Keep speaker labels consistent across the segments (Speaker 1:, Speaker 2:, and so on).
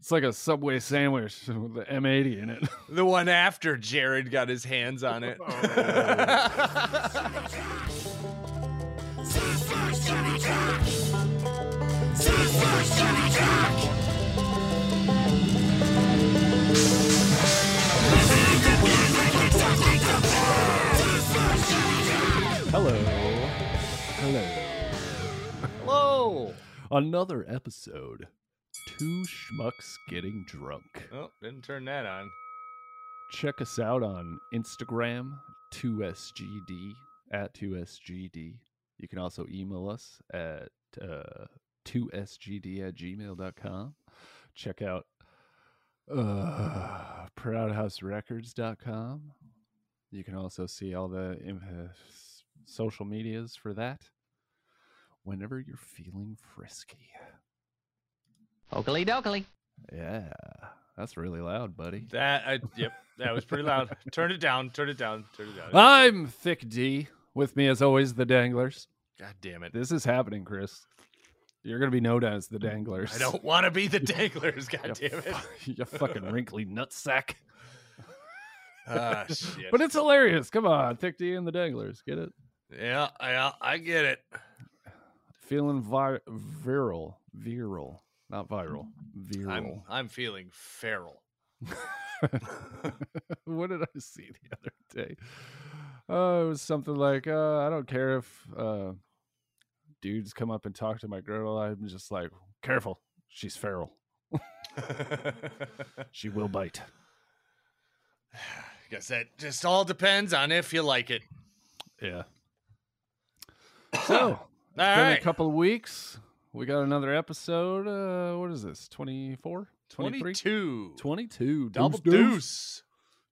Speaker 1: It's like a Subway sandwich with the M80 in it.
Speaker 2: The one after Jared got his hands on it.
Speaker 3: Sister Skinny Jack! Sister Skinny Jack!
Speaker 4: Hello. Hello.
Speaker 2: Hello.
Speaker 4: Another episode. Two schmucks getting drunk.
Speaker 2: Oh, didn't turn that on.
Speaker 4: Check us out on Instagram, 2SGD, at 2SGD. You can also email us at uh, 2SGD at gmail.com. Check out uh, proudhouserecords.com. You can also see all the um, uh, s- social medias for that whenever you're feeling frisky.
Speaker 5: Oakley dokley.
Speaker 4: Yeah, that's really loud, buddy.
Speaker 2: That I yep, that was pretty loud. turn it down, turn it down, turn it down.
Speaker 4: I'm Thick D. With me, as always, the Danglers.
Speaker 2: God damn it.
Speaker 4: This is happening, Chris. You're gonna be known as the Danglers.
Speaker 2: I don't want to be the danglers,
Speaker 4: You
Speaker 2: god damn it.
Speaker 4: fu- you fucking wrinkly nutsack.
Speaker 2: Ah shit.
Speaker 4: But it's hilarious. Come on, Thick D and the Danglers. Get it?
Speaker 2: yeah, yeah, I get it.
Speaker 4: Feeling vi- viral, viral, not viral,
Speaker 2: I'm
Speaker 4: viral.
Speaker 2: I'm feeling feral.
Speaker 4: what did I see the other day? Oh, it was something like, uh, I don't care if uh, dudes come up and talk to my girl. I'm just like, careful, she's feral. She will bite.
Speaker 2: Guess that just all depends on if you like it.
Speaker 4: Yeah. So,
Speaker 2: All
Speaker 4: been
Speaker 2: right.
Speaker 4: a couple of weeks. We got another episode. Uh, what is this? 24? 23?
Speaker 2: 22.
Speaker 4: 22.
Speaker 2: Double
Speaker 4: Deuce, deuce.
Speaker 2: deuce.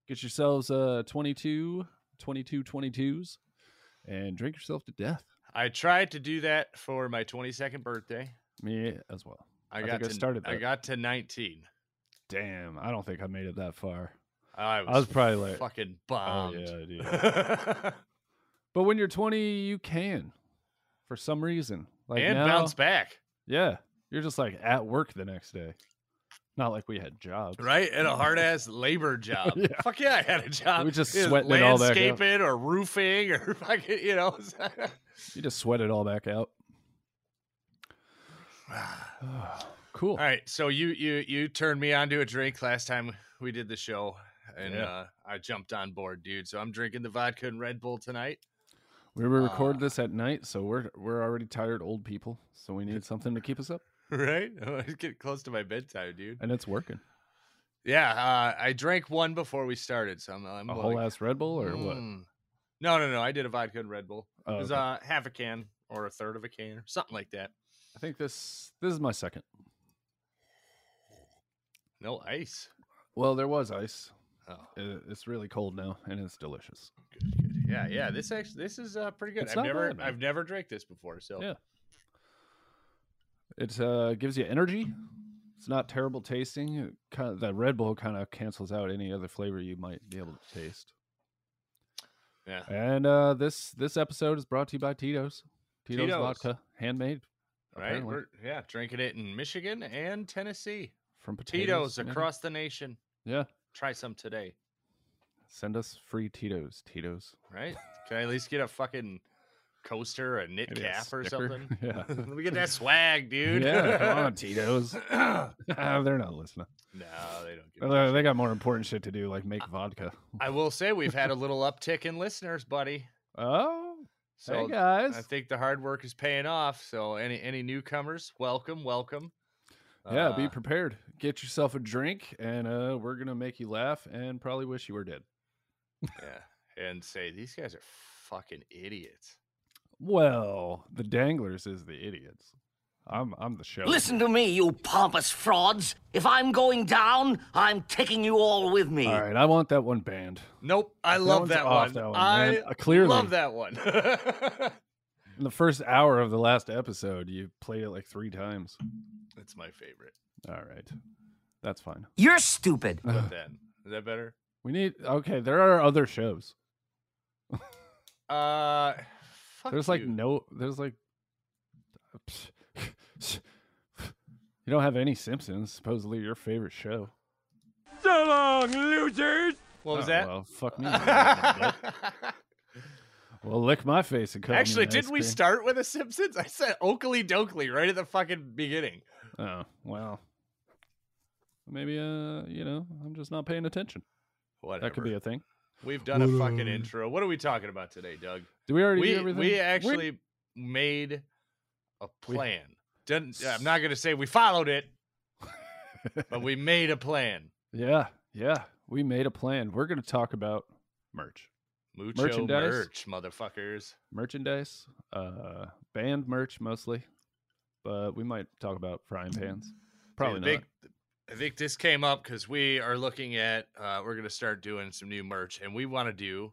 Speaker 4: Get yourselves uh 22, 22 22s and drink yourself to death.
Speaker 2: I tried to do that for my 22nd birthday.
Speaker 4: Me as well.
Speaker 2: I,
Speaker 4: I
Speaker 2: got
Speaker 4: think I
Speaker 2: to,
Speaker 4: started
Speaker 2: I
Speaker 4: that.
Speaker 2: got to 19.
Speaker 4: Damn, I don't think I made it that far.
Speaker 2: I was,
Speaker 4: was probably like,
Speaker 2: fucking
Speaker 4: Oh,
Speaker 2: bombed.
Speaker 4: yeah, I did. but when you're 20, you can for some reason. Like
Speaker 2: and
Speaker 4: now,
Speaker 2: bounce back,
Speaker 4: Yeah. You're just like at work the next day. Not like we had jobs.
Speaker 2: right? At a hard ass labor job.
Speaker 4: Yeah.
Speaker 2: Fuck yeah, I had a job.
Speaker 4: We just
Speaker 2: It was
Speaker 4: sweating it all back out.
Speaker 2: landscaping or roofing or fucking, you know.
Speaker 4: You just sweat it all back out. cool.
Speaker 2: All right, so you you you turned me on to a drink last time we did the show, and
Speaker 4: Yeah.
Speaker 2: uh, I jumped on board, dude. So I'm drinking the vodka and Red Bull tonight.
Speaker 4: We will record
Speaker 2: Uh,
Speaker 4: this at night, so we're we're already tired old people. So we need something to keep us up,
Speaker 2: Right, it's getting close to my bedtime, dude.
Speaker 4: and it's working.
Speaker 2: Yeah, uh, I drank one before we started, so I'm, I'm
Speaker 4: A
Speaker 2: like,
Speaker 4: whole ass Red Bull or what?
Speaker 2: "Mm." No, no, no. I did a vodka and Red Bull.
Speaker 4: Oh,
Speaker 2: it was
Speaker 4: okay.
Speaker 2: uh, half a can or a third of a can or something like that.
Speaker 4: I think this this is my second.
Speaker 2: No ice.
Speaker 4: Well, there was ice.
Speaker 2: Oh,
Speaker 4: I- It's really cold now, and it's delicious.
Speaker 2: good, good. Yeah, yeah. This actually, this is uh, pretty good.
Speaker 4: It's
Speaker 2: I've
Speaker 4: not
Speaker 2: never,
Speaker 4: bad, man.
Speaker 2: I've never drank this before. So
Speaker 4: Yeah. It uh, gives you energy. It's not terrible tasting. It kind of, the Red Bull kind of cancels out any other flavor you might be able to taste.
Speaker 2: yeah.
Speaker 4: And uh, this this episode is brought to you by Tito's. Tito's,
Speaker 2: Tito's.
Speaker 4: vodka, handmade.
Speaker 2: right.
Speaker 4: apparently,
Speaker 2: We're, yeah, drinking it in Michigan and Tennessee.
Speaker 4: from potatoes.
Speaker 2: Tito's
Speaker 4: maybe?
Speaker 2: across the nation.
Speaker 4: Yeah.
Speaker 2: Try some today.
Speaker 4: Send us free Tito's. Tito's.
Speaker 2: Right? Can I at least get a fucking coaster, a knit
Speaker 4: Maybe a
Speaker 2: cap, or
Speaker 4: sticker.
Speaker 2: something?
Speaker 4: Yeah.
Speaker 2: Let me get that swag, dude.
Speaker 4: Yeah, come on, Tito's. Ah, They're not listening.
Speaker 2: No, they don't get.
Speaker 4: They they got more important shit to do, like make vodka.
Speaker 2: I will say we've had a little uptick in listeners, buddy.
Speaker 4: Oh,
Speaker 2: So
Speaker 4: hey guys.
Speaker 2: I think the hard work is paying off. So any any newcomers, welcome, welcome.
Speaker 4: yeah, be
Speaker 2: Uh,
Speaker 4: prepared. Get yourself a drink, and uh, we're gonna make you laugh and probably wish you were dead.
Speaker 2: yeah, and say these guys are fucking idiots.
Speaker 4: Well, the Danglers is the idiots. I'm I'm the show.
Speaker 5: Listen to me, you pompous frauds. If I'm going down, I'm taking you all with me.
Speaker 4: All right, I want that one banned.
Speaker 2: Nope, I
Speaker 4: That
Speaker 2: love
Speaker 4: one's
Speaker 2: that
Speaker 4: off
Speaker 2: one.
Speaker 4: that one,
Speaker 2: I
Speaker 4: man. Uh, clearly.
Speaker 2: love that one.
Speaker 4: In the first hour of the last episode, you played it like three times.
Speaker 2: That's my favorite.
Speaker 4: All right, that's fine.
Speaker 5: You're stupid.
Speaker 2: But then is that better?
Speaker 4: We need okay. There are other shows.
Speaker 2: Uh, fuck
Speaker 4: there's like
Speaker 2: you.
Speaker 4: no. There's like. You don't have any Simpsons. Supposedly your favorite show.
Speaker 2: What was
Speaker 4: Oh,
Speaker 2: that?
Speaker 4: Well, fuck me. well, lick my face and cut me
Speaker 2: Actually,
Speaker 4: an
Speaker 2: didn't we
Speaker 4: ice
Speaker 2: start with the Simpsons? I said Oakley Dokley right at the fucking beginning.
Speaker 4: cream. Oh well. Maybe uh, you know, I'm just not paying attention.
Speaker 2: Whatever.
Speaker 4: That could be a thing.
Speaker 2: We've done a fucking intro. What are we talking about today, Doug?
Speaker 4: Do we already do
Speaker 2: We
Speaker 4: everything?
Speaker 2: we
Speaker 4: We're-
Speaker 2: actually made a plan. Didn't, I'm not going to say we followed it, but we made a plan.
Speaker 4: yeah, yeah. We made a plan. We're going to talk about merch,
Speaker 2: Mucho
Speaker 4: Merchandise?
Speaker 2: merch, motherfuckers.
Speaker 4: merchandise, uh, band merch mostly, but we might talk about frying pans. Probably
Speaker 2: I
Speaker 4: not.
Speaker 2: think, I think this came up because we are looking at uh, we're gonna start doing some new merch, and we want to do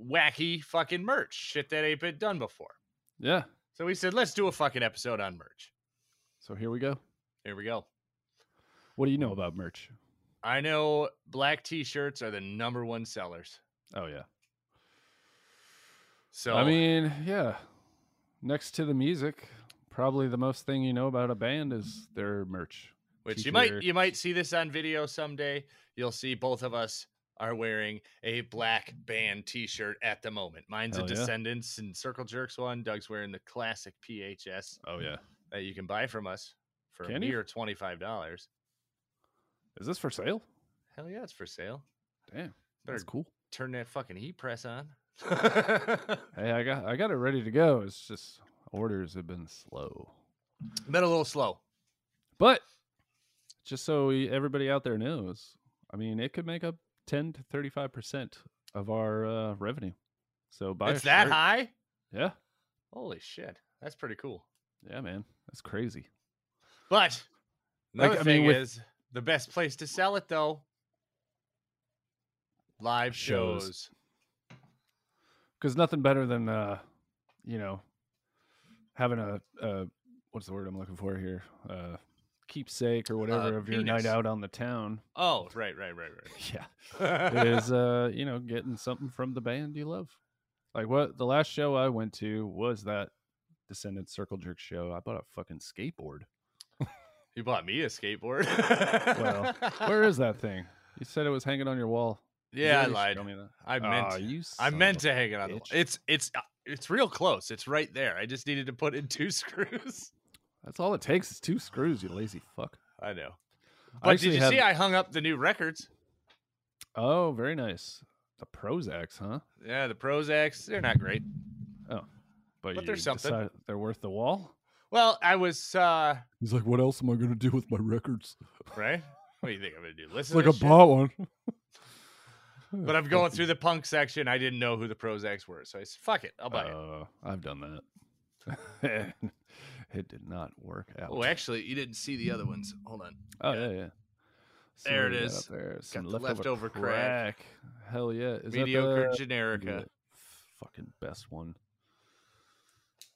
Speaker 2: wacky fucking merch, shit that ain't been done before.
Speaker 4: Yeah.
Speaker 2: So we said, let's do a fucking episode on merch.
Speaker 4: So here we go.
Speaker 2: Here we go.
Speaker 4: What do you know about merch?
Speaker 2: I know black t-shirts are the number one sellers.
Speaker 4: Oh yeah.
Speaker 2: So
Speaker 4: I mean, yeah. Next to the music, probably the most thing you know about a band is their merch.
Speaker 2: which you might
Speaker 4: t-shirts.
Speaker 2: you might see this on video someday. You'll see both of us are wearing a black band t-shirt at the moment. Mine's
Speaker 4: Hell
Speaker 2: a
Speaker 4: yeah.
Speaker 2: Descendants and Circle Jerks one. Doug's wearing the classic PHS.
Speaker 4: Oh yeah.
Speaker 2: that you can buy from us for a
Speaker 4: Can you?
Speaker 2: mere twenty five dollars.
Speaker 4: Is this for sale?
Speaker 2: Hell yeah, it's for sale.
Speaker 4: Damn.
Speaker 2: Better
Speaker 4: That's cool.
Speaker 2: turn that fucking heat press on.
Speaker 4: Hey, I got I got it ready to go. It's just orders have been slow.
Speaker 2: Been a little slow.
Speaker 4: But just so we- everybody out there knows, I mean, it could make up 10 to 35% of our uh, revenue. So buy
Speaker 2: it's
Speaker 4: a
Speaker 2: that
Speaker 4: shirt.
Speaker 2: high?
Speaker 4: Yeah.
Speaker 2: Holy shit, that's pretty cool.
Speaker 4: Yeah, man. That's crazy.
Speaker 2: But
Speaker 4: Like,
Speaker 2: another
Speaker 4: I mean,
Speaker 2: thing
Speaker 4: with-
Speaker 2: is the best place to sell it though. Live
Speaker 4: Shows.
Speaker 2: shows.
Speaker 4: Cuz nothing better than uh, you know, having a, a what's the word I'm looking for here? Uh keepsake or whatever of your night
Speaker 2: Uh, penis.
Speaker 4: out on the town.
Speaker 2: Oh, right, right, right,
Speaker 4: Yeah.
Speaker 2: right.
Speaker 4: is uh you know getting something from the band you love like what the last show i went to was that descendant circle jerk show i bought a fucking skateboard
Speaker 2: you bought me a skateboard.
Speaker 4: Well, where is that thing you said it was hanging on your wall You
Speaker 2: yeah, I
Speaker 4: already
Speaker 2: lied.
Speaker 4: showed me that.
Speaker 2: I meant
Speaker 4: Aw,
Speaker 2: to.
Speaker 4: you
Speaker 2: I
Speaker 4: son
Speaker 2: meant
Speaker 4: of a-
Speaker 2: to hang it on the.
Speaker 4: bitch.
Speaker 2: It's it's uh, it's real close. It's right there. I just needed to put in two screws.
Speaker 4: that's all it takes is two screws you lazy fuck
Speaker 2: I know.
Speaker 4: I
Speaker 2: But did
Speaker 4: actually
Speaker 2: you
Speaker 4: had-
Speaker 2: see? I hung up the new records.
Speaker 4: oh very nice the prozacs huh
Speaker 2: Yeah, the Prozacs. They're not great. But they're
Speaker 4: you
Speaker 2: something.
Speaker 4: decide they're worth the wall
Speaker 2: Well, I was uh
Speaker 4: he's like what else am i gonna do with my records
Speaker 2: right. What do you think I'm gonna do? Listen,
Speaker 4: like
Speaker 2: to
Speaker 4: i
Speaker 2: this shit?
Speaker 4: bought one
Speaker 2: But I'm going through the punk section. I didn't know who the Prozacs were, so I said, "Fuck it, I'll buy it."
Speaker 4: uh, i've done that it did not work out
Speaker 2: Oh, actually, you didn't see the other ones. Hold on.
Speaker 4: Oh yeah, yeah. See
Speaker 2: There
Speaker 4: what
Speaker 2: it
Speaker 4: we got
Speaker 2: is.
Speaker 4: up there. Some
Speaker 2: the leftover
Speaker 4: leftover,
Speaker 2: crack.
Speaker 4: crack. Hell yeah! Is
Speaker 2: Mediocre
Speaker 4: that the
Speaker 2: generica.
Speaker 4: the fucking best one?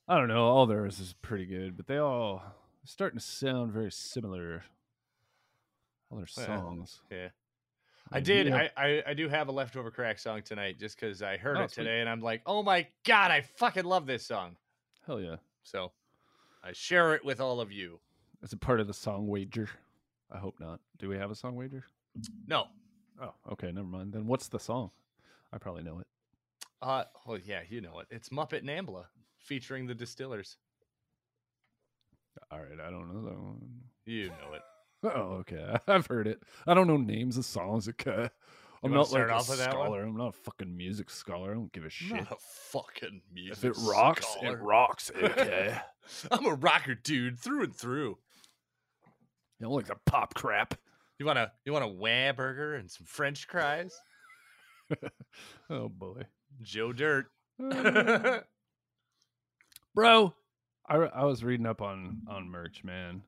Speaker 4: I don't know. All theirs is pretty good, but they all starting to sound very similar. All their
Speaker 2: Yeah.
Speaker 4: songs.
Speaker 2: Yeah. I
Speaker 4: Like,
Speaker 2: did.
Speaker 4: you know-
Speaker 2: I, I I do have a leftover crack song tonight, just because I heard
Speaker 4: Oh,
Speaker 2: it
Speaker 4: sweet.
Speaker 2: today, and I'm like, "Oh my god, I fucking love this song."
Speaker 4: Hell yeah!
Speaker 2: So I share it with all of you.
Speaker 4: It's a part of the song wager. I hope not. Do we have a song wager?
Speaker 2: No.
Speaker 4: Oh, okay. Never mind. Then what's the song? I probably know it.
Speaker 2: Uh well yeah, you know it. It's Muppet Nambla featuring the distillers.
Speaker 4: All right. I don't know that one.
Speaker 2: You know it.
Speaker 4: Oh, okay. I've heard it. I don't know names of songs. Okay. I'm
Speaker 2: wanna
Speaker 4: not like
Speaker 2: start
Speaker 4: a
Speaker 2: off with that one?
Speaker 4: scholar. I'm not a fucking music scholar. I don't give a shit.
Speaker 2: Not a fucking music.
Speaker 4: if it rocks,
Speaker 2: scholar.
Speaker 4: it rocks. Okay.
Speaker 2: I'm a rocker dude through and through.
Speaker 4: you don't like the pop crap.
Speaker 2: You wanna you want a wah burger and some French fries?
Speaker 4: Oh boy,
Speaker 2: Joe Dirt.
Speaker 4: bro. I re- I was reading up on on merch, man,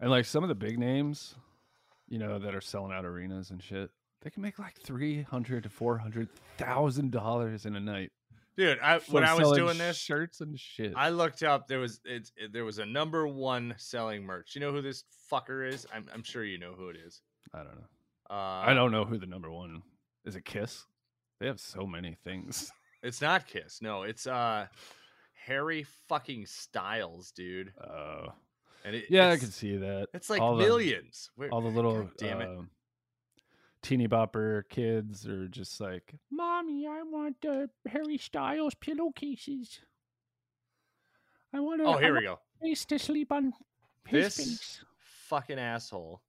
Speaker 4: and like some of the big names, you know, that are selling out arenas and shit. They can make like three hundred to four hundred thousand dollars in a night.
Speaker 2: Dude, I, when
Speaker 4: from
Speaker 2: I was
Speaker 4: selling
Speaker 2: doing this,
Speaker 4: shirts and shit.
Speaker 2: I looked up. There was it's it, there was a number one selling merch. You know who this fucker is? I'm I'm sure you know who it is.
Speaker 4: I don't know.
Speaker 2: Uh,
Speaker 4: I don't know who the number one is. It Kiss. They have so many things.
Speaker 2: It's not Kiss. No, it's uh Harry fucking Styles, dude.
Speaker 4: Uh,
Speaker 2: And it,
Speaker 4: Yeah, I
Speaker 2: it's,
Speaker 4: can see that.
Speaker 2: it's like
Speaker 4: all the-
Speaker 2: millions. Where-
Speaker 4: all the little
Speaker 2: God damn it.
Speaker 4: um, teeny bopper kids are just like, "Mommy, I want the Harry Styles pillowcases. I want to.
Speaker 2: oh, here we go.
Speaker 4: Face to sleep on his
Speaker 2: This
Speaker 4: face."
Speaker 2: fucking asshole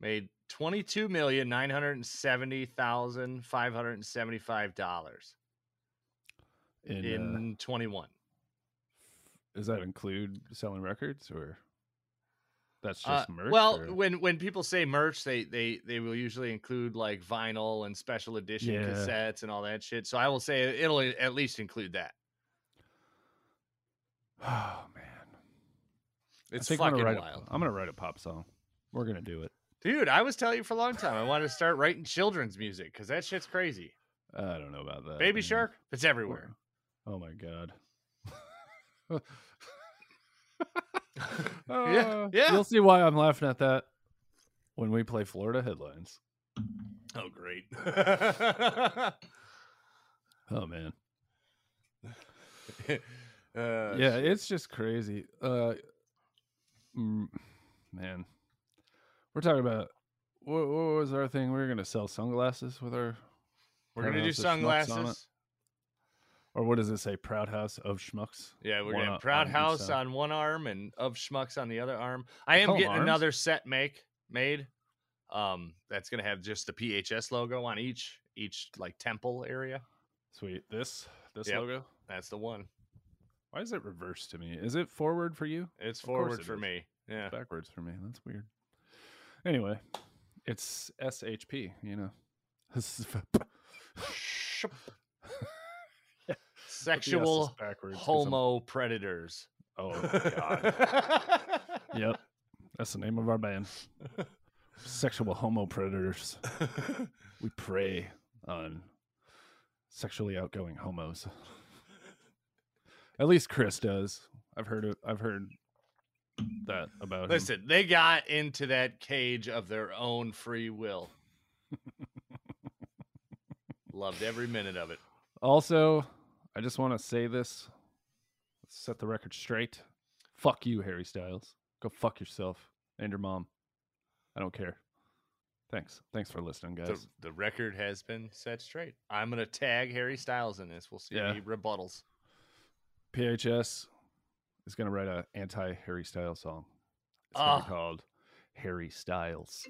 Speaker 2: made twenty-two million nine hundred and seventy thousand five hundred and seventy-five dollars
Speaker 4: And, uh,
Speaker 2: in twenty-one.
Speaker 4: does that include selling records or? That's
Speaker 2: Uh,
Speaker 4: just merch.
Speaker 2: well,
Speaker 4: or-
Speaker 2: when when people say merch, they they they will usually include like vinyl and special edition
Speaker 4: Yeah.
Speaker 2: cassettes and all that shit. So I will say it'll at least include that.
Speaker 4: oh man, I
Speaker 2: It's
Speaker 4: think I'm
Speaker 2: fucking
Speaker 4: gonna write a-
Speaker 2: wild,
Speaker 4: I'm gonna write a pop song. We're gonna do it.
Speaker 2: dude. I was telling you for a long time I wanted to start writing children's music because that shit's crazy.
Speaker 4: I don't know about that.
Speaker 2: Baby
Speaker 4: man.
Speaker 2: Shark, it's everywhere.
Speaker 4: Oh my god.
Speaker 2: Yeah,
Speaker 4: Uh,
Speaker 2: yeah.
Speaker 4: You'll see why I'm laughing at that when we play Florida headlines.
Speaker 2: Oh, great.
Speaker 4: Oh man.
Speaker 2: Uh,
Speaker 4: yeah, it's just crazy. Uh mm, man. We're talking about what, what was our thing? We were gonna sell sunglasses with our
Speaker 2: We're gonna do
Speaker 4: Pronounce the schmucks on it.
Speaker 2: sunglasses.
Speaker 4: or what does it say? Proud House of Schmucks.
Speaker 2: Yeah, we're
Speaker 4: One
Speaker 2: gonna
Speaker 4: on-
Speaker 2: have Proud
Speaker 4: on each
Speaker 2: House
Speaker 4: side.
Speaker 2: on one arm and of schmucks on the other arm. I am
Speaker 4: call 'em
Speaker 2: getting
Speaker 4: arms?
Speaker 2: another set make made. Um, that's gonna have just the PHS logo on each each like temple area.
Speaker 4: Sweet. This this
Speaker 2: Yep.
Speaker 4: logo.
Speaker 2: That's the one.
Speaker 4: Why is it reversed to me? Is it forward for you?
Speaker 2: It's
Speaker 4: course
Speaker 2: forward
Speaker 4: it
Speaker 2: for
Speaker 4: is.
Speaker 2: me. Yeah.
Speaker 4: backwards for me. That's weird. Anyway, it's SHP, you know.
Speaker 2: Shup.
Speaker 4: The
Speaker 2: Sexual
Speaker 4: backwards 'cause I'm-
Speaker 2: homo predators.
Speaker 4: Oh god. yep. That's the name of our band. Sexual homo predators. We prey on sexually outgoing homos. At least Chris does. I've heard it, I've heard that about him.
Speaker 2: Listen, they got into that cage of their own free will. Loved every minute of it.
Speaker 4: Also, I just want to say this. Let's set the record straight. Fuck you, Harry Styles. Go fuck yourself and your mom. I don't care. Thanks. Thanks for listening, guys.
Speaker 2: the, the record has been set straight. I'm gonna tag Harry Styles in this. We'll see
Speaker 4: Yeah.
Speaker 2: if he rebuttals.
Speaker 4: PHS is going to write a anti Harry Styles song. It's going to
Speaker 2: Ah.
Speaker 4: be called Harry Styles.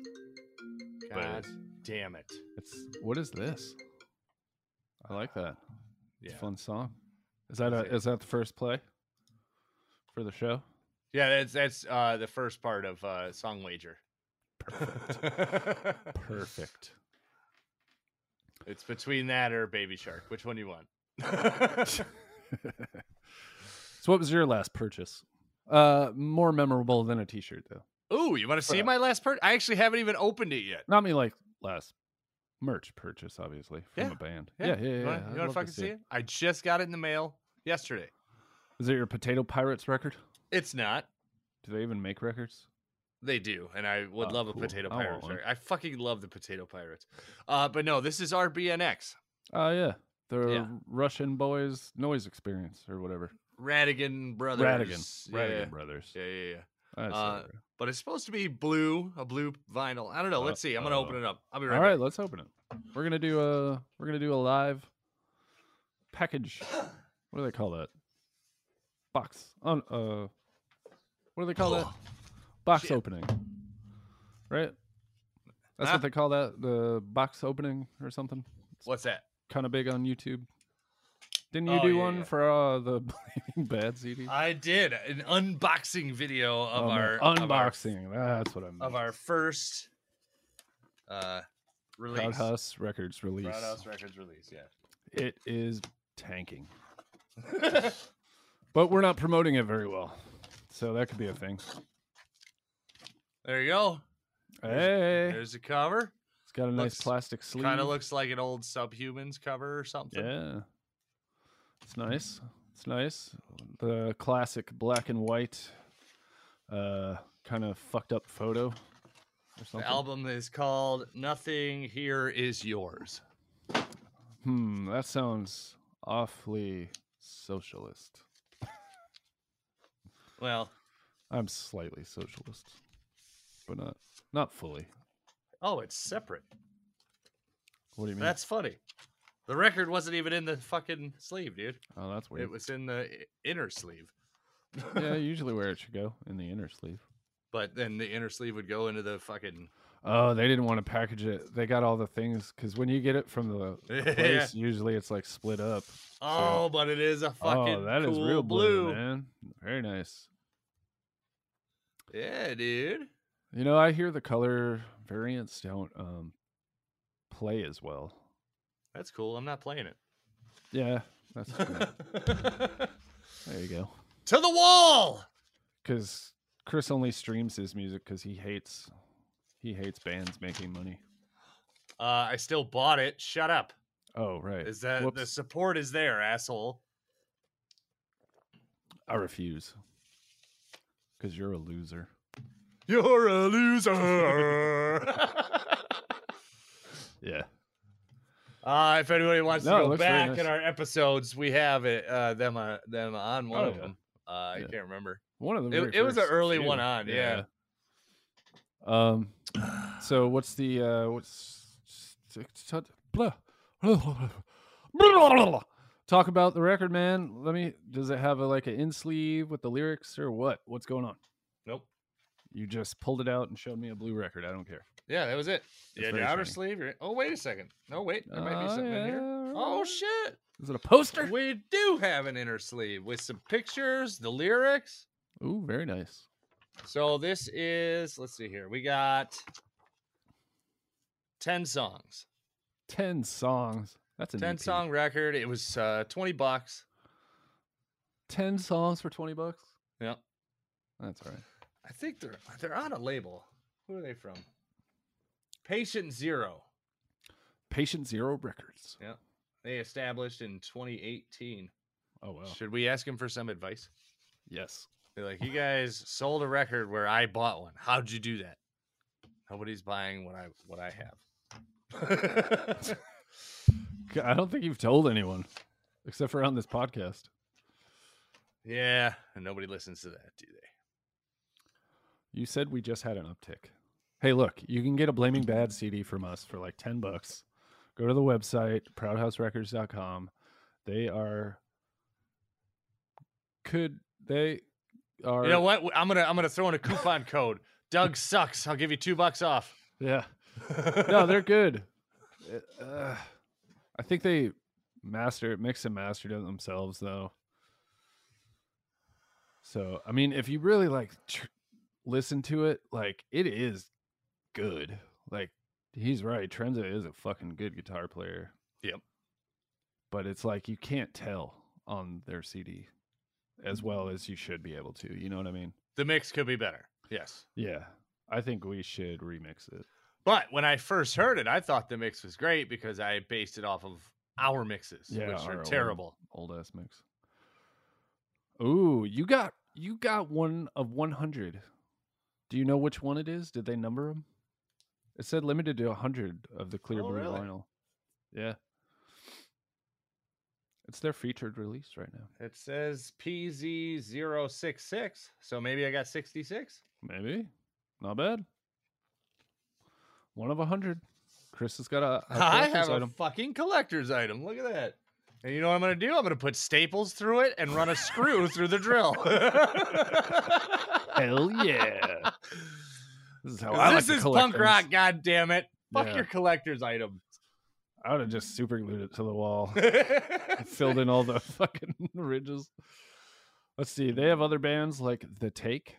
Speaker 4: But-
Speaker 2: God damn it!
Speaker 4: It's what is this? I like that. It's
Speaker 2: Yeah,
Speaker 4: a fun song. Is that a,
Speaker 2: Sick.
Speaker 4: is that the first play for the show?
Speaker 2: yeah, that's that's uh, the first part of uh, song wager. Perfect.
Speaker 4: Perfect.
Speaker 2: It's between that or Baby Shark. Which one do you want?
Speaker 4: So what was your last purchase? Uh more memorable than a t-shirt though.
Speaker 2: Ooh, you want to see my last part? I actually haven't even opened it yet.
Speaker 4: Not me like last merch purchase obviously from
Speaker 2: Yeah.
Speaker 4: a band. Yeah, yeah, yeah.
Speaker 2: you
Speaker 4: yeah,
Speaker 2: wanna,
Speaker 4: I'd
Speaker 2: you
Speaker 4: love
Speaker 2: wanna
Speaker 4: to
Speaker 2: fucking see it? I just got it in the mail yesterday.
Speaker 4: Is it your Potato Pirates record?
Speaker 2: It's not.
Speaker 4: Do they even make records?
Speaker 2: They do, and I would
Speaker 4: Oh,
Speaker 2: love
Speaker 4: cool.
Speaker 2: a potato
Speaker 4: I want
Speaker 2: pirates.
Speaker 4: one.
Speaker 2: record. I fucking love the potato pirates. Uh, but no, this is RBNX,
Speaker 4: Oh yeah. The
Speaker 2: Uh, Yeah.
Speaker 4: Russian boys noise experience or whatever.
Speaker 2: Radigan Brothers.
Speaker 4: Radigan.
Speaker 2: yeah,
Speaker 4: Radigan Brothers.
Speaker 2: yeah, yeah, yeah.
Speaker 4: That's
Speaker 2: Uh,
Speaker 4: it.
Speaker 2: But it's supposed to be blue, a blue vinyl. I don't know. Let's see. I'm gonna open
Speaker 4: Uh-oh.
Speaker 2: it up. I'll be right.
Speaker 4: Uh, All right,
Speaker 2: back.
Speaker 4: let's open it. We're gonna do a we're gonna do a live package. What do they call that? Box on uh. What do they call that? Box
Speaker 2: Shit.
Speaker 4: opening. Right. That's
Speaker 2: Huh?
Speaker 4: what they call that. The box opening or something.
Speaker 2: What's that?
Speaker 4: Kind of big on YouTube. Didn't you
Speaker 2: Oh,
Speaker 4: do
Speaker 2: yeah,
Speaker 4: one
Speaker 2: yeah.
Speaker 4: for uh, the Blaming Bad CD?
Speaker 2: I did an unboxing video of
Speaker 4: Oh,
Speaker 2: our
Speaker 4: man.
Speaker 2: of our-
Speaker 4: unboxing. That's what I meant.
Speaker 2: of our first uh release.
Speaker 4: Proud House Records release.
Speaker 2: Proud House Records release. Yeah.
Speaker 4: It is tanking. but we're not promoting it very well. So that could be a thing.
Speaker 2: There you go.
Speaker 4: Hey,
Speaker 2: There's the cover.
Speaker 4: it's got a nice
Speaker 2: looks-
Speaker 4: plastic sleeve.
Speaker 2: Kind of looks like an old Subhumans cover or something.
Speaker 4: Yeah, it's nice. It's nice. The classic black and white, uh, kind of fucked up photo or something.
Speaker 2: The album is called Nothing Here Is Yours.
Speaker 4: Hmm, that sounds awfully socialist.
Speaker 2: Well,
Speaker 4: I'm slightly socialist, but not not fully.
Speaker 2: Oh, it's separate.
Speaker 4: What do you mean?
Speaker 2: That's funny. The record wasn't even in the fucking sleeve, dude.
Speaker 4: oh, that's weird.
Speaker 2: It was in the i- inner sleeve.
Speaker 4: yeah, usually where it should go in the inner sleeve.
Speaker 2: But then the inner sleeve would go into the fucking
Speaker 4: Oh, they didn't want to package it. They got all the things because when you get it from the
Speaker 2: Yeah.
Speaker 4: place, usually it's like split up.
Speaker 2: Oh, but it is a fucking
Speaker 4: oh, that is
Speaker 2: cool
Speaker 4: real
Speaker 2: blue.
Speaker 4: blue, man. Very nice.
Speaker 2: Yeah, dude.
Speaker 4: You know, I hear the color variants don't um, play as well.
Speaker 2: That's cool. I'm not playing it.
Speaker 4: Yeah, that's cool. there you go.
Speaker 2: To the wall.
Speaker 4: Because Chris only streams his music because he hates he hates bands making money.
Speaker 2: Uh, I still bought it. Shut up.
Speaker 4: Oh right,
Speaker 2: Is that the
Speaker 4: Whoops.
Speaker 2: support is there, asshole?
Speaker 4: I refuse because you're a loser.
Speaker 2: You're a loser.
Speaker 4: Yeah.
Speaker 2: Uh, if anybody wants
Speaker 4: No, it
Speaker 2: to go
Speaker 4: looks very
Speaker 2: back in
Speaker 4: nice.
Speaker 2: our episodes, we have it uh, them uh, them on one
Speaker 4: Oh,
Speaker 2: of
Speaker 4: yeah.
Speaker 2: them. Uh, I
Speaker 4: Yeah.
Speaker 2: can't remember.
Speaker 4: One of the
Speaker 2: It-
Speaker 4: very
Speaker 2: it was an
Speaker 4: first
Speaker 2: early one
Speaker 4: few.
Speaker 2: on, yeah.
Speaker 4: yeah. Um. So what's the uh what's talk about the record, man? Let me. Does it have a, like an in sleeve with the lyrics or what? What's going on?
Speaker 2: Nope.
Speaker 4: You just pulled it out and showed me a blue record. I don't care.
Speaker 2: Yeah, that was it. yeah,
Speaker 4: very
Speaker 2: the outer
Speaker 4: shiny.
Speaker 2: sleeve. You're... Oh, wait a second. No, wait. There might be
Speaker 4: Oh,
Speaker 2: something in here.
Speaker 4: yeah,
Speaker 2: Oh
Speaker 4: right.
Speaker 2: shit.
Speaker 4: Is it a poster?
Speaker 2: We do have an inner sleeve with some pictures, the lyrics.
Speaker 4: Ooh, very nice.
Speaker 2: So this is let's see here. We got 10 songs.
Speaker 4: Ten songs. That's an
Speaker 2: 10
Speaker 4: EP.
Speaker 2: song record. It was uh 20 bucks.
Speaker 4: Ten songs for twenty bucks.
Speaker 2: Yep.
Speaker 4: That's all right.
Speaker 2: I think they're they're on a label. Who are they from? Patient Zero.
Speaker 4: Patient Zero Records.
Speaker 2: They established in 2018.
Speaker 4: Oh wow.
Speaker 2: Should we ask him for some advice?
Speaker 4: Yes.
Speaker 2: They're like, you guys sold a record where I bought one. How'd you do that? Nobody's buying what I what I have.
Speaker 4: G- I don't think you've told anyone except for on this podcast.
Speaker 2: yeah, and nobody listens to that, do they?
Speaker 4: You said we just had an uptick. Hey, look, you can get a Blaming Bad CD from us for like 10 bucks. Go to the website, proudhouserecords.com. They are. Could. They are.
Speaker 2: You know what? I'm gonna I'm gonna throw in a coupon code. Doug sucks. I'll give you two bucks off.
Speaker 4: Yeah. No, they're good. Uh, I think they master mix and mastered it themselves though. So I mean, if you really like tr- listen to it, like it is good. Like he's right, Trenza is a fucking good guitar player.
Speaker 2: Yep.
Speaker 4: But it's like you can't tell on their CD as well as you should be able to. You know what I mean?
Speaker 2: The mix could be better. Yes.
Speaker 4: Yeah. I think we should remix it.
Speaker 2: But when I first heard it, I thought the mix was great because I based it off of our mixes,
Speaker 4: Yeah,
Speaker 2: which
Speaker 4: our
Speaker 2: are
Speaker 4: old-
Speaker 2: terrible.
Speaker 4: old ass mix. Ooh, you got you got one of 100. Do you know which one it is? Did they number them? It said limited to 100 of the clear
Speaker 2: Oh,
Speaker 4: blue
Speaker 2: really?
Speaker 4: vinyl. Yeah. It's their featured release right now.
Speaker 2: It says PZ066, so maybe I got 66.
Speaker 4: Maybe. Not bad. One of 100. Chris has got a, a
Speaker 2: I
Speaker 4: collector's
Speaker 2: have a
Speaker 4: item.
Speaker 2: fucking collector's item. Look at that. And you know what I'm gonna do? I'm gonna put staples through it and run a screw through the drill.
Speaker 4: Hell yeah. this is how Oh, I like
Speaker 2: this
Speaker 4: to
Speaker 2: is
Speaker 4: collect
Speaker 2: punk
Speaker 4: things.
Speaker 2: rock, god damn it. Fuck
Speaker 4: Yeah.
Speaker 2: your collector's item.
Speaker 4: I would have just super glued it to the wall. filled in all the fucking ridges. Let's see. They have other bands like The Take.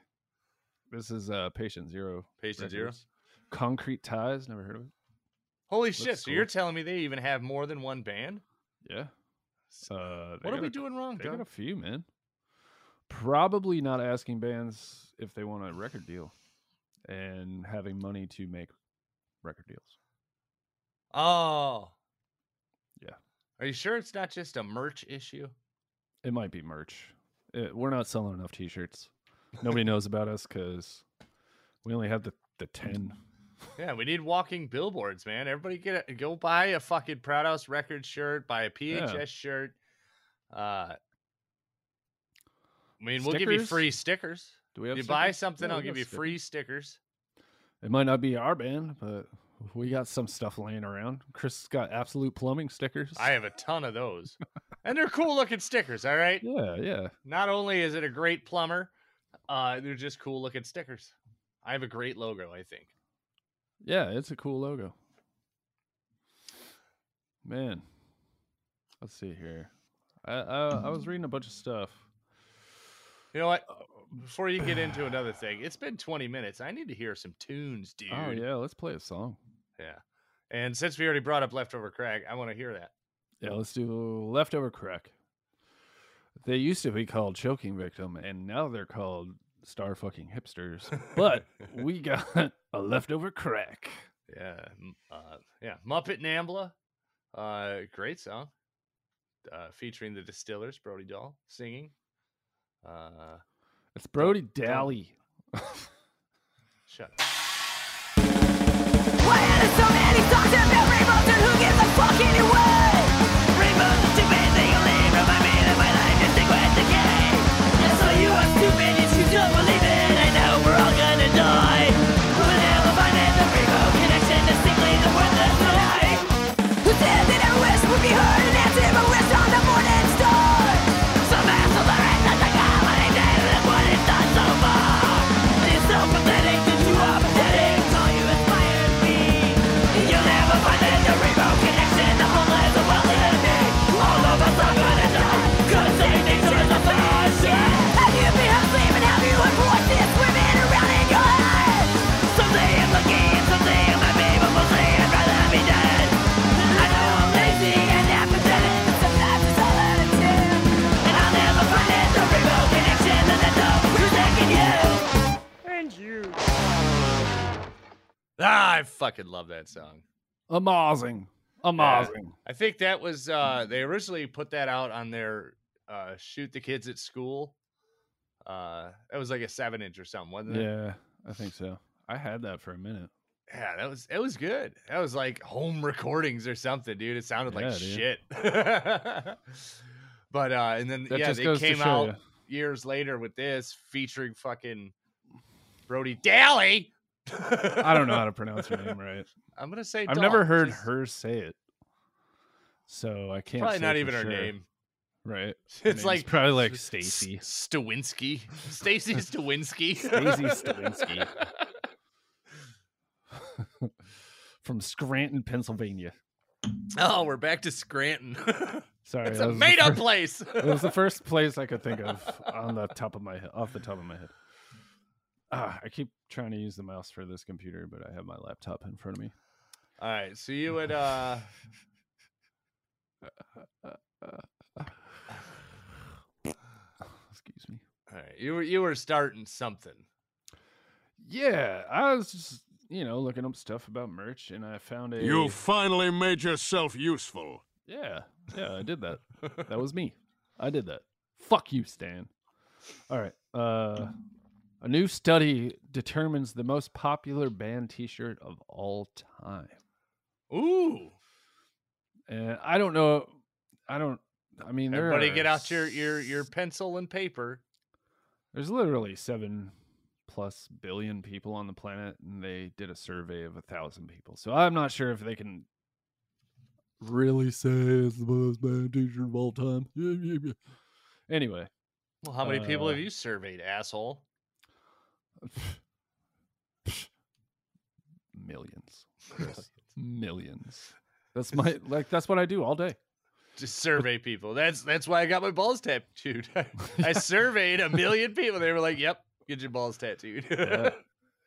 Speaker 4: This is uh Patient Zero.
Speaker 2: Patient zero.
Speaker 4: Records. Concrete Ties. Never heard of it.
Speaker 2: Holy shit.
Speaker 4: Looks
Speaker 2: So you're
Speaker 4: cool.
Speaker 2: telling me they even have more than one band?
Speaker 4: Yeah. Uh, they
Speaker 2: What are
Speaker 4: got
Speaker 2: we
Speaker 4: a-
Speaker 2: doing wrong,
Speaker 4: They got
Speaker 2: Doug?
Speaker 4: a few, man. Probably not asking bands if they want a record deal and having money to make record deals.
Speaker 2: Oh.
Speaker 4: Yeah.
Speaker 2: Are you sure it's not just a merch issue?
Speaker 4: It might be merch. Uh, we're not selling enough T-shirts. Nobody knows about us because we only have the the ten.
Speaker 2: Yeah, we need walking billboards, man. Everybody get a, go buy a fucking Proud House Records shirt, buy a PHS shirt. Uh, I mean, we'll give you
Speaker 4: Stickers?
Speaker 2: free stickers.
Speaker 4: Do we have
Speaker 2: You
Speaker 4: stickers?
Speaker 2: buy something,
Speaker 4: Yeah,
Speaker 2: I'll
Speaker 4: we got
Speaker 2: give you
Speaker 4: stickers.
Speaker 2: free stickers.
Speaker 4: It might not be our band, but we got some stuff laying around. Chris got absolute plumbing stickers.
Speaker 2: I have a ton of those. and they're cool looking stickers, all right?
Speaker 4: yeah, yeah.
Speaker 2: Not only is it a great plumber, uh, they're just cool looking stickers. I have a great logo, I think.
Speaker 4: Yeah, it's a cool logo. Man, let's see here. I, I I was reading a bunch of stuff.
Speaker 2: You know what?
Speaker 4: Uh, um,
Speaker 2: Before you get into another thing, it's been 20 minutes. I need to hear some tunes, dude.
Speaker 4: Oh yeah, let's play a song.
Speaker 2: Yeah. And since we already brought up Leftover Craig, I want to hear that.
Speaker 4: Yeah, let's do leftover crack. They used to be called choking victim, and now they're called star fucking hipsters. But we got a leftover crack.
Speaker 2: Yeah. m- Uh, yeah. Muppet Nambla. Uh, great song. Uh, featuring the Distillers, Brody Dahl singing. Uh,
Speaker 4: It's Brody Daly.
Speaker 2: shut up.
Speaker 6: Why are there so many songs about rainbows and who gives a fuck anyway? Rainbows are stupid, they only remind me that my life is liquid decay. And so you are stupid if you don't believe it. I know we're all gonna die. Who will ever find it? The rainbow connection is simply the worthless tonight. Who said that our wish would be heard and answered by wish on the morning star? Some asshole that writes that the comedy did and what it's done so far. It's so pathetic that you are pathetic. It's all you inspired me. You'll never find that the rainbow connection. The whole lies the world in me. All of us are gonna die. Cause they think there's a fashion. Have you been asleep and have you watched this women around in your head? Someday I'm lucky and someday I'm happy, but mostly I'd rather be dead. I know I'm lazy and apathetic. Sometimes it's all out of tune. And I'll never find it. The rainbow connection. And I know who's taking you.
Speaker 2: Ah, I fucking love that song.
Speaker 4: Amazing. Amazing.
Speaker 2: I think that was uh they originally put that out on their uh shoot the kids at school. Uh that was like a seven inch or something, wasn't
Speaker 4: Yeah.
Speaker 2: it?
Speaker 4: I think so. I had that for a minute.
Speaker 2: Yeah, that was it was good. That was like home recordings or something, dude. It sounded like
Speaker 4: Yeah, dude.
Speaker 2: shit. but uh and then
Speaker 4: That
Speaker 2: yeah,
Speaker 4: just
Speaker 2: they
Speaker 4: goes to
Speaker 2: came
Speaker 4: show
Speaker 2: out
Speaker 4: you.
Speaker 2: years later with this featuring fucking Brody Daly.
Speaker 4: I don't know how to pronounce her name right.
Speaker 2: I'm gonna say
Speaker 4: I've
Speaker 2: Dahl.
Speaker 4: never heard
Speaker 2: She's
Speaker 4: her say it. So I can't
Speaker 2: Probably
Speaker 4: say
Speaker 2: not
Speaker 4: for
Speaker 2: even her
Speaker 4: sure,
Speaker 2: name.
Speaker 4: Right. Her
Speaker 2: It's
Speaker 4: name's
Speaker 2: like
Speaker 4: probably like
Speaker 2: S-
Speaker 4: Stacy.
Speaker 2: S- Stawinski. Stacy Stawinski.
Speaker 4: Stacy Stawinski. From Scranton, Pennsylvania.
Speaker 2: oh, we're back to Scranton.
Speaker 4: Sorry.
Speaker 2: it's
Speaker 4: that
Speaker 2: a
Speaker 4: was the
Speaker 2: made up
Speaker 4: first-
Speaker 2: place.
Speaker 4: It was the first place I could think of on the top of my head, off the top of my head. Ah, I keep trying to use the mouse for this computer, but I have my laptop in front of me.
Speaker 2: All right, so you would uh
Speaker 4: Excuse me.
Speaker 2: all right, you were you were starting something.
Speaker 4: Yeah, I was just, you know, looking up stuff about merch and I found a
Speaker 7: You finally made yourself useful.
Speaker 4: Yeah. Yeah, I did that. that was me. I did that. Fuck you, Stan. All right. Uh a new study determines the most popular band t-shirt of all time.
Speaker 2: Ooh.
Speaker 4: And I don't know I don't I mean there
Speaker 2: Everybody
Speaker 4: are
Speaker 2: get out your your your
Speaker 4: s-
Speaker 2: pencil and paper.
Speaker 4: There's literally 7 plus billion people on the planet and they did a survey of a 1000 people. So I'm not sure if they can really say it's the most band t-shirt of all time. anyway,
Speaker 2: Well, how many people have
Speaker 4: Uh,
Speaker 2: you surveyed, asshole?
Speaker 4: millions Chris. millions that's my like that's what i do all day
Speaker 2: Just survey people. That's that's why I got my balls tattooed. I surveyed a million people. They were like, "Yep, get your balls tattooed."
Speaker 4: Yeah.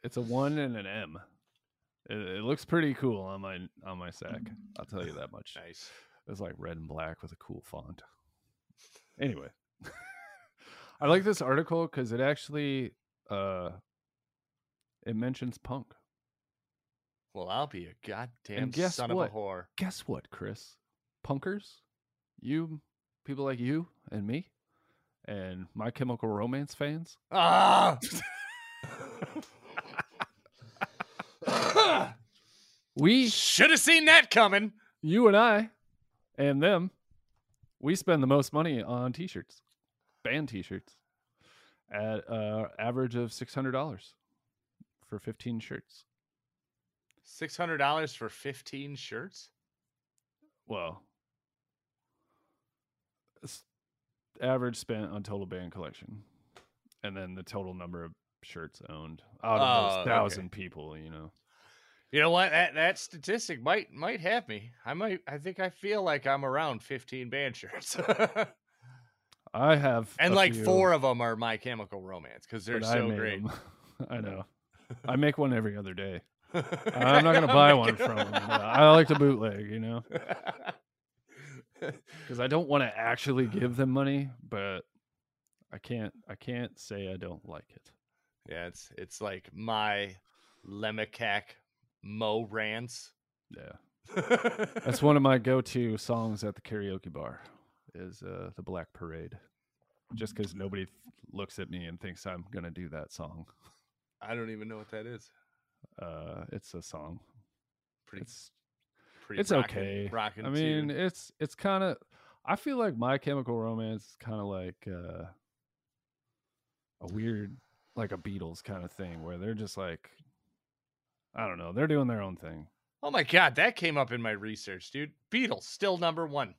Speaker 4: it's a one and an m it, it looks pretty cool on my on my sack i'll tell you that much
Speaker 2: nice.
Speaker 4: it's like red and black with a cool font anyway i like this article because it actually uh it mentions punk
Speaker 2: Well, I'll be a goddamn
Speaker 4: guess
Speaker 2: son
Speaker 4: what?
Speaker 2: of a whore.
Speaker 4: guess what, Chris? Punkers, you people like you and me, and my Chemical Romance fans.
Speaker 2: Ah!
Speaker 4: We,
Speaker 2: Should have seen that coming.
Speaker 4: you and I, and them, we spend the most money on t-shirts, band t-shirts, at an average of six hundred dollars for fifteen shirts.
Speaker 2: Six hundred dollars for fifteen shirts.
Speaker 4: Well, s- average spent on total band collection, and then the total number of shirts owned out of
Speaker 2: Oh,
Speaker 4: those
Speaker 2: okay.
Speaker 4: thousand people. You know,
Speaker 2: You know what? That that statistic might might have me. I might. I think I feel like I'm around fifteen band shirts, and
Speaker 4: I have a
Speaker 2: like
Speaker 4: few,
Speaker 2: four of them are My Chemical Romance because they're
Speaker 4: but I
Speaker 2: so
Speaker 4: made
Speaker 2: great.
Speaker 4: 'em. I know. I make one every other day. I'm not gonna buy one from 'em, no. I like to bootleg. You know. because I don't want to actually give them money, but I can't. I can't say I don't like it.
Speaker 2: yeah, it's it's like my Lemacac Mo Rants.
Speaker 4: Yeah, that's one of my go-to songs at the karaoke bar. Is uh, the Black Parade, just because nobody th- looks at me and thinks I'm gonna do that song.
Speaker 2: I don't even know what that is.
Speaker 4: Uh, it's a song.
Speaker 2: Pretty,
Speaker 4: It's
Speaker 2: pretty.
Speaker 4: it's
Speaker 2: rockin',
Speaker 4: okay.
Speaker 2: Rocking.
Speaker 4: I mean, it's it's kind of. I feel like My Chemical Romance is kind of like uh, a weird, like a Beatles kind of thing, where they're just like, I don't know, they're doing their own thing.
Speaker 2: oh my god, that came up in my research, dude. Beatles still number one.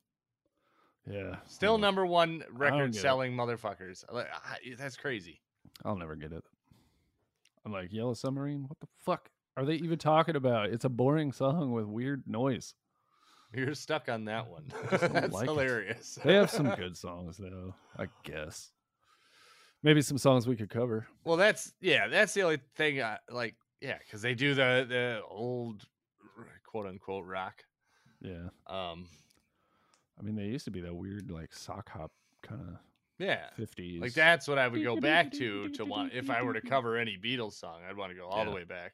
Speaker 4: Yeah,
Speaker 2: Still
Speaker 4: no.
Speaker 2: number one
Speaker 4: get
Speaker 2: record
Speaker 4: it.
Speaker 2: selling motherfuckers. Like, I, that's crazy.
Speaker 4: I'll never get it. I'm like Yellow Submarine. What the fuck are they even talking about? It's a boring song with weird noise.
Speaker 2: You're stuck on that one.
Speaker 4: don't
Speaker 2: that's
Speaker 4: like it.
Speaker 2: hilarious.
Speaker 4: They have some good songs though, I guess. Maybe some songs we could cover.
Speaker 2: well, that's yeah. That's the only thing. I, like yeah, because they do the the old r- quote unquote rock.
Speaker 4: Yeah,
Speaker 2: Um,
Speaker 4: I mean they used to be that weird like sock hop kind of
Speaker 2: yeah.
Speaker 4: fifties.
Speaker 2: Like that's what I would go back to to want if I were to cover any Beatles song, I'd want to go all the
Speaker 4: Yeah.
Speaker 2: way back.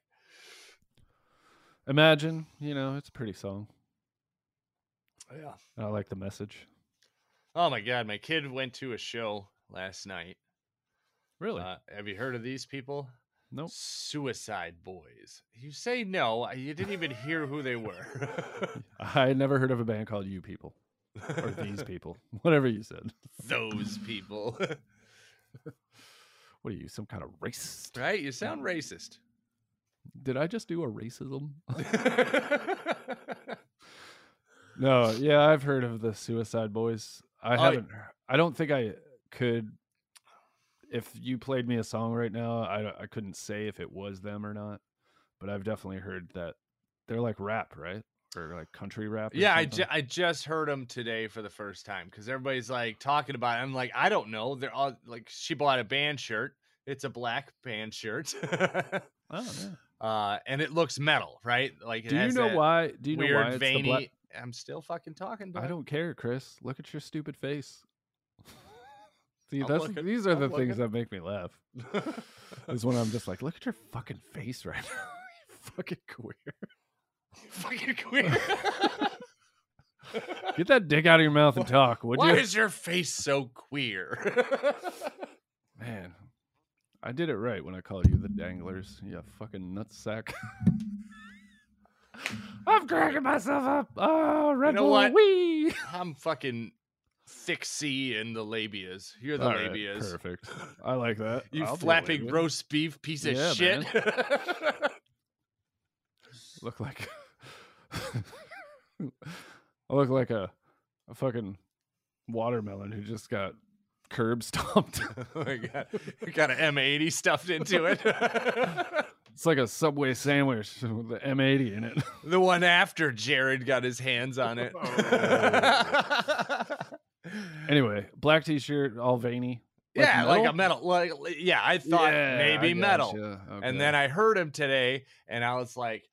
Speaker 4: Imagine, you know, it's a pretty song.
Speaker 2: Yeah.
Speaker 4: I like the message.
Speaker 2: Oh my god, my kid went to a show last night.
Speaker 4: Really?
Speaker 2: Uh, have you heard of these people?
Speaker 4: nope.
Speaker 2: Suicide Boys. You say no, I- you didn't even hear who they were.
Speaker 4: I had never heard of a band called You People or These People, whatever you said.
Speaker 2: Those people.
Speaker 4: What are you, some kind of racist?
Speaker 2: right? You sound racist.
Speaker 4: Did I just do a racism? no, yeah, I've heard of the Suicide Boys. I
Speaker 2: Oh, y-
Speaker 4: haven't. I don't think I could. If you played me a song right now, I don't- I couldn't say if it was them or not. But I've definitely heard that they're like rap, right? Or like country rap. or
Speaker 2: yeah, I,
Speaker 4: something.
Speaker 2: ju- I just heard them today for the first time because everybody's like talking about it. I'm like, I don't know. They're all like, she bought a band shirt. It's a black band shirt.
Speaker 4: Oh, yeah.
Speaker 2: uh, and it looks metal, right? Like, it
Speaker 4: Do you
Speaker 2: has
Speaker 4: know
Speaker 2: that
Speaker 4: why? Do you know
Speaker 2: weird,
Speaker 4: why it's
Speaker 2: veiny.
Speaker 4: the black?
Speaker 2: I'm still fucking talking.
Speaker 4: I
Speaker 2: dog.
Speaker 4: don't care, Chris. Look at your stupid face. See,
Speaker 2: I'm
Speaker 4: that's
Speaker 2: looking.
Speaker 4: these are
Speaker 2: I'm
Speaker 4: the things
Speaker 2: looking.
Speaker 4: that make me laugh. is when I'm just like, look at your fucking face right now. you fucking queer.
Speaker 2: fucking queer.
Speaker 4: Get that dick out of your mouth and talk, would
Speaker 2: Why
Speaker 4: you?
Speaker 2: is your face so queer?
Speaker 4: Man, I did it right when I called you the danglers. You fucking nutsack. I'm cracking myself up. Oh, Red
Speaker 2: know
Speaker 4: Bull,
Speaker 2: what?
Speaker 4: wee.
Speaker 2: I'm fucking thick C in the labias. You're the
Speaker 4: All right,
Speaker 2: labias.
Speaker 4: perfect. I like that.
Speaker 2: You
Speaker 4: I'll be a
Speaker 2: flapping
Speaker 4: labia.
Speaker 2: roast beef piece of
Speaker 4: Yeah,
Speaker 2: shit.
Speaker 4: Look like. I look like a, a fucking watermelon who just got curb stomped.
Speaker 2: oh my god. You got an M80 stuffed into it.
Speaker 4: It's like a Subway sandwich with the M80 in it.
Speaker 2: the one after Jared got his hands on it.
Speaker 4: anyway, black t-shirt, all veiny. Like
Speaker 2: yeah, like a
Speaker 4: metal?
Speaker 2: metal. Like, li- yeah, I thought
Speaker 4: Yeah,
Speaker 2: maybe
Speaker 4: I
Speaker 2: metal.
Speaker 4: gotcha.
Speaker 2: And then
Speaker 4: Okay.
Speaker 2: I heard him today, and I was like,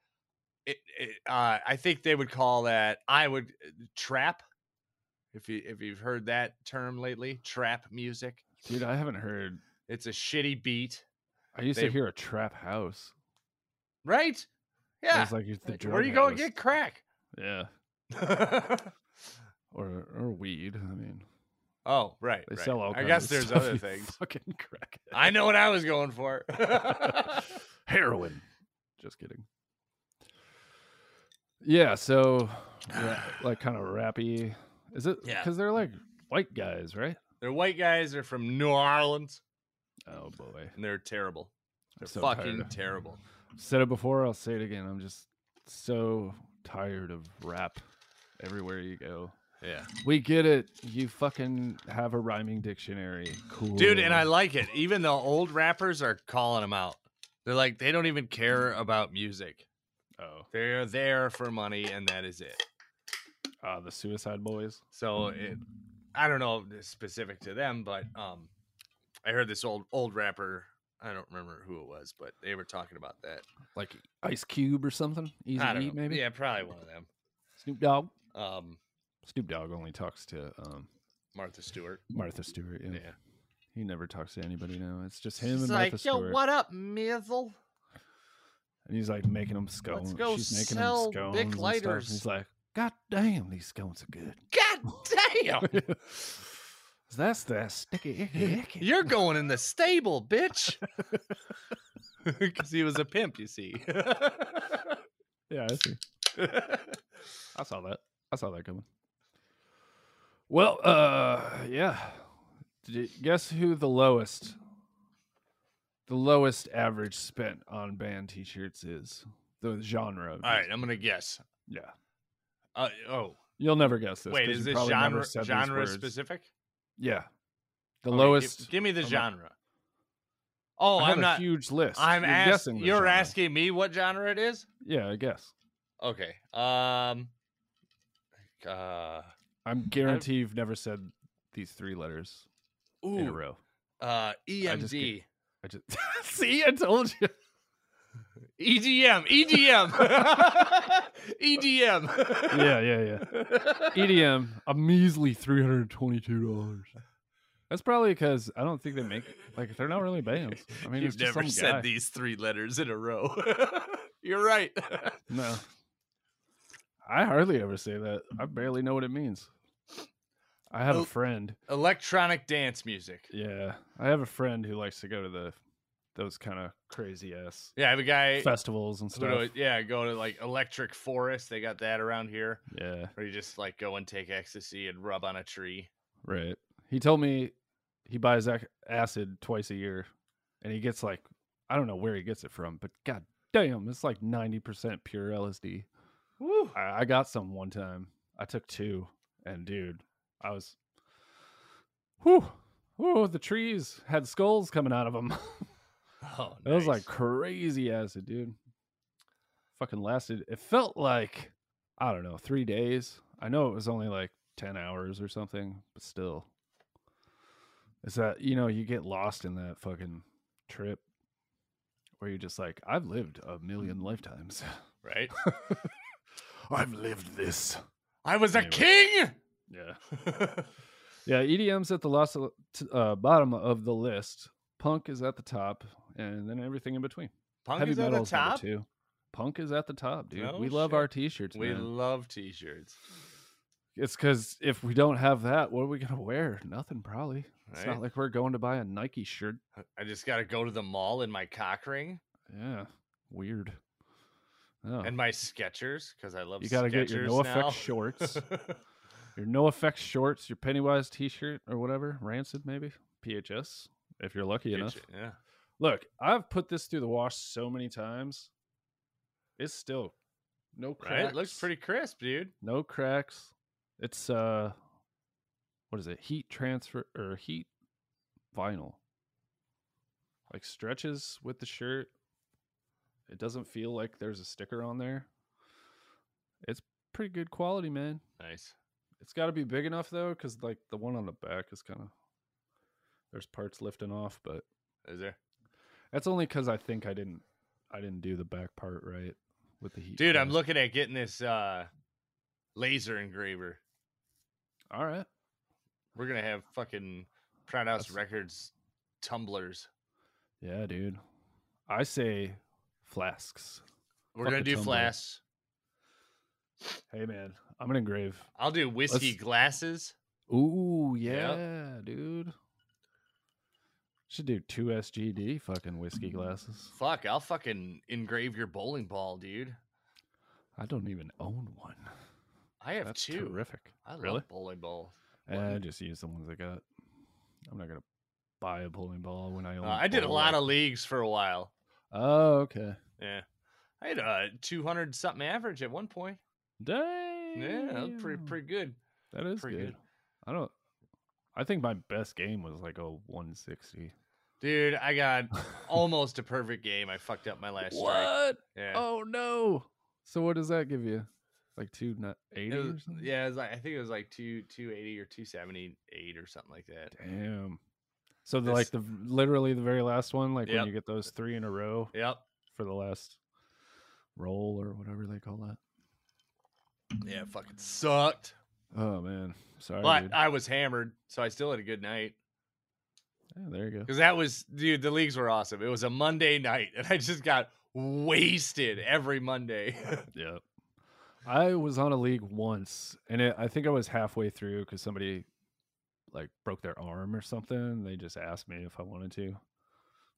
Speaker 2: it, it, uh, I think they would call that. I would uh, trap. If you if you've heard that term lately, trap music.
Speaker 4: dude, I haven't heard.
Speaker 2: It's a shitty beat,
Speaker 4: I used
Speaker 2: They-
Speaker 4: to hear a trap house.
Speaker 2: right?
Speaker 4: It
Speaker 2: Yeah.
Speaker 4: was like it's the
Speaker 2: Where
Speaker 4: drug
Speaker 2: you going
Speaker 4: house.
Speaker 2: to get crack?
Speaker 4: Yeah, or or weed. I mean,
Speaker 2: oh, right.
Speaker 4: they
Speaker 2: right.
Speaker 4: sell all.
Speaker 2: I
Speaker 4: kinds
Speaker 2: guess
Speaker 4: of
Speaker 2: there's
Speaker 4: stuff,
Speaker 2: other
Speaker 4: you
Speaker 2: things.
Speaker 4: Fucking crack.
Speaker 2: I know what I was going for.
Speaker 4: Heroin. Just kidding. Yeah, so ra- like kind of rappy. Is it?
Speaker 2: Yeah.
Speaker 4: Because they're like white guys, right?
Speaker 2: They're white guys. They're from New Orleans.
Speaker 4: Oh boy.
Speaker 2: and they're terrible. They're
Speaker 4: so
Speaker 2: fucking
Speaker 4: tired.
Speaker 2: terrible.
Speaker 4: Said it before, I'll say it again. I'm just so tired of rap everywhere you go.
Speaker 2: Yeah,
Speaker 4: We get it. You fucking have a rhyming dictionary. Cool.
Speaker 2: dude, and I like it. Even the old rappers are calling them out. They're like, they don't even care about music.
Speaker 4: Oh.
Speaker 2: They're there for money, and that is it.
Speaker 4: Uh, the Suicide Boys.
Speaker 2: So it, I don't know if it's specific to them, but um, I heard this old old rapper. I don't remember who it was, but they were talking about that.
Speaker 4: Like Ice Cube or something. Easy
Speaker 2: I don't
Speaker 4: E,
Speaker 2: know.
Speaker 4: maybe?
Speaker 2: Yeah, probably one of them.
Speaker 4: Snoop Dogg.
Speaker 2: Um,
Speaker 4: Snoop Dogg only talks to um,
Speaker 2: Martha Stewart.
Speaker 4: Martha Stewart. Yeah.
Speaker 2: Yeah.
Speaker 4: He never talks to anybody now. It's just him
Speaker 2: She's
Speaker 4: and
Speaker 2: like,
Speaker 4: Martha
Speaker 2: yo,
Speaker 4: Stewart.
Speaker 2: what up, Mizzle?
Speaker 4: And he's like making them scones.
Speaker 2: go
Speaker 4: She's making
Speaker 2: sell
Speaker 4: them scones.
Speaker 2: Bic
Speaker 4: and stuff, and
Speaker 2: lighters.
Speaker 4: He's like, God damn, these scones are good.
Speaker 2: God damn.
Speaker 4: That's the sticky icky icky.
Speaker 2: You're going in the stable, bitch. Because he was a pimp, you see.
Speaker 4: Yeah, I see. I saw that. I saw that coming. Well, uh, yeah. D- guess who the lowest, the lowest average spent on band T-shirts is the genre. of
Speaker 2: All right,
Speaker 4: music.
Speaker 2: I'm gonna guess.
Speaker 4: Yeah.
Speaker 2: Uh, oh,
Speaker 4: You'll never guess this.
Speaker 2: wait,
Speaker 4: 'cause
Speaker 2: is
Speaker 4: you
Speaker 2: this
Speaker 4: probably never
Speaker 2: genre
Speaker 4: said these
Speaker 2: genre
Speaker 4: words.
Speaker 2: specific?
Speaker 4: Yeah. The
Speaker 2: Okay, gi-
Speaker 4: lowest.
Speaker 2: Give, me the
Speaker 4: I'm not-
Speaker 2: genre. Oh,
Speaker 4: I have
Speaker 2: I'm
Speaker 4: a
Speaker 2: not.
Speaker 4: huge list.
Speaker 2: I'm
Speaker 4: You're
Speaker 2: ask-
Speaker 4: guessing. the
Speaker 2: You're
Speaker 4: genre.
Speaker 2: asking me what genre it is?
Speaker 4: Yeah, I guess.
Speaker 2: Okay. Um. Uh.
Speaker 4: I'm guarantee you've never said these three letters in a
Speaker 2: Ooh.
Speaker 4: row.
Speaker 2: Uh.
Speaker 4: just
Speaker 2: EMD.
Speaker 4: I just see. I told you. E
Speaker 2: EDM. EDM. EDM.
Speaker 4: Yeah, yeah, yeah. E EDM, a measly three hundred twenty-two dollars. That's probably because I don't think they make like they're not really bands. I mean, it's
Speaker 2: You've
Speaker 4: just
Speaker 2: never
Speaker 4: some
Speaker 2: said
Speaker 4: guy.
Speaker 2: these three letters in a row. You're right.
Speaker 4: No, I hardly ever say that. I barely know what it means. I have
Speaker 2: Oh.
Speaker 4: a friend.
Speaker 2: Electronic dance music.
Speaker 4: Yeah, I have a friend who likes to go to the those kind of crazy ass
Speaker 2: Yeah, I have a guy
Speaker 4: festivals and
Speaker 2: who
Speaker 4: stuff.
Speaker 2: do, yeah, go to like Electric Forest. They got that around here.
Speaker 4: Yeah,
Speaker 2: Or you just like go and take ecstasy and rub on a tree.
Speaker 4: right. He told me he buys ac- acid twice a year, and he gets like I don't know where he gets it from, but god damn, it's like ninety percent pure LSD.
Speaker 2: Woo.
Speaker 4: I, I got some one time. I took two, and dude, I was, whew, whew, the trees had skulls coming out of them.
Speaker 2: Oh,
Speaker 4: It was like
Speaker 2: nice.
Speaker 4: crazy acid, dude. Fucking lasted. It felt like I don't know three days. I know it was only like ten hours or something, but still, it's that you know you get lost in that fucking trip where you're just like, I've lived a million lifetimes.
Speaker 2: right.
Speaker 4: I've lived this.
Speaker 2: I was a
Speaker 4: Anyway.
Speaker 2: king.
Speaker 4: Yeah. Yeah, EDM's at the loss of, t- uh, bottom of the list. Punk is at the top, and then everything in between.
Speaker 2: Punk
Speaker 4: Heavy
Speaker 2: is at the
Speaker 4: metal's number
Speaker 2: top.
Speaker 4: two. Punk is at the top, dude.
Speaker 2: No
Speaker 4: we love
Speaker 2: shit.
Speaker 4: our t-shirts,
Speaker 2: We
Speaker 4: man.
Speaker 2: love t-shirts.
Speaker 4: it's because if we don't have that, what are we gonna wear? Nothing, probably. It's
Speaker 2: Right?
Speaker 4: not like we're going to buy a Nike shirt.
Speaker 2: I just got to go to the mall in my cock ring
Speaker 4: Yeah, weird. Oh.
Speaker 2: and my Skechers because I love
Speaker 4: you gotta get your
Speaker 2: Skechers
Speaker 4: no
Speaker 2: now.
Speaker 4: effects shorts, your no effects shorts, your Pennywise t-shirt or whatever, rancid maybe, PHS if you're lucky enough.
Speaker 2: Future- Yeah.
Speaker 4: Look, I've put this through the wash so many times. It's still no
Speaker 2: Right?
Speaker 4: cracks.
Speaker 2: It looks pretty crisp, dude.
Speaker 4: No cracks. It's uh, what is it? Heat transfer or heat vinyl? Like stretches with the shirt. It doesn't feel like there's a sticker on there. It's pretty good quality, man.
Speaker 2: Nice.
Speaker 4: It's got to be big enough though, because like the one on the back is kind of there's parts lifting off, but
Speaker 2: Is there?
Speaker 4: That's only because I think I didn't I didn't do the back part right with the heat.
Speaker 2: Dude, I'm
Speaker 4: press.
Speaker 2: looking at getting this uh laser engraver.
Speaker 4: All right.
Speaker 2: We're gonna have fucking Proud House
Speaker 4: That's-
Speaker 2: Records tumblers.
Speaker 4: Yeah, dude. I say flasks.
Speaker 2: We're
Speaker 4: Fuck
Speaker 2: gonna
Speaker 4: a
Speaker 2: do
Speaker 4: tumbler.
Speaker 2: flasks.
Speaker 4: Hey man, I'm gonna engrave.
Speaker 2: I'll do whiskey
Speaker 4: Let's-
Speaker 2: glasses.
Speaker 4: Ooh
Speaker 2: Yep.
Speaker 4: yeah, dude. Should do two SGD fucking whiskey
Speaker 2: Mm-hmm.
Speaker 4: glasses.
Speaker 2: Fuck, I'll fucking engrave your bowling ball, dude.
Speaker 4: I don't even own one.
Speaker 2: I have
Speaker 4: That's
Speaker 2: two.
Speaker 4: terrific.
Speaker 2: I love
Speaker 4: Really?
Speaker 2: bowling balls.
Speaker 4: Eh, I
Speaker 2: One.
Speaker 4: just use the ones I got. I'm not gonna buy a bowling ball when I
Speaker 2: Uh,
Speaker 4: only
Speaker 2: I did a
Speaker 4: bowl,
Speaker 2: lot
Speaker 4: like-
Speaker 2: of leagues for a while.
Speaker 4: Oh, okay.
Speaker 2: Yeah. I had a 200 something average at one point.
Speaker 4: Dang.
Speaker 2: Yeah, that was pretty, pretty good.
Speaker 4: That is
Speaker 2: pretty
Speaker 4: good.
Speaker 2: good.
Speaker 4: I don't. I think my best game was like a 160.
Speaker 2: Dude, I got almost a perfect game. I fucked up my last strike.
Speaker 4: What?
Speaker 2: Yeah.
Speaker 4: Oh no! So what does that give you? Like two
Speaker 2: It
Speaker 4: eighty
Speaker 2: was-
Speaker 4: or something?
Speaker 2: yeah, it was like, I think it was like two two eighty or two seventy eight or something like that.
Speaker 4: Damn. So the,
Speaker 2: This-
Speaker 4: like the v- literally the very last one, like
Speaker 2: Yep.
Speaker 4: when you get those three in a row
Speaker 2: Yep.
Speaker 4: for the last roll or whatever they call that.
Speaker 2: Yeah, it fucking sucked.
Speaker 4: Oh man, sorry.
Speaker 2: But
Speaker 4: dude.
Speaker 2: I was hammered, so I still had a good night.
Speaker 4: Yeah, there you go.
Speaker 2: Because that was dude, the leagues were awesome. It was a Monday night, and I just got wasted every Monday.
Speaker 4: Yep. I was on a league once, and it, I think I was halfway through because somebody like broke their arm or something. They just asked me if I wanted to.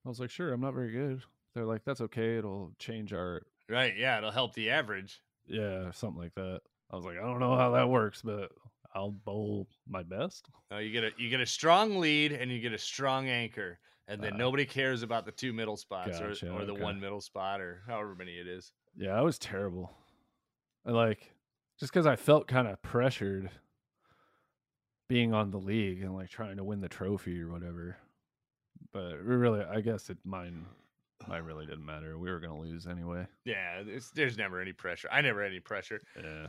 Speaker 4: I was like, sure. I'm not very good. They're like, that's okay. It'll change our
Speaker 2: right, yeah, it'll help the average.
Speaker 4: yeah, something like that. I was like, I don't know how that works, but I'll bowl my best.
Speaker 2: No, Uh, you get a you get a strong lead and you get a strong anchor, and then
Speaker 4: Uh,
Speaker 2: nobody cares about the two middle spots
Speaker 4: gotcha,
Speaker 2: or, or the
Speaker 4: okay.
Speaker 2: one middle spot or however many it is.
Speaker 4: Yeah, I was terrible. I, Like, just because I felt kind of pressured being on the league and like trying to win the trophy or whatever. But we really, I guess it mine, mine really didn't matter. We were gonna lose anyway.
Speaker 2: Yeah, it's, there's never any pressure. I never had any pressure.
Speaker 4: Yeah.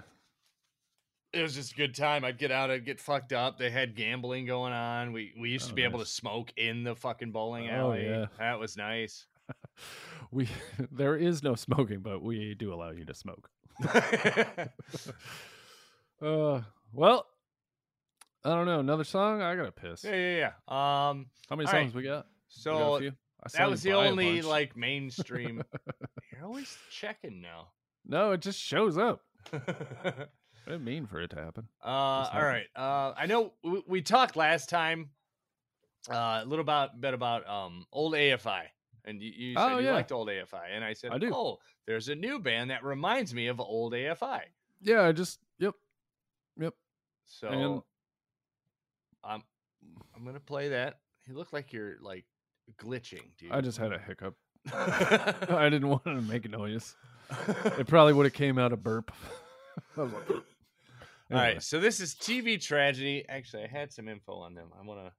Speaker 2: It was just a good time. I'd get out, I'd get fucked up. They had gambling going on. We we used to
Speaker 4: Oh,
Speaker 2: be able to
Speaker 4: nice.
Speaker 2: smoke in the fucking bowling
Speaker 4: Oh,
Speaker 2: alley.
Speaker 4: yeah.
Speaker 2: That was nice.
Speaker 4: We there is no smoking, but we do allow you to smoke. uh, well, I don't know. Another song? I gotta piss.
Speaker 2: Yeah, yeah, yeah. Um,
Speaker 4: How many
Speaker 2: all right.
Speaker 4: songs we got? We got a
Speaker 2: so
Speaker 4: few? I saw
Speaker 2: that
Speaker 4: you
Speaker 2: was the
Speaker 4: buy a
Speaker 2: only
Speaker 4: bunch.
Speaker 2: like mainstream. You're always checking now.
Speaker 4: No, it just shows up.
Speaker 2: uh,
Speaker 4: I didn't mean for it to happen.
Speaker 2: all right.
Speaker 4: happened.
Speaker 2: Uh, I know we, we talked last time uh, a little about bit about um old AFI, and you, you said
Speaker 4: Oh,
Speaker 2: you
Speaker 4: yeah.
Speaker 2: liked old AFI, and I said,
Speaker 4: I do.
Speaker 2: oh, there's a new band that reminds me of old AFI.
Speaker 4: Yeah, I just yep, yep.
Speaker 2: So
Speaker 4: And-
Speaker 2: I'm I'm gonna play that. You look like you're like glitching, dude.
Speaker 4: I just had a hiccup.
Speaker 2: just
Speaker 4: I didn't want to make a noise. It probably would have came out a burp. I was like,
Speaker 2: All
Speaker 4: Anyway,
Speaker 2: right, so this is TV tragedy. Actually, I had some info on them. I want to.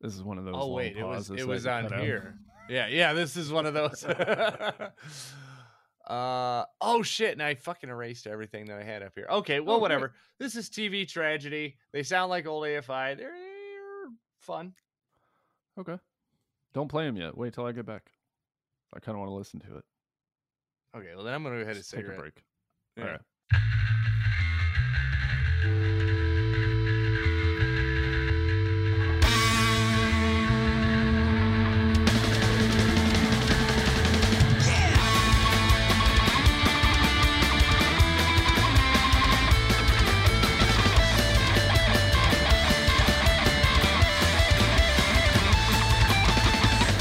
Speaker 4: This is one of those.
Speaker 2: Oh
Speaker 4: long
Speaker 2: wait, it was
Speaker 4: pauses that
Speaker 2: it was
Speaker 4: you
Speaker 2: on
Speaker 4: cut out.
Speaker 2: here. Yeah, yeah. This is one of those. uh oh shit! And I fucking erased everything that I had up here. Okay, well
Speaker 4: Oh, great.
Speaker 2: whatever. This is TV tragedy. They sound like old AFI. They're fun.
Speaker 4: Okay. Don't play him yet. Wait till I get back. I kind of want to listen to it.
Speaker 2: Okay, well then I'm gonna go ahead and
Speaker 4: Let's take a
Speaker 2: cigarette.
Speaker 4: break.
Speaker 2: Yeah.
Speaker 4: All right.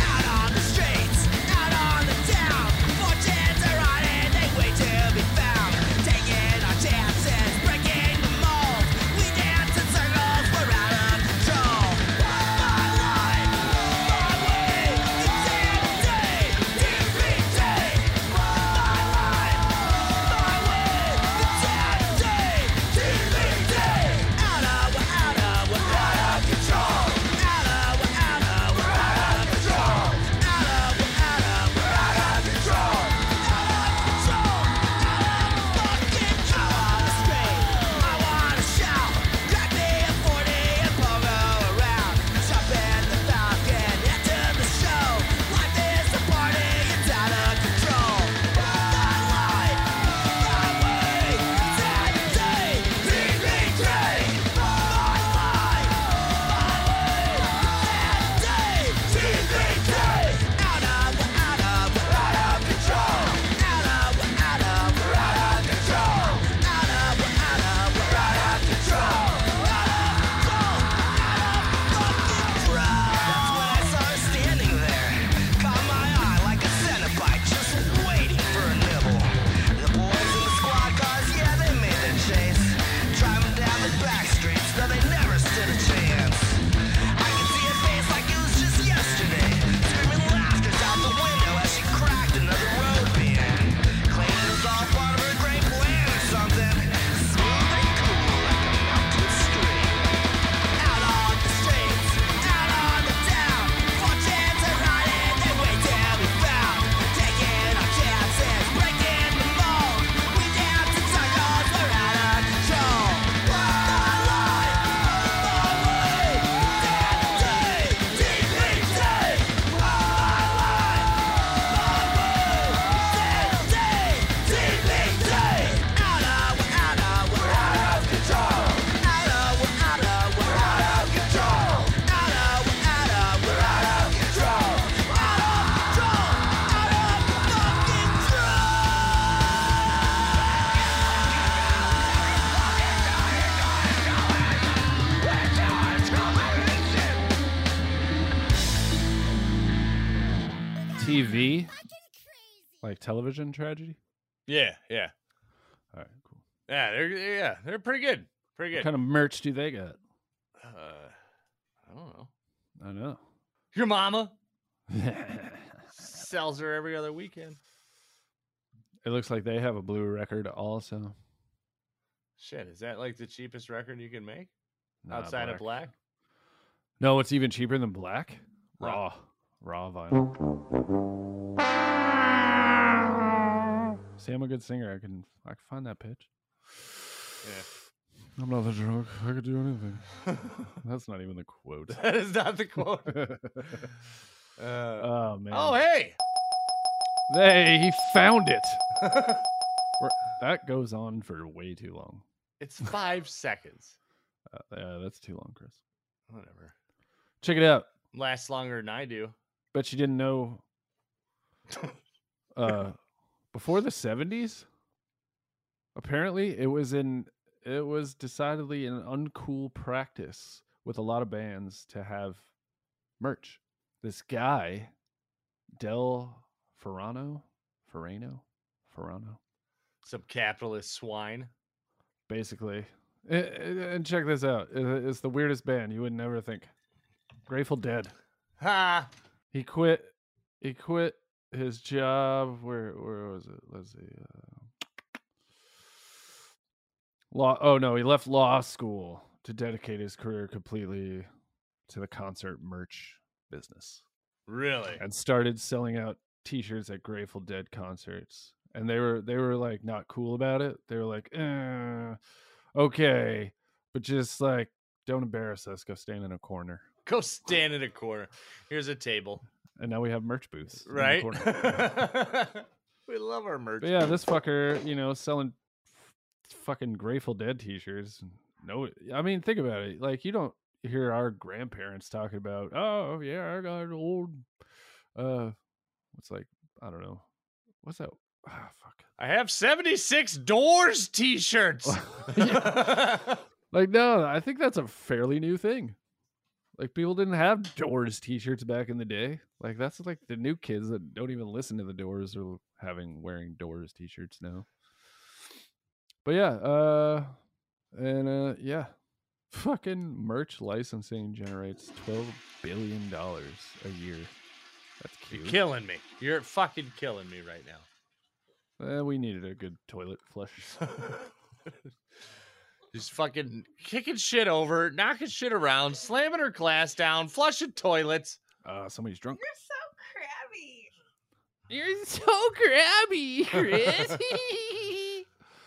Speaker 5: Out on the streets, out on the town, fortunes are running, they wait to be found. Taking our chances, breaking the mold,
Speaker 4: TV, like television tragedy.
Speaker 2: Yeah, yeah,
Speaker 4: All right, cool.
Speaker 2: yeah. They're yeah, they're pretty good. Pretty
Speaker 4: What
Speaker 2: good.
Speaker 4: kind of merch do they got?
Speaker 2: uh, I don't know.
Speaker 4: I know.
Speaker 2: Your mama sells her every other weekend.
Speaker 4: it looks like they have a blue record also.
Speaker 2: Shit, is that like the cheapest record you can make
Speaker 4: Nah,
Speaker 2: outside of black?
Speaker 4: No, it's even cheaper than black. Raw, raw vinyl. See, I'm a good singer. I can I can find that pitch. I'm not the drunk. I could do anything.
Speaker 2: Yeah,
Speaker 4: That's not even the quote.
Speaker 2: that is not the quote. Uh,
Speaker 4: oh man.
Speaker 2: oh hey,
Speaker 4: They he found it. We're- that goes on for way too long.
Speaker 2: it's five seconds.
Speaker 4: Uh, yeah, that's too long, Chris.
Speaker 2: Whatever.
Speaker 4: Check it out.
Speaker 2: Lasts longer than I do.
Speaker 4: Bet you didn't know. Uh, before the seventies, apparently it was in it was decidedly an uncool practice with a lot of bands to have merch. This guy, Del Ferrano, Ferrano, Ferrano,
Speaker 2: Some capitalist swine.
Speaker 4: basically. I- I- And check this out. I- It's the weirdest band you would never think. Grateful Dead.
Speaker 2: Ha!
Speaker 4: He quit. He quit his job. Where where was it? Let's see. Uh, law. Oh no, he left law school to dedicate his career completely to the concert merch business
Speaker 2: Really?
Speaker 4: and started selling out T-shirts at Grateful Dead concerts. And they were they were like not cool about it. They were like, eh, okay, but just like don't embarrass us. Go stand in a corner.
Speaker 2: Go stand in a corner. Here's a table.
Speaker 4: And now we have merch booths, in the
Speaker 2: Right?
Speaker 4: corner.
Speaker 2: we love our merch.
Speaker 4: But yeah, this fucker, you know, selling f- fucking Grateful Dead t-shirts. No, I mean, think about it. Like, you don't hear our grandparents talking about, oh yeah, I got an old, uh, what's like, I don't know, what's that? Ah, fuck.
Speaker 2: I have 76 doors t shirts.
Speaker 4: Like, no, I think that's a fairly new thing. Like, people didn't have Doors t-shirts back in the day. Like, that's like the new kids that don't even listen to the Doors are having wearing Doors t-shirts now. But yeah, uh, and uh, yeah, fucking merch licensing generates twelve billion dollars a year. That's
Speaker 2: You're
Speaker 4: cute.
Speaker 2: killing me. You're fucking killing me right now.
Speaker 4: Eh, we needed a good toilet flush.
Speaker 2: Just fucking kicking shit over, knocking shit around, slamming her glass down, flushing toilets.
Speaker 4: Uh, somebody's drunk.
Speaker 6: You're so
Speaker 8: You're so crabby,
Speaker 6: crabby.
Speaker 8: Chris.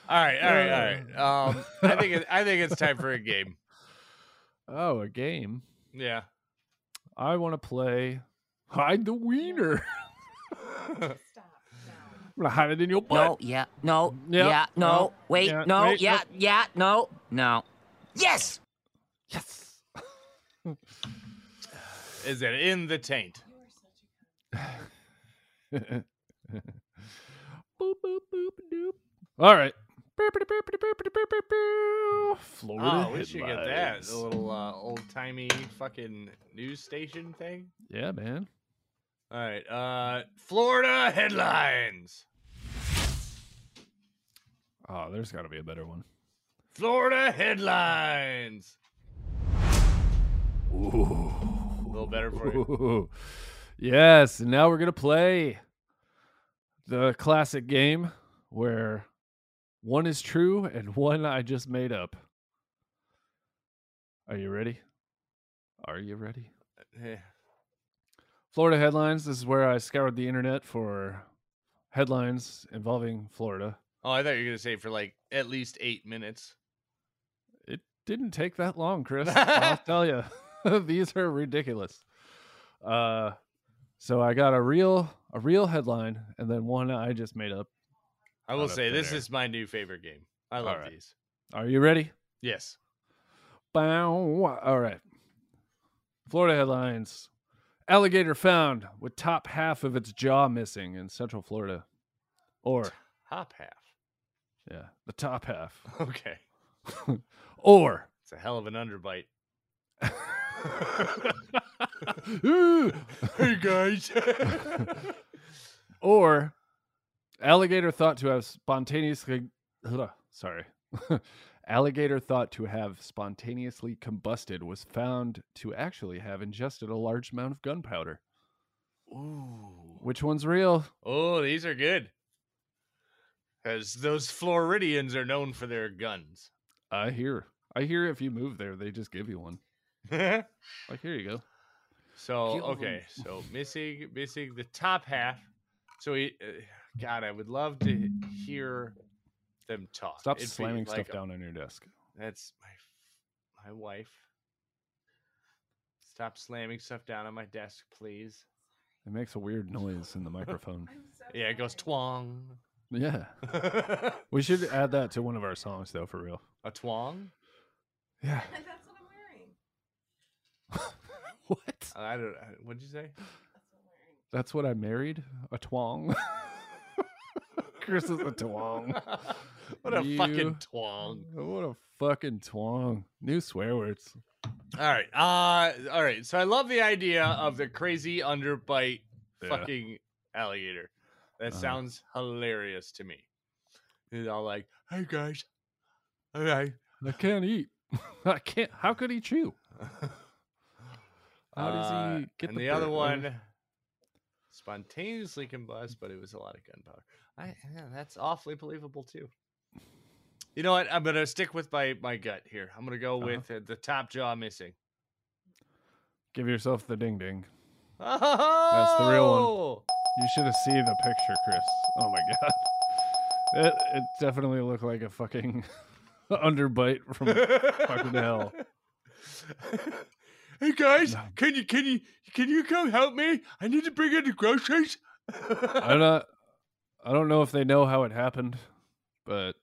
Speaker 2: All right, all right, all right. Um, I think it, I think it's time for a game.
Speaker 4: Oh, a game.
Speaker 2: Yeah.
Speaker 4: I want to play hide the wiener.
Speaker 6: Stop.
Speaker 4: I'm gonna hide it in your
Speaker 9: No,
Speaker 4: butt.
Speaker 9: yeah, no,
Speaker 4: Yep,
Speaker 9: yeah, no,
Speaker 4: no,
Speaker 9: wait,
Speaker 4: yeah,
Speaker 9: no,
Speaker 4: wait,
Speaker 9: yeah,
Speaker 4: nope.
Speaker 9: yeah, no, no. Yes!
Speaker 4: Yes.
Speaker 2: Is it in the taint?
Speaker 4: boop boop boop doop. All right. Florida
Speaker 2: Oh, we should get that.
Speaker 4: headlines.
Speaker 2: The little uh, old timey fucking news station thing.
Speaker 4: Yeah, man.
Speaker 2: All right. Uh, Florida headlines.
Speaker 4: Oh, there's got to be a better one.
Speaker 2: Florida headlines. A little better for you.
Speaker 4: Ooh. Yes, and now we're gonna play the classic game where one is true and one I just made up. Are you ready? Are you ready?
Speaker 2: Yeah.
Speaker 4: Florida headlines. This is where I scoured the internet for headlines involving Florida.
Speaker 2: Oh, I thought you were gonna say for like at least eight minutes.
Speaker 4: It didn't take that long, Chris. I'll tell you, these are ridiculous. Uh, so I got a real a real headline, and then one I just made up.
Speaker 2: I will
Speaker 4: Out of
Speaker 2: say
Speaker 4: thin
Speaker 2: this
Speaker 4: air.
Speaker 2: is my new favorite game. I love
Speaker 4: right.
Speaker 2: these.
Speaker 4: Are you ready?
Speaker 2: Yes.
Speaker 4: Bow. All right. Florida headlines: Alligator found with top half of its jaw missing in Central Florida, or
Speaker 2: Hop half.
Speaker 4: yeah, the top half,
Speaker 2: Okay.
Speaker 4: or
Speaker 2: It's a hell of an underbite.
Speaker 4: Ooh,
Speaker 2: Hey guys.
Speaker 4: Or alligator thought to have spontaneously ugh, sorry. alligator thought to have spontaneously combusted was found to actually have ingested a large amount of gunpowder.
Speaker 2: Ooh.
Speaker 4: Which one's real?
Speaker 2: Oh, these are good. Because those Floridians are known for their guns.
Speaker 4: I hear. I hear if you move there, they just give you one.
Speaker 2: so
Speaker 4: Like here you go. Kill 'em.
Speaker 2: okay, so missing missing the top half. So he, uh, God, I would love to hear them talk.
Speaker 4: Stop
Speaker 2: It'd be
Speaker 4: slamming
Speaker 2: like
Speaker 4: stuff down on your desk.
Speaker 2: That's my f- my wife. Stop slamming stuff down on my desk, please.
Speaker 4: It makes a weird noise in the microphone.
Speaker 6: I'm so
Speaker 2: Yeah, it goes
Speaker 6: sorry.
Speaker 2: twong.
Speaker 4: Yeah.
Speaker 2: a
Speaker 4: We should add that to one of our songs though for real.
Speaker 2: twong?
Speaker 4: Yeah.
Speaker 6: That's what I'm wearing.
Speaker 4: What?
Speaker 2: I don't. I- What'd you say?
Speaker 6: That's
Speaker 4: That's what
Speaker 6: what I'm wearing.
Speaker 4: I married? A twong. Chris is a twong.
Speaker 2: what a
Speaker 4: You-
Speaker 2: fucking twong!
Speaker 4: What a fucking twong. New swear words.
Speaker 2: All right. Uh all right. So I love the idea of the crazy underbite
Speaker 4: Yeah.
Speaker 2: fucking alligator. That
Speaker 4: Uh-huh.
Speaker 2: sounds hilarious to me. He's all like, "Hey guys, all right."
Speaker 4: I can't eat. I can't how could he chew? How does
Speaker 2: Uh,
Speaker 4: he get
Speaker 2: and
Speaker 4: the
Speaker 2: the, other
Speaker 4: bird?
Speaker 2: one spontaneously combust, but it was a lot of gunpowder. I yeah, that's awfully believable too. You know what? I'm gonna stick with my my gut here. I'm gonna go
Speaker 4: Uh-huh.
Speaker 2: with uh, the top jaw missing.
Speaker 4: Give yourself the ding ding.
Speaker 2: That's
Speaker 4: the real one. You should have seen the picture, Chris. Oh my god. It, it definitely looked like a fucking underbite from fucking hell.
Speaker 2: Oh! Hey guys,
Speaker 4: No.
Speaker 2: can you can you can you come help me? I need to bring in the groceries.
Speaker 4: I'm not I don't know if they know how it happened, but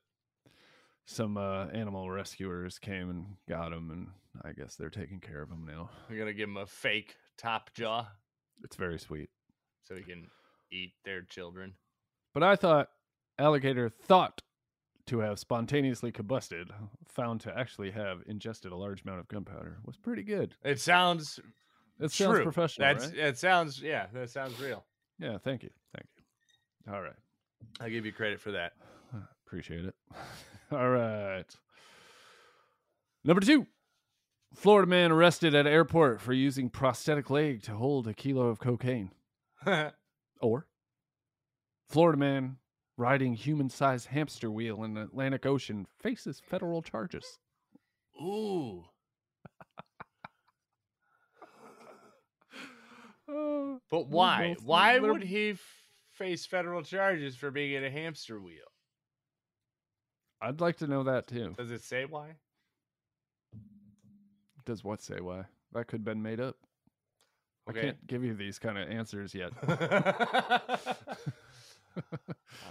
Speaker 4: some uh, animal rescuers came and got him and I guess they're taking care of him now.
Speaker 2: I'm gonna give him a fake top jaw
Speaker 4: It's very sweet.
Speaker 2: so he can eat their children.
Speaker 4: But I thought alligator thought to have spontaneously combusted, found to actually have ingested a large amount of gunpowder was pretty good.
Speaker 2: It sounds
Speaker 4: It sounds
Speaker 2: true.
Speaker 4: professional,
Speaker 2: That's
Speaker 4: right?
Speaker 2: it sounds yeah, that sounds real.
Speaker 4: Yeah, thank you, thank you. All right,
Speaker 2: I give you credit for that.
Speaker 4: appreciate it. All right, number two. Florida man arrested at airport for using prosthetic leg to hold a kilo of cocaine. Or Florida man riding human sized hamster wheel in Atlantic Ocean faces federal charges.
Speaker 2: Ooh.
Speaker 4: Uh,
Speaker 2: But
Speaker 4: They're
Speaker 2: why?
Speaker 4: both-
Speaker 2: Why
Speaker 4: they're-
Speaker 2: would he f- face federal charges for being in a hamster wheel?
Speaker 4: I'd like to know that too.
Speaker 2: Does it say why?
Speaker 4: Does what say why? That could have been made up.
Speaker 2: Okay.
Speaker 4: I can't give you these kind of answers yet.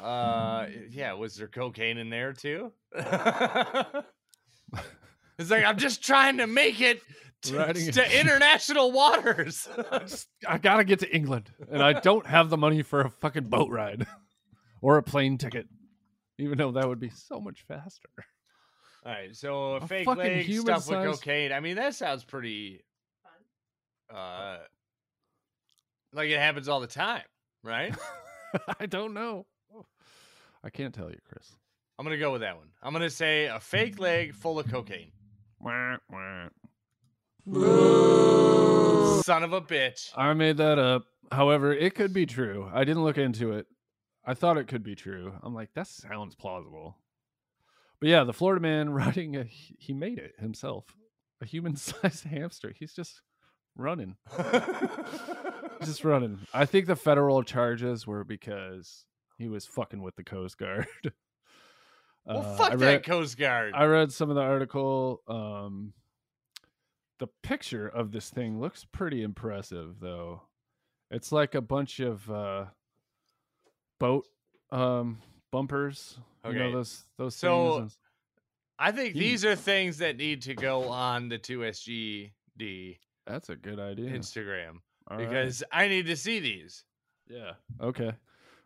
Speaker 2: uh yeah, was there cocaine in there too? it's like I'm just trying to make it to,
Speaker 4: Riding a-
Speaker 2: to international waters.
Speaker 4: Just- I gotta get to England, and I don't have the money for a fucking boat ride or a plane ticket, even though that would be so much faster.
Speaker 2: All right, so a,
Speaker 4: A
Speaker 2: fake
Speaker 4: fucking
Speaker 2: leg
Speaker 4: human
Speaker 2: stuffed with
Speaker 4: size-
Speaker 2: cocaine. I mean, that sounds pretty. Uh, like it happens all the time, right?
Speaker 4: I don't know. Oh, I can't tell you, Chris.
Speaker 2: I'm gonna go with that one. I'm gonna say a fake leg full of cocaine. Son of a bitch.
Speaker 4: I made that up. However, it could be true. I didn't look into it. I thought it could be true. I'm like, that sounds plausible. But yeah, the Florida man riding a he made it himself. A human-sized hamster. He's just running. just running. I think the federal charges were because he was fucking with the Coast Guard.
Speaker 2: Well,
Speaker 4: Uh,
Speaker 2: fuck
Speaker 4: I
Speaker 2: that
Speaker 4: read-
Speaker 2: Coast Guard.
Speaker 4: I read some of the article. Um, the picture of this thing looks pretty impressive, though. It's like a bunch of uh, boat um, bumpers. You know
Speaker 2: Okay.
Speaker 4: those those
Speaker 2: So-
Speaker 4: things.
Speaker 2: I think
Speaker 4: Yeet.
Speaker 2: these are things that need to go on the 2SGD
Speaker 4: That's a good idea.
Speaker 2: Instagram
Speaker 4: All right.
Speaker 2: because I need to see these.
Speaker 4: yeah, okay.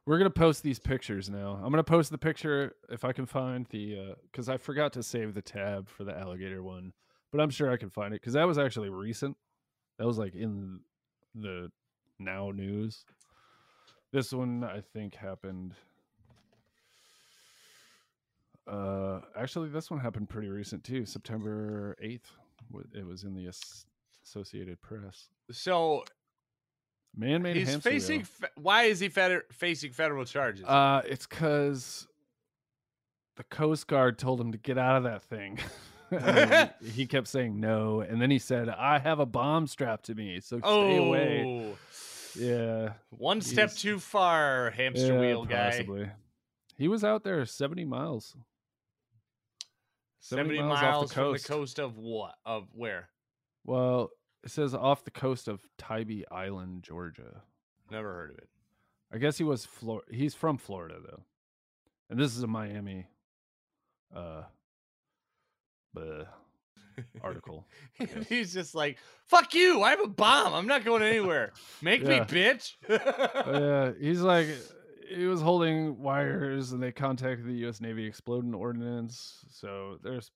Speaker 4: We're gonna post these pictures now. I'm gonna post the picture if I can find the because I forgot to save the tab for the alligator one, but I'm sure I can find it because that was actually recent. That was like in the now news. This one I think happened. Uh, actually, this one happened pretty recent too. September eighth, it was in the As- Associated Press.
Speaker 2: So
Speaker 4: Man-made
Speaker 2: he's
Speaker 4: hamster wheel.
Speaker 2: facing. Fe- why is he feder- facing federal charges?
Speaker 4: Uh, it's because the Coast Guard told him to get out of that thing. And he he kept saying no, and then he said, "I have a bomb strapped to me, so stay away."
Speaker 2: oh,
Speaker 4: Yeah,
Speaker 2: one step
Speaker 4: He's-
Speaker 2: too far, hamster
Speaker 4: yeah,
Speaker 2: wheel guy.
Speaker 4: possibly. He was out there seventy miles.
Speaker 2: 70 miles,
Speaker 4: miles off the
Speaker 2: from the
Speaker 4: coast.
Speaker 2: coast of what? Of where?
Speaker 4: Well, it says off the coast of Tybee Island, Georgia.
Speaker 2: Never heard of it.
Speaker 4: I guess he was Flor. He's from Florida though, and this is a Miami, uh, bleh, article. I guess.
Speaker 2: He's just like, fuck you. I have a bomb. I'm not going anywhere. Make me,
Speaker 4: Yeah. Uh,
Speaker 2: bitch.
Speaker 4: Oh, yeah, he's like he was holding wires and they contacted the US Navy exploding ordinance. So there's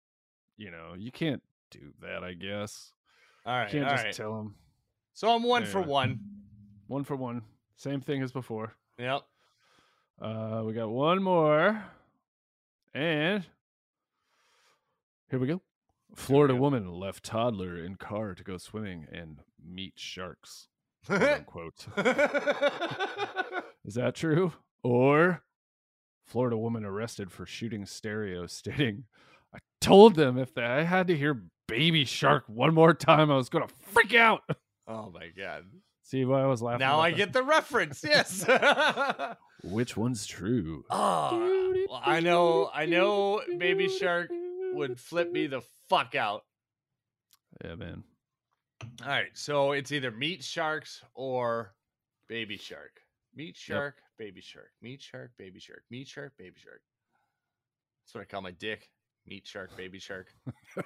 Speaker 4: you know, you can't do that, I guess.
Speaker 2: all right.
Speaker 4: you can't
Speaker 2: all
Speaker 4: just
Speaker 2: right.
Speaker 4: tell him.
Speaker 2: so I'm one for
Speaker 4: Anyway.
Speaker 2: one.
Speaker 4: One for one. Same thing as before.
Speaker 2: Yep.
Speaker 4: Uh we got one more. And here we go. Florida
Speaker 2: go.
Speaker 4: woman left toddler in car to go swimming and meet sharks. Quote. Is that true? Or Florida woman arrested for shooting stereo stating, I told them if they, I had to hear baby shark one more time, I was going to freak out.
Speaker 2: oh, my God.
Speaker 4: See why I was laughing?
Speaker 2: Now
Speaker 4: about
Speaker 2: I
Speaker 4: that?
Speaker 2: get the reference. Yes. oh,
Speaker 4: Which one's true?
Speaker 2: well, I know. I know Uh, Baby Shark would flip me the fuck out.
Speaker 4: Yeah, man.
Speaker 2: All right, so it's either meat sharks or baby shark. Meat shark, baby shark. Meat shark, baby shark. Meat shark, baby shark. That's what I call my dick. Meat shark, baby shark.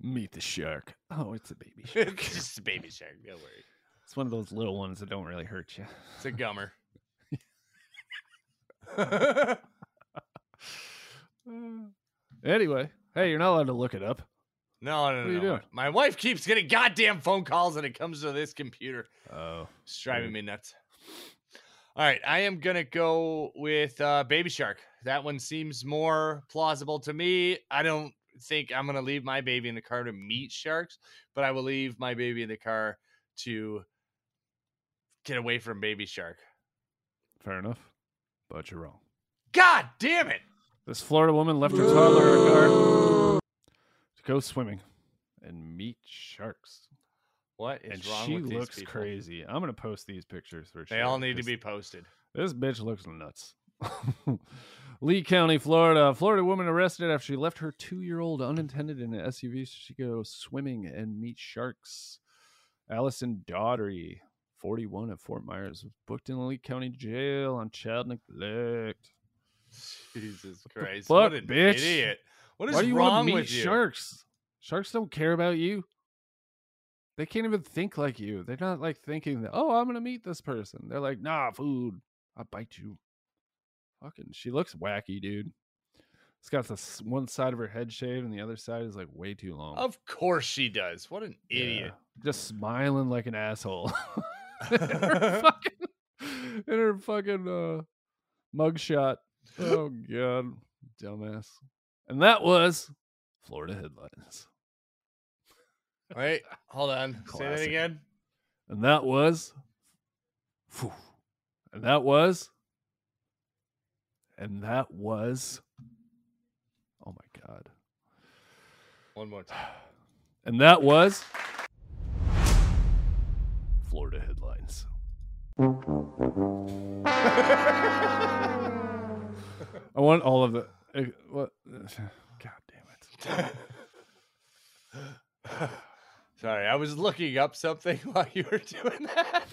Speaker 4: Meet the shark. Oh, it's a baby shark.
Speaker 2: it's just a baby shark. Don't worry,
Speaker 4: It's one of those little ones that don't really hurt you.
Speaker 2: it's a gummer.
Speaker 4: Anyway, hey, you're not allowed to look it up.
Speaker 2: No, no, no.
Speaker 4: are you
Speaker 2: no.
Speaker 4: doing?
Speaker 2: My wife keeps getting goddamn phone calls, and it comes to this computer.
Speaker 4: Oh,
Speaker 2: It's driving
Speaker 4: Right.
Speaker 2: me nuts. All right, I am gonna go with uh, Baby Shark. That one seems more plausible to me. I don't think I'm gonna leave my baby in the car to meet sharks, but I will leave my baby in the car to get away from Baby Shark.
Speaker 4: fair enough. But you're wrong.
Speaker 2: God damn it!
Speaker 4: This Florida woman left her toddler in a car to go swimming and meet sharks.
Speaker 2: What is
Speaker 4: and
Speaker 2: wrong
Speaker 4: she
Speaker 2: with these
Speaker 4: looks
Speaker 2: people?
Speaker 4: crazy. I'm gonna post these pictures for
Speaker 2: They
Speaker 4: sure.
Speaker 2: all need to be
Speaker 4: because
Speaker 2: posted.
Speaker 4: This bitch looks nuts. Lee County, Florida. Florida woman arrested after she left her two-year-old unattended in an SUV so she could go swimming and meet sharks. Allison Daugherty, 41, at Fort Myers, was booked in the Lee County Jail on child neglect.
Speaker 2: Jesus Christ!
Speaker 4: fuck,
Speaker 2: what an
Speaker 4: bitch?
Speaker 2: idiot! What is
Speaker 4: Why do you
Speaker 2: wrong
Speaker 4: want to meet
Speaker 2: with you?
Speaker 4: sharks? Sharks don't care about you. They can't even think like you. They're not like thinking that, oh, I'm gonna meet this person. They're like, nah, food. I'll bite you. Fucking she looks wacky, dude. It's got this one side of her head shaved and the other side is like way too long.
Speaker 2: Of course she does. What an
Speaker 4: Yeah.
Speaker 2: idiot!
Speaker 4: Just smiling like an asshole. in her fucking, in her fucking uh, mugshot. Oh god, dumbass. And that was Florida headlines.
Speaker 2: Wait, hold on. Say that
Speaker 4: Classic.
Speaker 2: again.
Speaker 4: And that was. Phew. and that was. And that was. Oh my God.
Speaker 2: One more time.
Speaker 4: And that was. Florida headlines. I want all of the. eh, What? God damn it.
Speaker 2: Sorry, I was looking up something while you were doing that.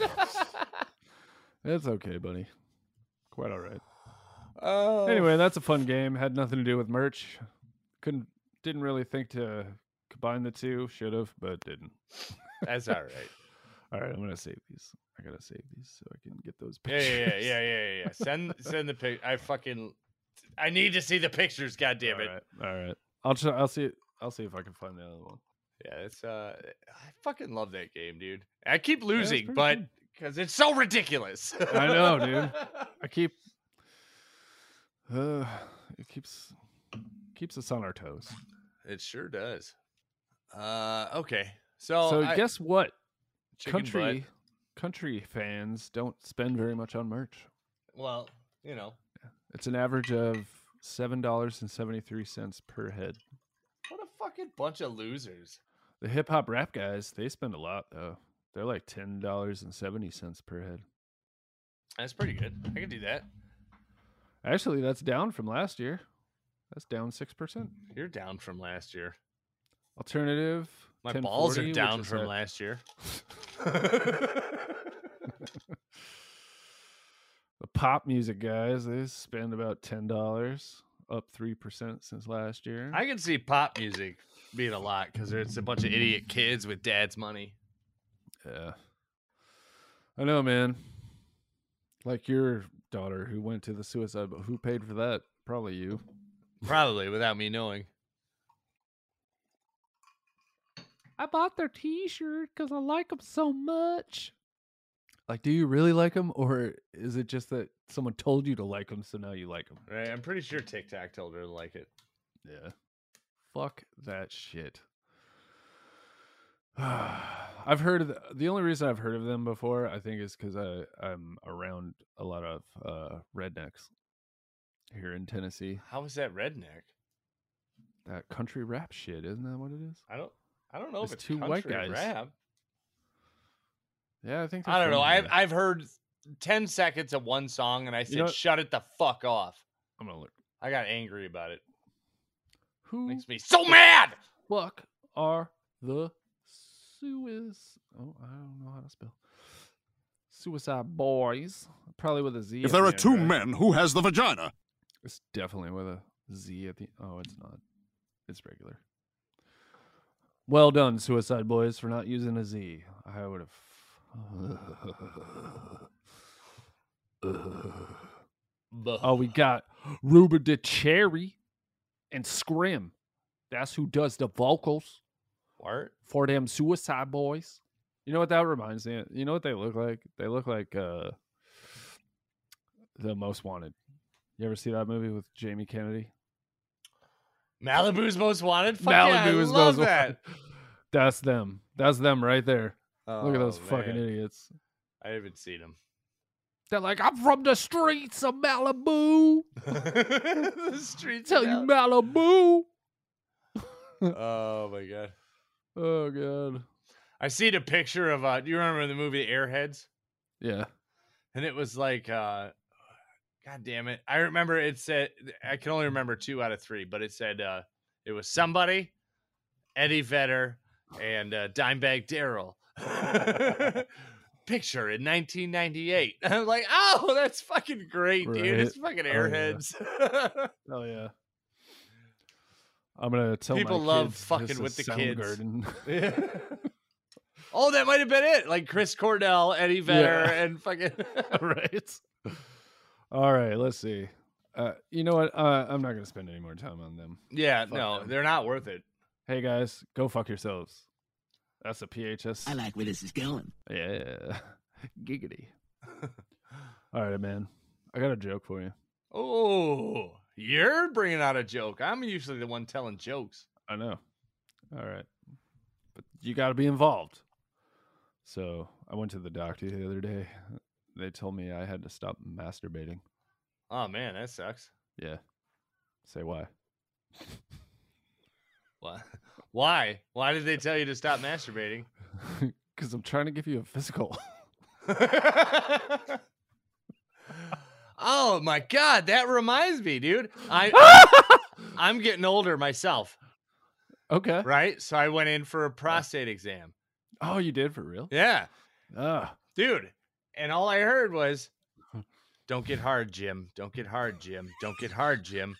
Speaker 4: It's okay, buddy. Quite all right.
Speaker 2: oh,
Speaker 4: Anyway, that's a fun game. Had nothing to do with merch. Couldn't didn't really think to combine the two. Should have, but didn't.
Speaker 2: that's all right.
Speaker 4: All right, I'm gonna save these. I gotta save these so I can get those
Speaker 2: Yeah,
Speaker 4: pictures.
Speaker 2: yeah, yeah, yeah, yeah, yeah. Send send the pic. I fucking, I need to see the pictures. God damn it.
Speaker 4: All right, all right. I'll try. I'll see. I'll see if I can find the other one.
Speaker 2: Yeah, it's uh, I fucking love that game, dude. I keep losing,
Speaker 4: pretty
Speaker 2: but
Speaker 4: fun.
Speaker 2: because it's so ridiculous.
Speaker 4: I know, dude. I keep uh, it keeps keeps us on our toes.
Speaker 2: It sure does. Uh, okay. So,
Speaker 4: so
Speaker 2: I-
Speaker 4: guess what?
Speaker 2: chicken butt.
Speaker 4: country country fans don't spend very much on merch.
Speaker 2: Well, you know,
Speaker 4: It's an average of seven dollars and seventy three cents per head.
Speaker 2: what a fucking bunch of losers.
Speaker 4: The hip hop rap guys, they spend a lot though. They're like ten dollars and seventy cents per head.
Speaker 2: That's pretty good. I can do that.
Speaker 4: Actually, that's down from last year. That's down six percent.
Speaker 2: You're down from last year.
Speaker 4: Alternative.
Speaker 2: My balls
Speaker 4: 1040,
Speaker 2: are
Speaker 4: which
Speaker 2: down
Speaker 4: is
Speaker 2: from
Speaker 4: at-
Speaker 2: last year.
Speaker 4: The pop music guys, they spend about ten dollars, up three percent since last year.
Speaker 2: I can see pop music being a lot because it's a bunch of idiot kids with dad's money.
Speaker 4: Yeah. I know, man. Like your daughter who went to the suicide, but who paid for that? Probably you.
Speaker 2: Probably without me knowing.
Speaker 4: I bought their T-shirt because I like them so much. Like, do you really like them, or is it just that someone told you to like them, so now you like them?
Speaker 2: Right? I'm pretty sure TikTok told her to like it.
Speaker 4: Yeah. Fuck that shit. I've heard of the, the only reason I've heard of them before, I think, is because I I'm around a lot of uh, rednecks here in Tennessee.
Speaker 2: How is that redneck?
Speaker 4: That country rap shit, isn't that what it is?
Speaker 2: I don't. I don't know
Speaker 4: It's
Speaker 2: if it's
Speaker 4: two white
Speaker 2: country
Speaker 4: guys.
Speaker 2: rap.
Speaker 4: Yeah, I think.
Speaker 2: I don't know. I've
Speaker 4: I,
Speaker 2: I've heard ten seconds of one song and I said,
Speaker 4: know-
Speaker 2: "Shut it the fuck off."
Speaker 4: I'm gonna look.
Speaker 2: I got angry about it.
Speaker 4: Who
Speaker 2: Makes me so mad.
Speaker 4: fuck are the Suis? Oh, I don't know how to spell. Suicide Boys, probably with a Z.
Speaker 10: If
Speaker 4: at
Speaker 10: there
Speaker 4: the
Speaker 10: are
Speaker 4: end,
Speaker 10: two
Speaker 4: right?
Speaker 10: men, who has the vagina?
Speaker 4: It's definitely with a Z at the. Oh, it's not. It's regular. Well done, Suicide Boys, for not using a Z. I would have. Oh, we got Ruben De Cherry and Scrim. That's who does the vocals
Speaker 2: What?
Speaker 4: for them Suicide Boys. You know what that reminds me? Of? You know what they look like? They look like uh the Most Wanted. You ever see that movie with Jamie Kennedy?
Speaker 2: Malibu's most wanted. Fuck yeah, I
Speaker 4: Malibu is
Speaker 2: love
Speaker 4: Most
Speaker 2: that.
Speaker 4: Wanted. That's them. That's them right there. Look at those
Speaker 2: Oh,
Speaker 4: fucking
Speaker 2: man.
Speaker 4: idiots.
Speaker 2: I haven't seen him.
Speaker 4: They're like, I'm from the streets of Malibu.
Speaker 2: the streets.
Speaker 4: Tell
Speaker 2: of
Speaker 4: you
Speaker 2: Mal-
Speaker 4: Malibu.
Speaker 2: Oh my god.
Speaker 4: Oh god.
Speaker 2: I seen a picture of uh do you remember the movie Airheads?
Speaker 4: Yeah.
Speaker 2: And it was like uh God damn it. I remember it said I can only remember two out of three, but it said uh it was somebody, Eddie Vedder, and uh Dimebag Daryl. Picture in 1998. I'm like, oh, that's fucking great, dude. It's fucking
Speaker 4: yeah.
Speaker 2: airheads.
Speaker 4: Oh yeah. I'm gonna tell my
Speaker 2: People love
Speaker 4: kids
Speaker 2: fucking
Speaker 4: this
Speaker 2: with
Speaker 4: is
Speaker 2: the kids.
Speaker 4: Soundgarden.
Speaker 2: oh, that might have been it. Like Chris Cornell, Eddie Vedder,
Speaker 4: Yeah.
Speaker 2: and fucking.
Speaker 4: right? All right, let's see. Uh, you know what? Uh, I'm not going to spend any more time on them.
Speaker 2: yeah,
Speaker 4: Fuck
Speaker 2: no,
Speaker 4: them.
Speaker 2: they're not worth it.
Speaker 4: Hey guys, go fuck yourselves. That's a PHS.
Speaker 9: like where this is going.
Speaker 4: yeah, giggity. All right, man. I got a joke for you.
Speaker 2: Oh, you're bringing out a joke. I'm usually the one telling jokes.
Speaker 4: I know. All right, but you got to be involved. So I went to the doctor the other day. They told me I had to stop masturbating.
Speaker 2: Oh man, that sucks.
Speaker 4: Yeah. Say why?
Speaker 2: Why? Why? Why did they tell you to stop masturbating?
Speaker 4: Because I'm trying to give you a physical.
Speaker 2: oh my god, that reminds me, dude. I I'm getting older myself,
Speaker 4: okay.
Speaker 2: right? So I went in for a prostate exam.
Speaker 4: Oh, you did for real?
Speaker 2: Yeah.
Speaker 4: Ah.
Speaker 2: dude. And all I heard was, "Don't get hard, Jim. Don't get hard, Jim. Don't get hard, Jim."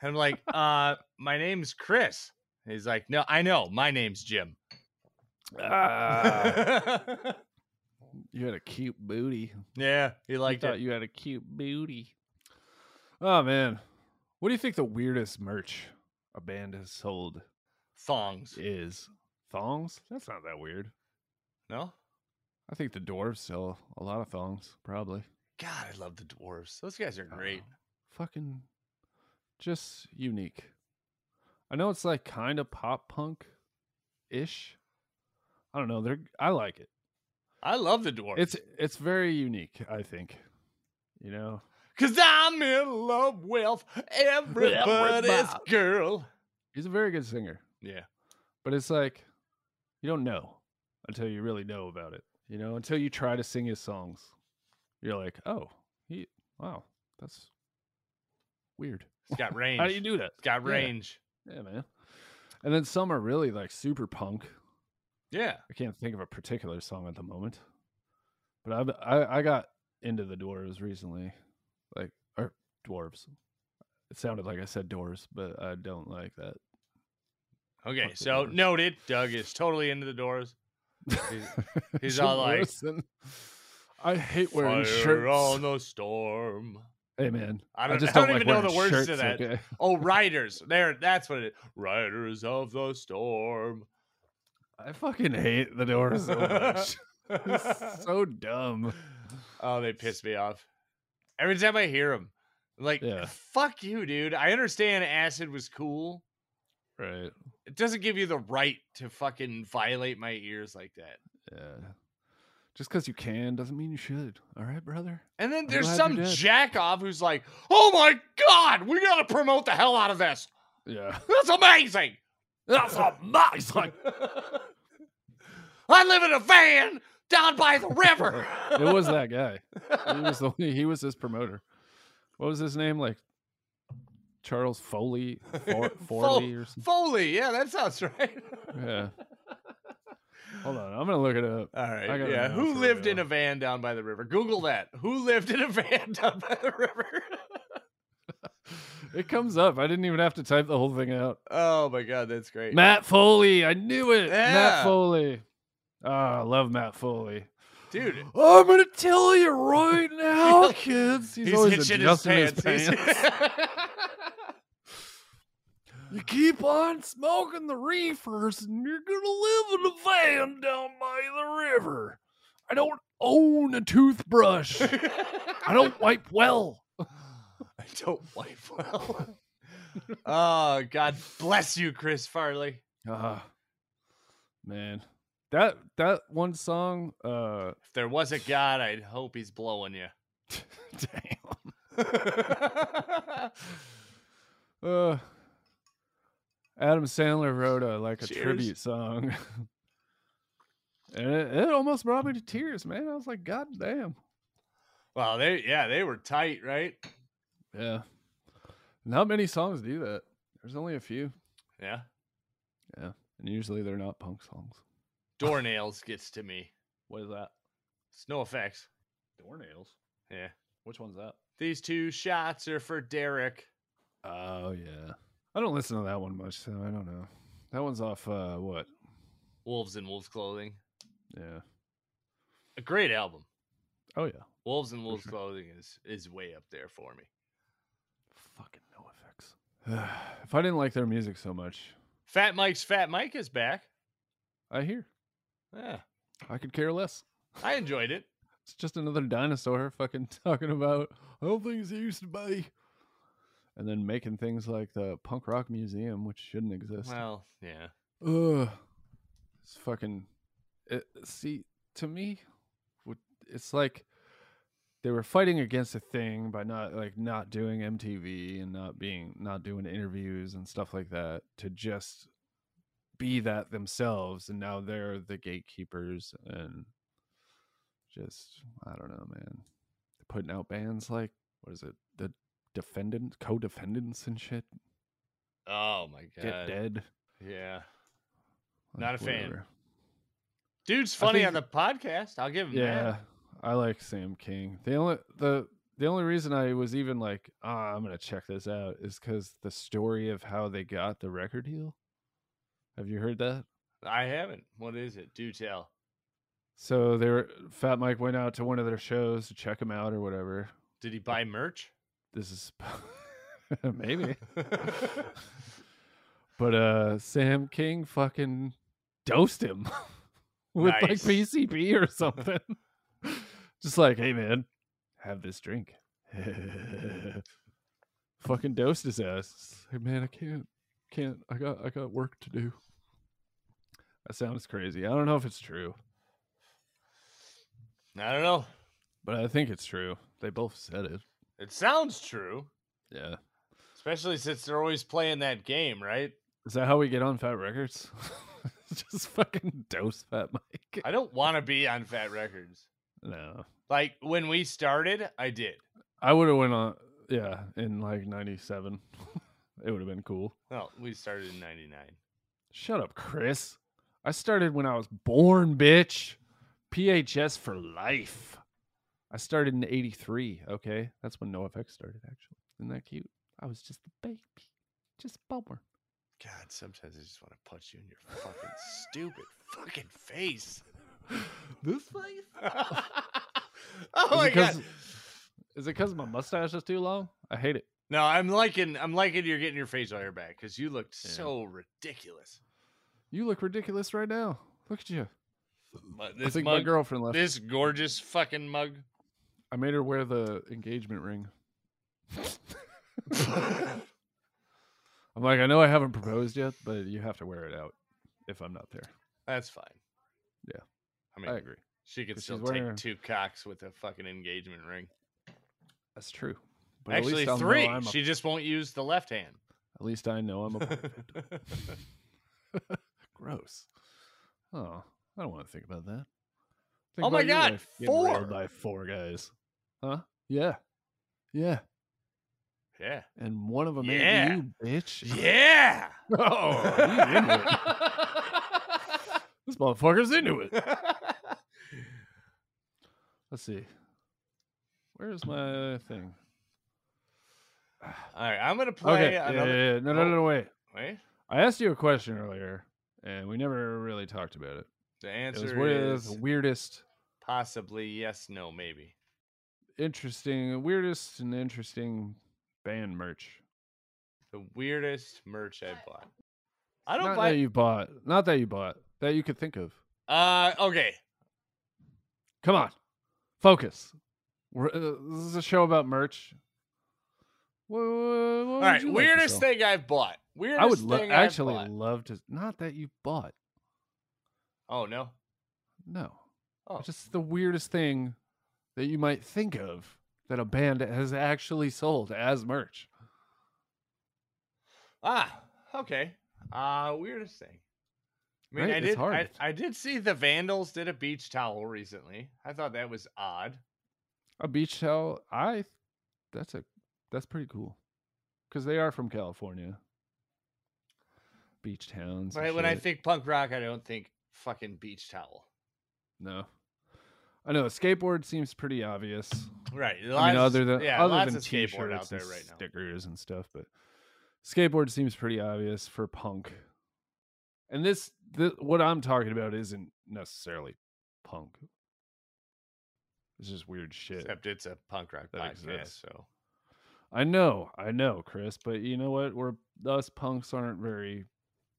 Speaker 2: And I'm like, "Uh, my name's Chris." And he's like, "No, I know. My name's Jim." Ah. Uh.
Speaker 4: You had a cute booty.
Speaker 2: yeah, he
Speaker 4: I
Speaker 2: liked
Speaker 4: thought
Speaker 2: it.
Speaker 4: you had a cute booty. Oh man, what do you think the weirdest merch a band has sold
Speaker 2: Thongs.
Speaker 4: is? Thongs? That's not that weird.
Speaker 2: No,
Speaker 4: I think the dwarves sell a lot of thongs, probably.
Speaker 2: God, I love the dwarves. Those guys are great.
Speaker 4: Oh, fucking just unique. I know it's like kind of pop punk ish. I don't know. They're I like it.
Speaker 2: I love the dwarves.
Speaker 4: It's it's very unique, I think. You know?
Speaker 2: Cause I'm in love with everybody's
Speaker 9: Everybody.
Speaker 2: girl.
Speaker 4: He's a very good singer.
Speaker 2: Yeah.
Speaker 4: But it's like you don't know until you really know about it. You know, until you try to sing his songs. You're like, oh, he wow, that's weird.
Speaker 2: It's got range.
Speaker 4: How do you do that?
Speaker 2: it's got
Speaker 4: Yeah.
Speaker 2: range.
Speaker 4: Yeah, man. And then some are really like super punk.
Speaker 2: Yeah.
Speaker 4: I can't think of a particular song at the moment, but I've, I I got into the Dwarves recently, like or Dwarves. It sounded like I said Doors, but I don't like that.
Speaker 2: Okay.
Speaker 4: Fuck the
Speaker 2: So
Speaker 4: Dwarves.
Speaker 2: noted. Doug is totally into the doors. He's- he's all like,
Speaker 4: Wilson. I hate wearing
Speaker 2: Fire
Speaker 4: shirts.
Speaker 2: on the storm.
Speaker 4: Hey man,
Speaker 2: I don't-
Speaker 4: just
Speaker 2: I don't
Speaker 4: like
Speaker 2: even know
Speaker 4: wearing
Speaker 2: the words to
Speaker 4: shirts,
Speaker 2: that.
Speaker 4: okay?
Speaker 2: Oh, riders. There. That's what it. Is. Riders of the storm.
Speaker 4: I fucking hate the Doors so much. It's
Speaker 2: oh,
Speaker 4: so dumb.
Speaker 2: they piss me off. Every time I hear them, like,
Speaker 4: Yeah.
Speaker 2: fuck you, dude. I understand acid was cool.
Speaker 4: Right.
Speaker 2: It doesn't give you the right to fucking violate my ears like that.
Speaker 4: Yeah. Just because you can doesn't mean you should. All right, brother.
Speaker 2: And then
Speaker 4: I'm
Speaker 2: there's
Speaker 4: glad
Speaker 2: some
Speaker 4: you did.
Speaker 2: jack off who's like, oh my God, we got to promote the hell out of this.
Speaker 4: Yeah.
Speaker 2: That's amazing.
Speaker 4: That's amazing.
Speaker 2: I live in a van down by the river.
Speaker 4: it was that guy. He was the he was his promoter. What was his name? Like Charles Foley, For, Forley or something.
Speaker 2: Foley. Yeah, that sounds right.
Speaker 4: Yeah. Hold on, I'm gonna look it up.
Speaker 2: All right.
Speaker 4: I gotta
Speaker 2: Yeah.
Speaker 4: know
Speaker 2: Who
Speaker 4: for
Speaker 2: lived in
Speaker 4: real.
Speaker 2: a van down by the river? Google that. Who lived in a van down by the river?
Speaker 4: It comes up. I didn't even have to type the whole thing out.
Speaker 2: oh my God, that's great.
Speaker 4: Matt Foley. I knew it.
Speaker 2: Yeah.
Speaker 4: Matt Foley. Ah, I love Matt Foley.
Speaker 2: Dude.
Speaker 4: I'm gonna tell you right now, kids. He's, always adjusting his pants. You keep on smoking the reefers and you're gonna live in a van down by the river. I don't own a toothbrush. I don't wipe well.
Speaker 2: I don't wipe well. oh God bless you, Chris Farley.
Speaker 4: Ah, man. That that one song, uh
Speaker 2: If there was a God, I'd hope he's blowing you.
Speaker 4: damn.
Speaker 2: Cheers.
Speaker 4: Uh Adam Sandler wrote a like a
Speaker 2: Cheers.
Speaker 4: tribute song. and it, it almost brought me to tears, man. I was like, God damn.
Speaker 2: Well, they yeah, they were tight, right?
Speaker 4: Yeah. Not many songs do that. There's only a few.
Speaker 2: Yeah.
Speaker 4: And usually they're not punk songs.
Speaker 2: Door nails gets to me.
Speaker 4: What is that?
Speaker 2: It's no effects.
Speaker 4: Door nails.
Speaker 2: Yeah.
Speaker 4: Which one's that?
Speaker 2: These two shots are for Derek.
Speaker 4: Oh yeah. I don't listen to that one much, so I don't know. That one's off uh what?
Speaker 2: Wolves in Wolves Clothing.
Speaker 4: Yeah.
Speaker 2: A great album.
Speaker 4: Oh yeah.
Speaker 2: Wolves in Wolves
Speaker 4: sure.
Speaker 2: Clothing is is way up there for me.
Speaker 4: Fucking no effects. if I didn't like their music so much,
Speaker 2: Fat Mike's Fat Mike is back.
Speaker 4: I hear.
Speaker 2: Yeah.
Speaker 4: I could care less.
Speaker 2: I enjoyed it.
Speaker 4: It's just another dinosaur fucking talking about I don't think it used to be. And then making things like the punk rock museum, which shouldn't exist.
Speaker 2: Well, yeah.
Speaker 4: Ugh. It's fucking. It, see, to me, what- it's like they were fighting against a thing by not like not doing MTV and not being not doing interviews and stuff like that to just be that themselves, and now they're the gatekeepers and just I don't know, man. They're putting out bands like what is it, the defendant, co-defendants and shit,
Speaker 2: Oh my god.
Speaker 4: get dead.
Speaker 2: Yeah.
Speaker 4: like,
Speaker 2: Not a fan.
Speaker 4: whatever.
Speaker 2: Dude's funny
Speaker 4: think-
Speaker 2: on the podcast. I'll give him
Speaker 4: Yeah, I like Sam King. The only the the only reason I was even like, ah, I'm gonna check this out is because the story of how they got the record deal. Have you heard that?
Speaker 2: that. I haven't. What is it? Do tell.
Speaker 4: So they were Fat Mike went out to one of their shows to check him out or whatever.
Speaker 2: Did he buy merch?
Speaker 4: This is maybe, but uh, Sam King fucking dosed him. with like
Speaker 2: Nice.
Speaker 4: PCP or something. Just like, hey man, have this drink. Fucking dosed his ass. It's like, man, I can't, can't. I got, I got work to do. That sounds crazy. I don't know if it's true,
Speaker 2: I don't know.
Speaker 4: but I think it's true. They both said it.
Speaker 2: It sounds true,
Speaker 4: Yeah.
Speaker 2: especially since they're always playing that game, right?
Speaker 4: Is that how we get on Fat Records? Just fucking dose Fat Mike.
Speaker 2: I don't want to be on Fat Records.
Speaker 4: No,
Speaker 2: Like when we started, I did.
Speaker 4: I would have went on. Yeah, in like '97, it would have been cool.
Speaker 2: Well, we started in '99.
Speaker 4: Shut up, Chris. I started when I was born, bitch. PHS for life. I started in 83, okay? That's when NoFX started, actually. Isn't that cute? I was just a baby. Just born.
Speaker 2: God, sometimes I just want to punch you in your fucking stupid fucking face.
Speaker 4: This face?
Speaker 2: oh my god.
Speaker 4: Is it because my mustache is too long? I hate it.
Speaker 2: No, I'm liking I'm liking you're getting your face hair back because you looked so ridiculous.
Speaker 4: You look ridiculous right now. Look at you.
Speaker 2: But
Speaker 4: I
Speaker 2: this
Speaker 4: think my
Speaker 2: mug,
Speaker 4: girlfriend left.
Speaker 2: this gorgeous fucking mug.
Speaker 4: I made her wear the engagement ring. I'm like, I know I haven't proposed yet, but you have to wear it out if I'm not there.
Speaker 2: That's fine.
Speaker 4: Yeah.
Speaker 2: I mean
Speaker 4: I agree.
Speaker 2: she could
Speaker 4: She's
Speaker 2: still
Speaker 4: wearing-
Speaker 2: take two cocks with a fucking engagement ring.
Speaker 4: That's true.
Speaker 2: Actually
Speaker 4: at least I'll know
Speaker 2: three.
Speaker 4: I'm a-
Speaker 2: She just won't use the left hand.
Speaker 4: at least I know I'm a gross. Oh, I don't want to think about that. Think
Speaker 2: Oh my
Speaker 4: about your
Speaker 2: God,
Speaker 4: wife getting railed
Speaker 2: four.
Speaker 4: by four guys, huh? Yeah, yeah,
Speaker 2: yeah.
Speaker 4: and one of them
Speaker 2: Yeah.
Speaker 4: ain't you, bitch.
Speaker 2: Yeah.
Speaker 4: Oh, he's into it. this motherfucker's into it. Let's see. Where's my thing?
Speaker 2: All right, I'm gonna play
Speaker 4: Okay. yeah,
Speaker 2: another. Oh.
Speaker 4: yeah, yeah. No, no, no, no, wait.
Speaker 2: Wait,
Speaker 4: I asked you a question earlier, and we never really talked about it.
Speaker 2: the
Speaker 4: It was
Speaker 2: answer
Speaker 4: what
Speaker 2: is
Speaker 4: is the weirdest
Speaker 2: possibly yes, no, maybe.
Speaker 4: interesting, weirdest and interesting band merch.
Speaker 2: The weirdest merch I bought. I don't
Speaker 4: Not
Speaker 2: buy.
Speaker 4: that you bought. Not that you bought. That you could think of.
Speaker 2: Uh, okay.
Speaker 4: Come on, focus. We're, uh, this is a show about merch. What, what,
Speaker 2: All right, weirdest thing I've bought. Weirdest
Speaker 4: I would lo-
Speaker 2: thing I've
Speaker 4: actually
Speaker 2: bought.
Speaker 4: love to. Not that you bought.
Speaker 2: Oh no.
Speaker 4: No,
Speaker 2: Oh,
Speaker 4: just the weirdest thing that you might think of that a band has actually sold as merch.
Speaker 2: ah, okay. Uh, weirdest thing. I mean,
Speaker 4: Right,
Speaker 2: I
Speaker 4: it's
Speaker 2: did. I,
Speaker 4: hard.
Speaker 2: I did see the Vandals did a beach towel recently. I thought that was odd.
Speaker 4: A beach towel. I. That's a. That's pretty cool. Because they are from California. Beach towns. and
Speaker 2: Right when I
Speaker 4: shit.
Speaker 2: think punk rock, I don't think fucking beach towel.
Speaker 4: No. I know skateboard seems pretty obvious.
Speaker 2: Right.
Speaker 4: I mean,
Speaker 2: lots-
Speaker 4: other than
Speaker 2: yeah,
Speaker 4: other
Speaker 2: lots
Speaker 4: than
Speaker 2: of skateboard out
Speaker 4: t-shirts
Speaker 2: there
Speaker 4: and
Speaker 2: right now.
Speaker 4: stickers and stuff, but skateboard seems pretty obvious for punk. And this, the, what I'm talking about, isn't necessarily punk. It's just weird shit.
Speaker 2: Except it's a punk rock
Speaker 4: That
Speaker 2: podcast,
Speaker 4: exists.
Speaker 2: so
Speaker 4: I know, I know, Chris, but you know what? We're us punks aren't very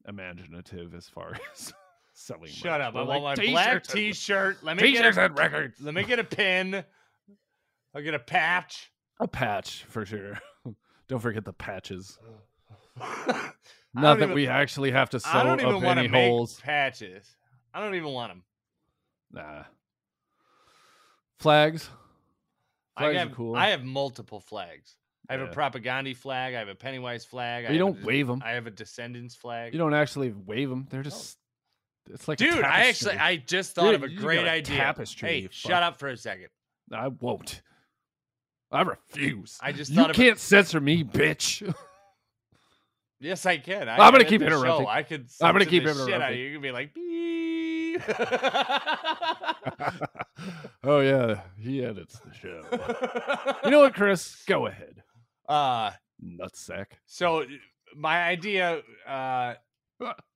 Speaker 4: imaginative as far as selling.
Speaker 2: shut
Speaker 4: merch.
Speaker 2: up.
Speaker 4: We're
Speaker 2: I want my
Speaker 4: like,
Speaker 2: black
Speaker 4: "T-shirts and-
Speaker 2: T-shirt. Let me get
Speaker 4: T-shirts
Speaker 2: a,
Speaker 4: and records.
Speaker 2: let me get a pin. I'll get a patch.
Speaker 4: A patch for sure. Don't forget the patches.
Speaker 2: I
Speaker 4: Not
Speaker 2: don't
Speaker 4: that
Speaker 2: even-
Speaker 4: we actually have to sew
Speaker 2: I don't even
Speaker 4: up
Speaker 2: want
Speaker 4: any
Speaker 2: to make
Speaker 4: holes.
Speaker 2: patches. I don't even want them.
Speaker 4: Nah. Flags.
Speaker 2: I
Speaker 4: Flags
Speaker 2: have
Speaker 4: are cool.
Speaker 2: I have multiple flags. I have a
Speaker 4: Yeah.
Speaker 2: propaganda flag. I have a Pennywise flag. I
Speaker 4: you
Speaker 2: have a
Speaker 4: don't
Speaker 2: de-
Speaker 4: wave them.
Speaker 2: I have a Descendants flag.
Speaker 4: You don't actually wave them. They're just. It's like a
Speaker 2: Dude, I actually
Speaker 4: tapestry.
Speaker 2: I just thought
Speaker 4: Dude,
Speaker 2: of a
Speaker 4: you
Speaker 2: great
Speaker 4: got a
Speaker 2: idea.
Speaker 4: tapestry,
Speaker 2: hey,
Speaker 4: you
Speaker 2: shut up for a second.
Speaker 4: I won't. I refuse.
Speaker 2: I just
Speaker 4: you
Speaker 2: thought of a-
Speaker 4: can't censor me, bitch.
Speaker 2: Yes, I can. I
Speaker 4: I'm gonna
Speaker 2: edit
Speaker 4: keep
Speaker 2: the show.
Speaker 4: interrupting.
Speaker 2: I could.
Speaker 4: I'm gonna
Speaker 2: censor
Speaker 4: keep
Speaker 2: the Shit out of
Speaker 4: interrupting.
Speaker 2: you. you can be like, beep.
Speaker 4: oh yeah, he edits the show. you know what, Chris? Go ahead,
Speaker 2: uh,
Speaker 4: nutsack.
Speaker 2: so uh, my idea, uh,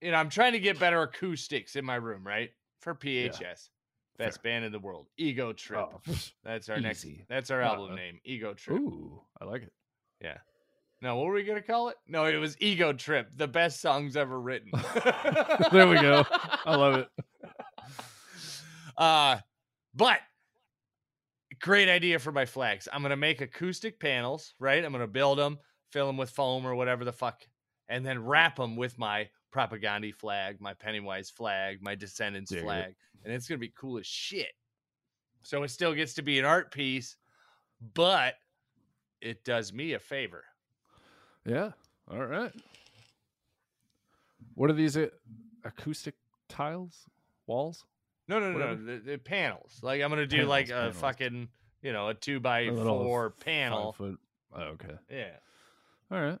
Speaker 2: you know, I'm trying to get better acoustics in my room, right? For PHS, best band in the world, Ego Trip.
Speaker 4: Oh, pfft.
Speaker 2: that's our next.
Speaker 4: easy.
Speaker 2: That's our album
Speaker 4: Uh,
Speaker 2: name, Ego Trip.
Speaker 4: Ooh, I like it.
Speaker 2: No, what were we gonna call it? No, it was Ego Trip, the best songs ever written.
Speaker 4: There we go. I love it.
Speaker 2: Uh, but great idea for my flags. I'm gonna make acoustic panels, right? I'm gonna build them, fill them with foam or whatever the fuck, and then wrap them with my propaganda flag, my Pennywise flag, my Descendants
Speaker 4: Dig it.
Speaker 2: flag, and it's gonna be cool as shit. So it still gets to be an art piece, but it does me a favor.
Speaker 4: Yeah. All right. What are these uh, acoustic tiles? Walls?
Speaker 2: No, no, no, no,
Speaker 4: Whatever.
Speaker 2: the, the panels. Like I'm gonna do
Speaker 4: Panels,
Speaker 2: like a
Speaker 4: panels.
Speaker 2: fucking, you know, a two by
Speaker 4: A little
Speaker 2: four
Speaker 4: five
Speaker 2: panel.
Speaker 4: foot- Oh, okay.
Speaker 2: Yeah,
Speaker 4: All right.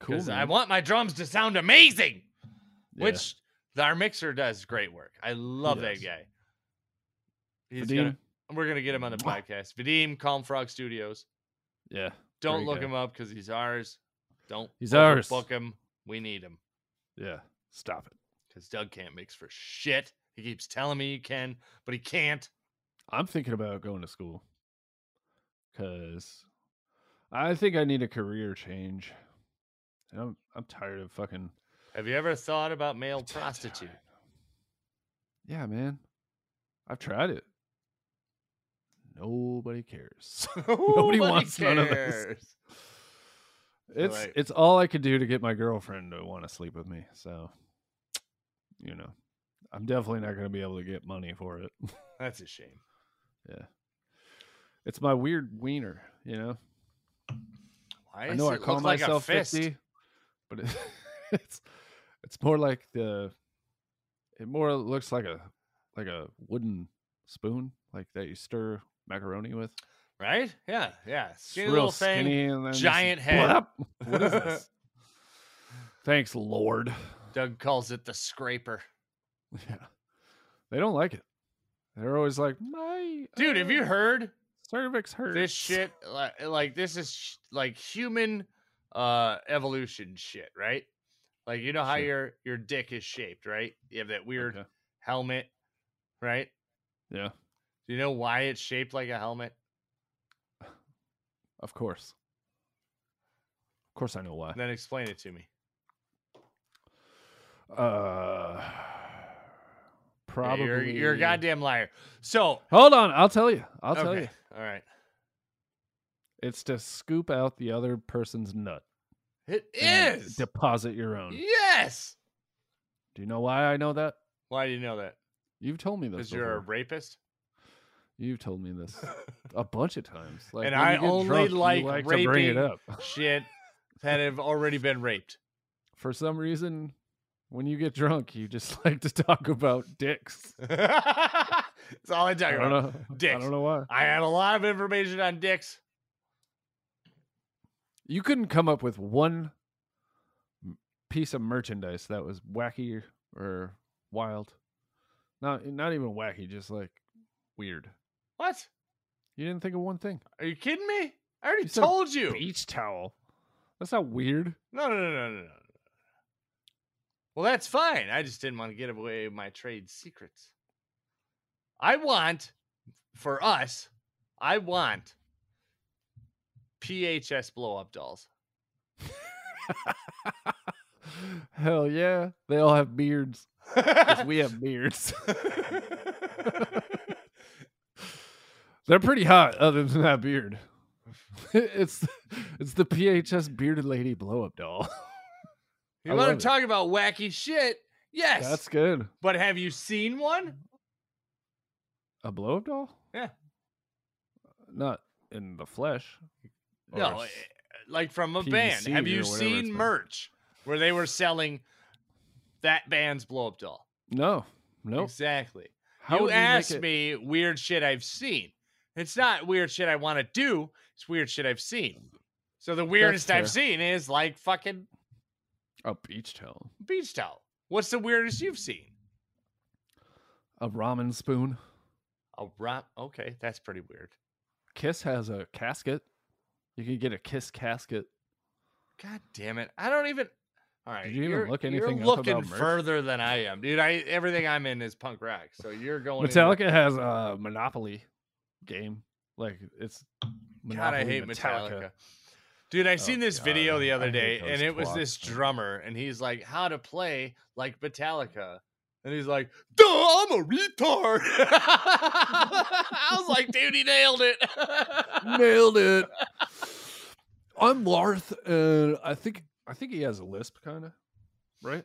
Speaker 4: Cool.
Speaker 2: because I
Speaker 4: man.
Speaker 2: want my drums to sound amazing,
Speaker 4: Yeah.
Speaker 2: which th- our mixer does great work. I love that
Speaker 4: does.
Speaker 2: guy. He's gonna, we're gonna get him on the
Speaker 4: Mwah.
Speaker 2: podcast. Vadim Calm Frog Studios.
Speaker 4: Yeah.
Speaker 2: Don't
Speaker 4: Great
Speaker 2: look
Speaker 4: guy.
Speaker 2: him up because he's ours. Don't
Speaker 4: He's ours.
Speaker 2: Book him. We need him.
Speaker 4: Yeah. Stop it.
Speaker 2: because Doug can't mix for shit. He keeps telling me he can, but he can't.
Speaker 4: I'm thinking about going to school because I think I need a career change. And I'm I'm tired of fucking
Speaker 2: Have you ever thought about male prostitute?
Speaker 4: Yeah, man. I've tried it. Nobody cares. Nobody wants none of this.
Speaker 2: cares.
Speaker 4: It's
Speaker 2: like-
Speaker 4: it's all I could do to get my girlfriend to want to sleep with me. So, you know, I'm definitely not going to be able to get money for it.
Speaker 2: That's a shame.
Speaker 4: It's my weird wiener, you know.
Speaker 2: Why
Speaker 4: I
Speaker 2: does
Speaker 4: know I
Speaker 2: it
Speaker 4: call
Speaker 2: look
Speaker 4: myself
Speaker 2: like a fist?
Speaker 4: 50, but it, it's it's more like the it more looks like a like a wooden spoon like that you stir macaroni with.
Speaker 2: right? Yeah, yeah.
Speaker 4: It's
Speaker 2: Skinny little thing.
Speaker 4: and then just
Speaker 2: giant head.
Speaker 4: blop. What is this? Thanks, Lord.
Speaker 2: Doug calls it the scraper.
Speaker 4: Yeah. They don't like it. They're always like, my
Speaker 2: Dude, have you
Speaker 4: uh,
Speaker 2: heard
Speaker 4: cervix hurts?
Speaker 2: this shit? Li- Like this is sh- like human uh evolution shit, right? Like you know how
Speaker 4: Sure.
Speaker 2: your your dick is shaped, right? You have that weird
Speaker 4: Okay.
Speaker 2: helmet, right?
Speaker 4: Yeah,
Speaker 2: Do you know why it's shaped like a helmet?
Speaker 4: of course. Of course I know why.
Speaker 2: Then explain it to me.
Speaker 4: Uh
Speaker 2: Yeah,
Speaker 4: probably
Speaker 2: You're, you're a goddamn liar. So,
Speaker 4: Hold on, I'll tell you. I'll tell
Speaker 2: okay,
Speaker 4: you.
Speaker 2: All right.
Speaker 4: It's to scoop out the other person's nut.
Speaker 2: It
Speaker 4: and
Speaker 2: is.
Speaker 4: Deposit your own.
Speaker 2: Yes.
Speaker 4: Do you know why I know that?
Speaker 2: Why do you know that?
Speaker 4: You've told me this.
Speaker 2: Because you're a
Speaker 4: before.
Speaker 2: rapist?
Speaker 4: You've told me this a bunch of times. Like,
Speaker 2: And
Speaker 4: when you
Speaker 2: I
Speaker 4: get
Speaker 2: only
Speaker 4: drunk, you
Speaker 2: like
Speaker 4: to bring it
Speaker 2: raping.
Speaker 4: up.
Speaker 2: Shit. That have already been raped.
Speaker 4: For some reason, when you get drunk, you just like to talk about dicks.
Speaker 2: That's all I
Speaker 4: I
Speaker 2: talk
Speaker 4: don't
Speaker 2: about.
Speaker 4: know. I
Speaker 2: Dicks.
Speaker 4: don't know why.
Speaker 2: I had a lot of information on dicks.
Speaker 4: You couldn't come up with one m- piece of merchandise that was wacky or wild. Not not even wacky, just like weird.
Speaker 2: What?
Speaker 4: You didn't think of one thing.
Speaker 2: Are you kidding me? I already
Speaker 4: You said
Speaker 2: told you.
Speaker 4: Beach towel. That's not weird.
Speaker 2: No, no, no, no, no, no. Well, that's fine. I just didn't want to give away my trade secrets. I want, for us, I want PHS blow up dolls.
Speaker 4: Hell yeah. They all have beards. 'cause we have beards. They're pretty hot, other than that beard. it's it's the PHS bearded lady blow up doll.
Speaker 2: you
Speaker 4: I
Speaker 2: want
Speaker 4: love
Speaker 2: to
Speaker 4: it.
Speaker 2: talk about wacky shit? Yes.
Speaker 4: That's good.
Speaker 2: But have you seen one?
Speaker 4: A blow up doll?
Speaker 2: Yeah.
Speaker 4: Not in the flesh. or
Speaker 2: No,
Speaker 4: s-
Speaker 2: eh, like from a band.
Speaker 4: PVC
Speaker 2: Have
Speaker 4: or
Speaker 2: you
Speaker 4: whatever it's
Speaker 2: seen
Speaker 4: called.
Speaker 2: merch where they were selling that band's blow up doll?
Speaker 4: no, no.
Speaker 2: Exactly.
Speaker 4: How
Speaker 2: you
Speaker 4: would make
Speaker 2: asked
Speaker 4: it-
Speaker 2: me weird shit I've seen. It's not weird shit I want to do. It's weird shit I've seen. So the weirdest I've
Speaker 4: fair.
Speaker 2: seen is like fucking
Speaker 4: a beach towel,
Speaker 2: beach towel. What's the weirdest you've seen?
Speaker 4: a ramen spoon.
Speaker 2: A rom. Okay, that's pretty weird.
Speaker 4: Kiss has a casket. You can get a kiss casket.
Speaker 2: God damn it! I don't even. All right,
Speaker 4: Did you even
Speaker 2: are
Speaker 4: look anything
Speaker 2: You're
Speaker 4: up
Speaker 2: looking
Speaker 4: about merch?
Speaker 2: further than I am, dude. I everything I'm in is punk rock. So you're going into-
Speaker 4: Metallica has a Monopoly game. Like it's
Speaker 2: God, I
Speaker 4: Monopoly Oh,
Speaker 2: hate Metallica. Dude, I seen this video
Speaker 4: God,
Speaker 2: the
Speaker 4: I
Speaker 2: other
Speaker 4: hate
Speaker 2: day, and
Speaker 4: those
Speaker 2: it was this
Speaker 4: twats, man.
Speaker 2: drummer, and he's like, "How to play like Metallica," And he's like, duh, I'm a retard. I was like, dude, he nailed it.
Speaker 4: Nailed it. I'm Larth, and I think I think he has a lisp, kind of, right?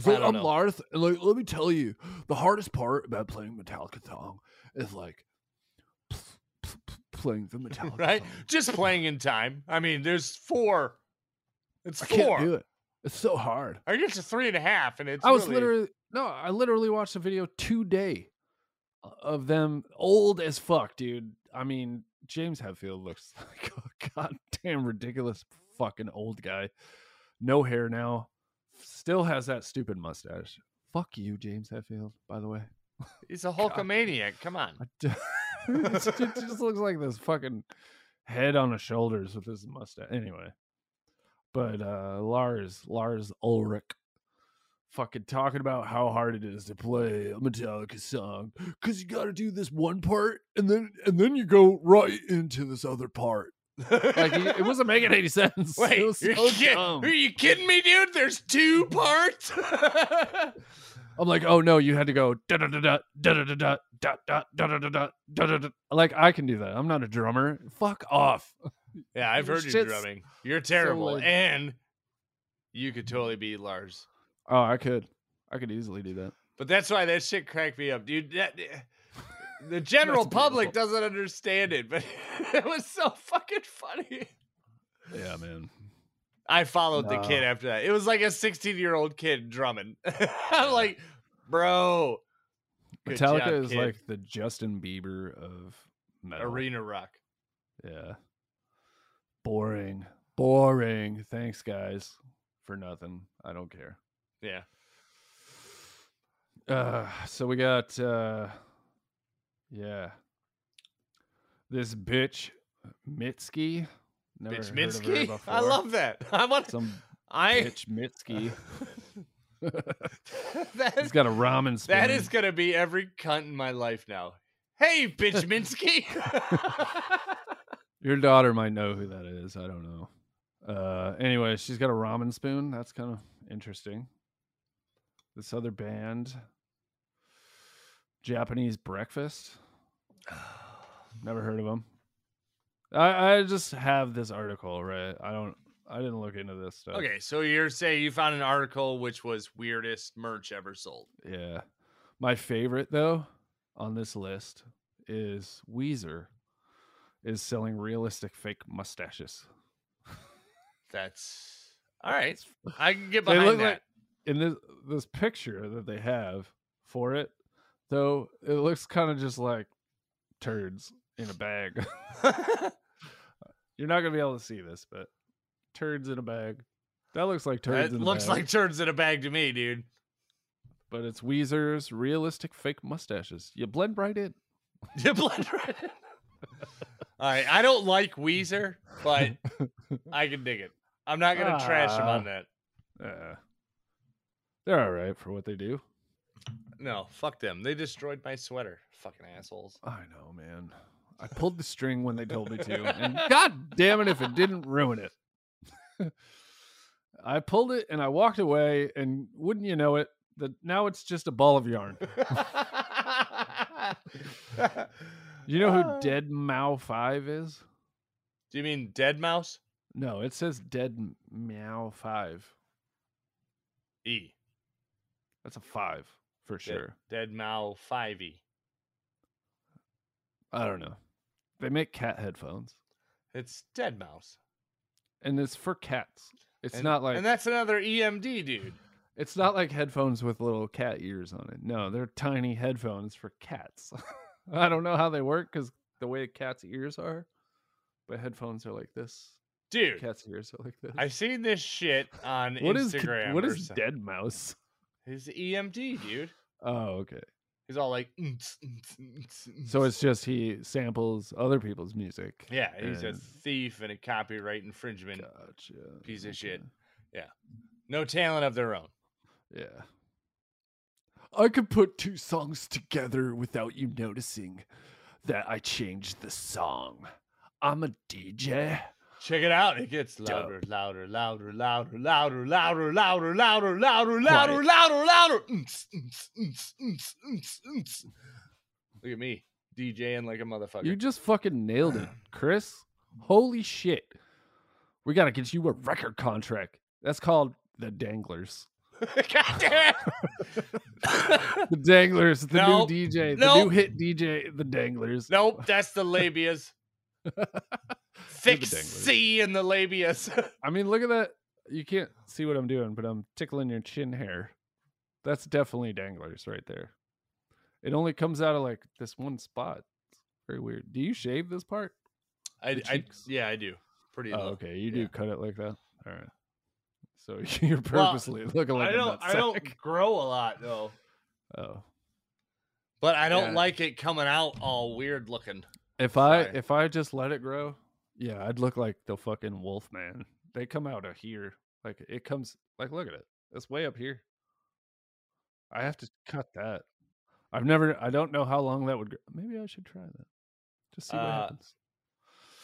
Speaker 4: So
Speaker 2: I don't
Speaker 4: I'm
Speaker 2: know.
Speaker 4: Larth, and like, let me tell you, the hardest part about playing Metallica song is like playing the Metallica
Speaker 2: right?
Speaker 4: song.
Speaker 2: Just playing in time. I mean, there's four. It's
Speaker 4: I
Speaker 2: four.
Speaker 4: can't do it. It's so hard.
Speaker 2: Or it's a three and a half, and it's
Speaker 4: I was
Speaker 2: really-
Speaker 4: literally no, I literally watched a video today uh, of them old as fuck, dude. I mean, James Hetfield looks like a goddamn ridiculous fucking old guy. No hair now. Still has that stupid mustache. Fuck you, James Hetfield, by the way.
Speaker 2: he's a Hulkamaniac. Come on.
Speaker 4: I d- it's- it just looks like this fucking head on his shoulders with his mustache. Anyway, but uh, Lars Lars Ulrich fucking talking about how hard it is to play a Metallica song because you got to do this one part and then and then you go right into this other part. Like he- it wasn't making any sense.
Speaker 2: Wait,
Speaker 4: it was
Speaker 2: you're
Speaker 4: so
Speaker 2: kid-
Speaker 4: dumb.
Speaker 2: are you kidding me, dude? There's two parts.
Speaker 4: I'm like, oh no, you had to go da da da da da da da da da da da da da da da da. Like I can do that. I'm not a drummer. Fuck off.
Speaker 2: yeah, I've
Speaker 4: Your
Speaker 2: heard you
Speaker 4: shit's
Speaker 2: drumming. You're terrible,
Speaker 4: like-
Speaker 2: and you could totally be Lars.
Speaker 4: Oh, I could. I could easily do that.
Speaker 2: But that's why that shit cracked me up, dude. That, eh, the general public doesn't understand it, but it was so fucking funny.
Speaker 4: Yeah, man.
Speaker 2: I followed the
Speaker 4: No.
Speaker 2: kid after that. It was like a 16 year old kid drumming. I'm like, bro, Good
Speaker 4: Metallica
Speaker 2: job,
Speaker 4: is
Speaker 2: kid.
Speaker 4: like the Justin Bieber of metal.
Speaker 2: arena rock.
Speaker 4: Yeah. Boring. Boring. Thanks, guys, for nothing. I don't care.
Speaker 2: Yeah.
Speaker 4: Uh, so we got, uh, yeah, this bitch Mitski. Never heard
Speaker 2: Bitch
Speaker 4: of her
Speaker 2: Mitski. I
Speaker 4: before.
Speaker 2: love that. I want
Speaker 4: some
Speaker 2: I
Speaker 4: bitch Mitski.
Speaker 2: that,
Speaker 4: He's got a ramen spoon.
Speaker 2: that is gonna be every cunt in my life now. Hey, bitch Minsky.
Speaker 4: Your daughter might know who that is. I don't know. Uh, anyway, she's got a ramen spoon. That's kind of interesting. This other band, Japanese Breakfast. Never heard of them. I, I just have this article, right? I don't. I didn't look into this stuff.
Speaker 2: okay, so you're saying you found an article which was weirdest merch ever sold.
Speaker 4: Yeah. My favorite though on this list is Weezer is selling realistic fake mustaches.
Speaker 2: That's all right. I can get
Speaker 4: They
Speaker 2: behind
Speaker 4: look
Speaker 2: that.
Speaker 4: like- in this this picture that they have for it, though it looks kind of just like turds in a bag. You're not gonna be able to see this, but turds in a bag. That looks like turds.
Speaker 2: that
Speaker 4: in a
Speaker 2: looks
Speaker 4: bag,
Speaker 2: like turds in a bag to me, dude.
Speaker 4: but it's Weezer's realistic fake mustaches. You blend right in.
Speaker 2: You blend right in. All right, I don't like Weezer, but I can dig it. I'm not gonna trash him
Speaker 4: Ah.
Speaker 2: on that.
Speaker 4: Uh, they're all right for what they do.
Speaker 2: No, fuck them. They destroyed my sweater. Fucking assholes.
Speaker 4: I know, man. I pulled the string when they told me to, and god damn it if it didn't ruin it. I pulled it and I walked away, and wouldn't you know it, that now it's just a ball of yarn. You know
Speaker 2: Uh.
Speaker 4: who Dead Mao Five is?
Speaker 2: Do you mean Dead Mouse?
Speaker 4: No, it says Dead Meow Five.
Speaker 2: E.
Speaker 4: That's a five for
Speaker 2: Dead-
Speaker 4: sure.
Speaker 2: Dead Mao Five E.
Speaker 4: I don't know. They make cat headphones,
Speaker 2: It's Dead Mouse.
Speaker 4: and it's for cats. It's
Speaker 2: And-
Speaker 4: not like
Speaker 2: and that's another EMD dude.
Speaker 4: It's not like headphones with little cat ears on it. No, they're tiny headphones for cats. I don't know how they work because the way cats' ears are, but headphones are like this.
Speaker 2: Dude,
Speaker 4: Cats' ears are like this.
Speaker 2: I've seen this shit on
Speaker 4: What is c-
Speaker 2: Instagram.
Speaker 4: what
Speaker 2: or
Speaker 4: is
Speaker 2: some-
Speaker 4: dead mouse?
Speaker 2: He's EMD dude.
Speaker 4: Oh, okay.
Speaker 2: He's all like, "Mm, "Mm-ts, mm-ts, mm-ts,
Speaker 4: So
Speaker 2: mm-ts."
Speaker 4: it's just he samples other people's music.
Speaker 2: yeah, he's a
Speaker 4: and-
Speaker 2: thief and a copyright infringement.
Speaker 4: Gotcha.
Speaker 2: piece of shit.
Speaker 4: okay.
Speaker 2: No talent of their own.
Speaker 4: Yeah. I could put two songs together without you noticing that I changed the song. I'm a DJ.
Speaker 5: Check it out. It gets louder, louder, louder, louder, louder, louder, louder, louder, louder, louder, louder, louder. Unts, unts, unts, unts, unts, unts. Look at me DJing like a
Speaker 4: You
Speaker 5: motherfucker.
Speaker 4: just fucking nailed it, Chris. Holy shit. We got to get you a record contract. That's called The Danglers.
Speaker 5: God damn it.
Speaker 4: The Danglers, the
Speaker 5: Nope.
Speaker 4: new DJ, the new
Speaker 5: Nope.
Speaker 4: hit DJ, The Danglers.
Speaker 5: Nope, that's the labias. Thick
Speaker 4: You're the dangler.
Speaker 5: C in the labias.
Speaker 4: I mean, look at that. You can't see what I'm doing, but I'm tickling your chin hair. That's definitely Danglers right there. It only comes out of like this one spot. It's very weird. Do you shave this part?
Speaker 5: I,
Speaker 4: The
Speaker 5: I,
Speaker 4: cheeks.
Speaker 5: yeah, I do. Pretty
Speaker 4: Oh,
Speaker 5: low.
Speaker 4: okay. You
Speaker 5: yeah.
Speaker 4: do cut it like that. All right. So you're
Speaker 5: Well,
Speaker 4: purposely looking like
Speaker 5: I
Speaker 4: a
Speaker 5: don't. I
Speaker 4: nutsack.
Speaker 5: don't grow a lot though,
Speaker 4: Oh.
Speaker 5: but I don't
Speaker 4: Yeah.
Speaker 5: like it coming out all weird looking.
Speaker 4: If I
Speaker 5: Sorry.
Speaker 4: if I just let it grow, yeah, I'd look like the fucking wolf man. They come out of here. Like it comes like look at it. It's way up here. I have to cut that. I've never I don't know how long that would gr- maybe I should try that. Just see what
Speaker 5: Uh,
Speaker 4: happens.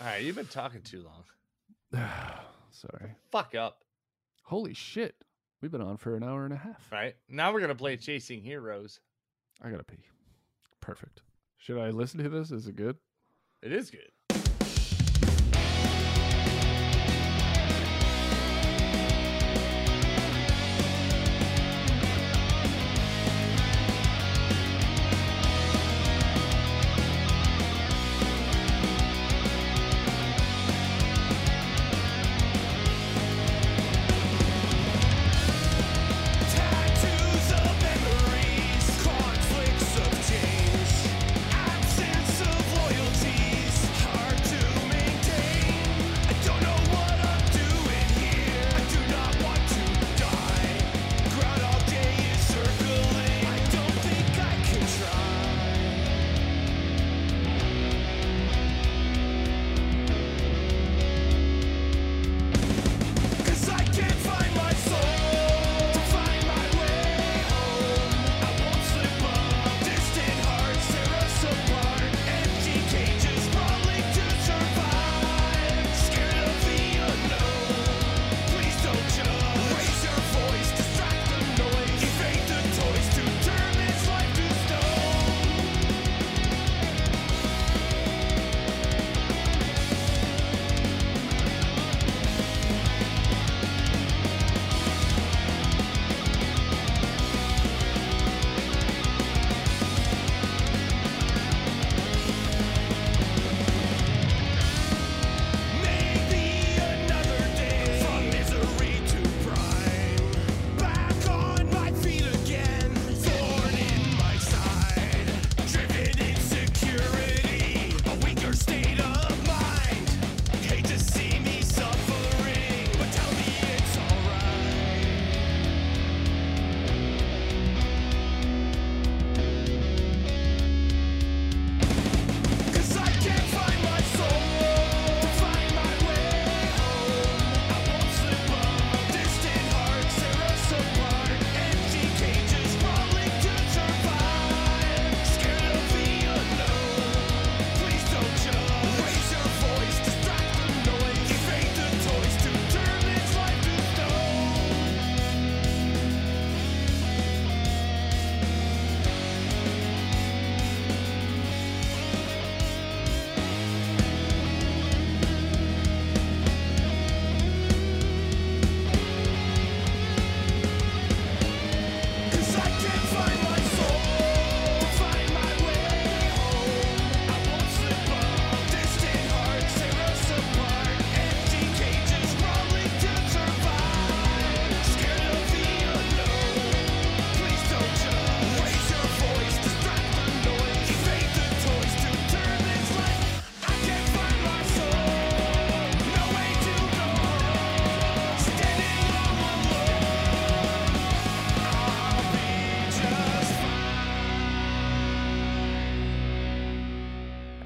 Speaker 5: All right, you've been talking too long.
Speaker 4: Sorry.
Speaker 5: Fuck up,
Speaker 4: Holy shit. We've been on for an hour and a half.
Speaker 5: right? Now we're gonna play Chasing Heroes.
Speaker 4: I gotta pee. Perfect. Should I listen to this? Is it good?
Speaker 5: It is good.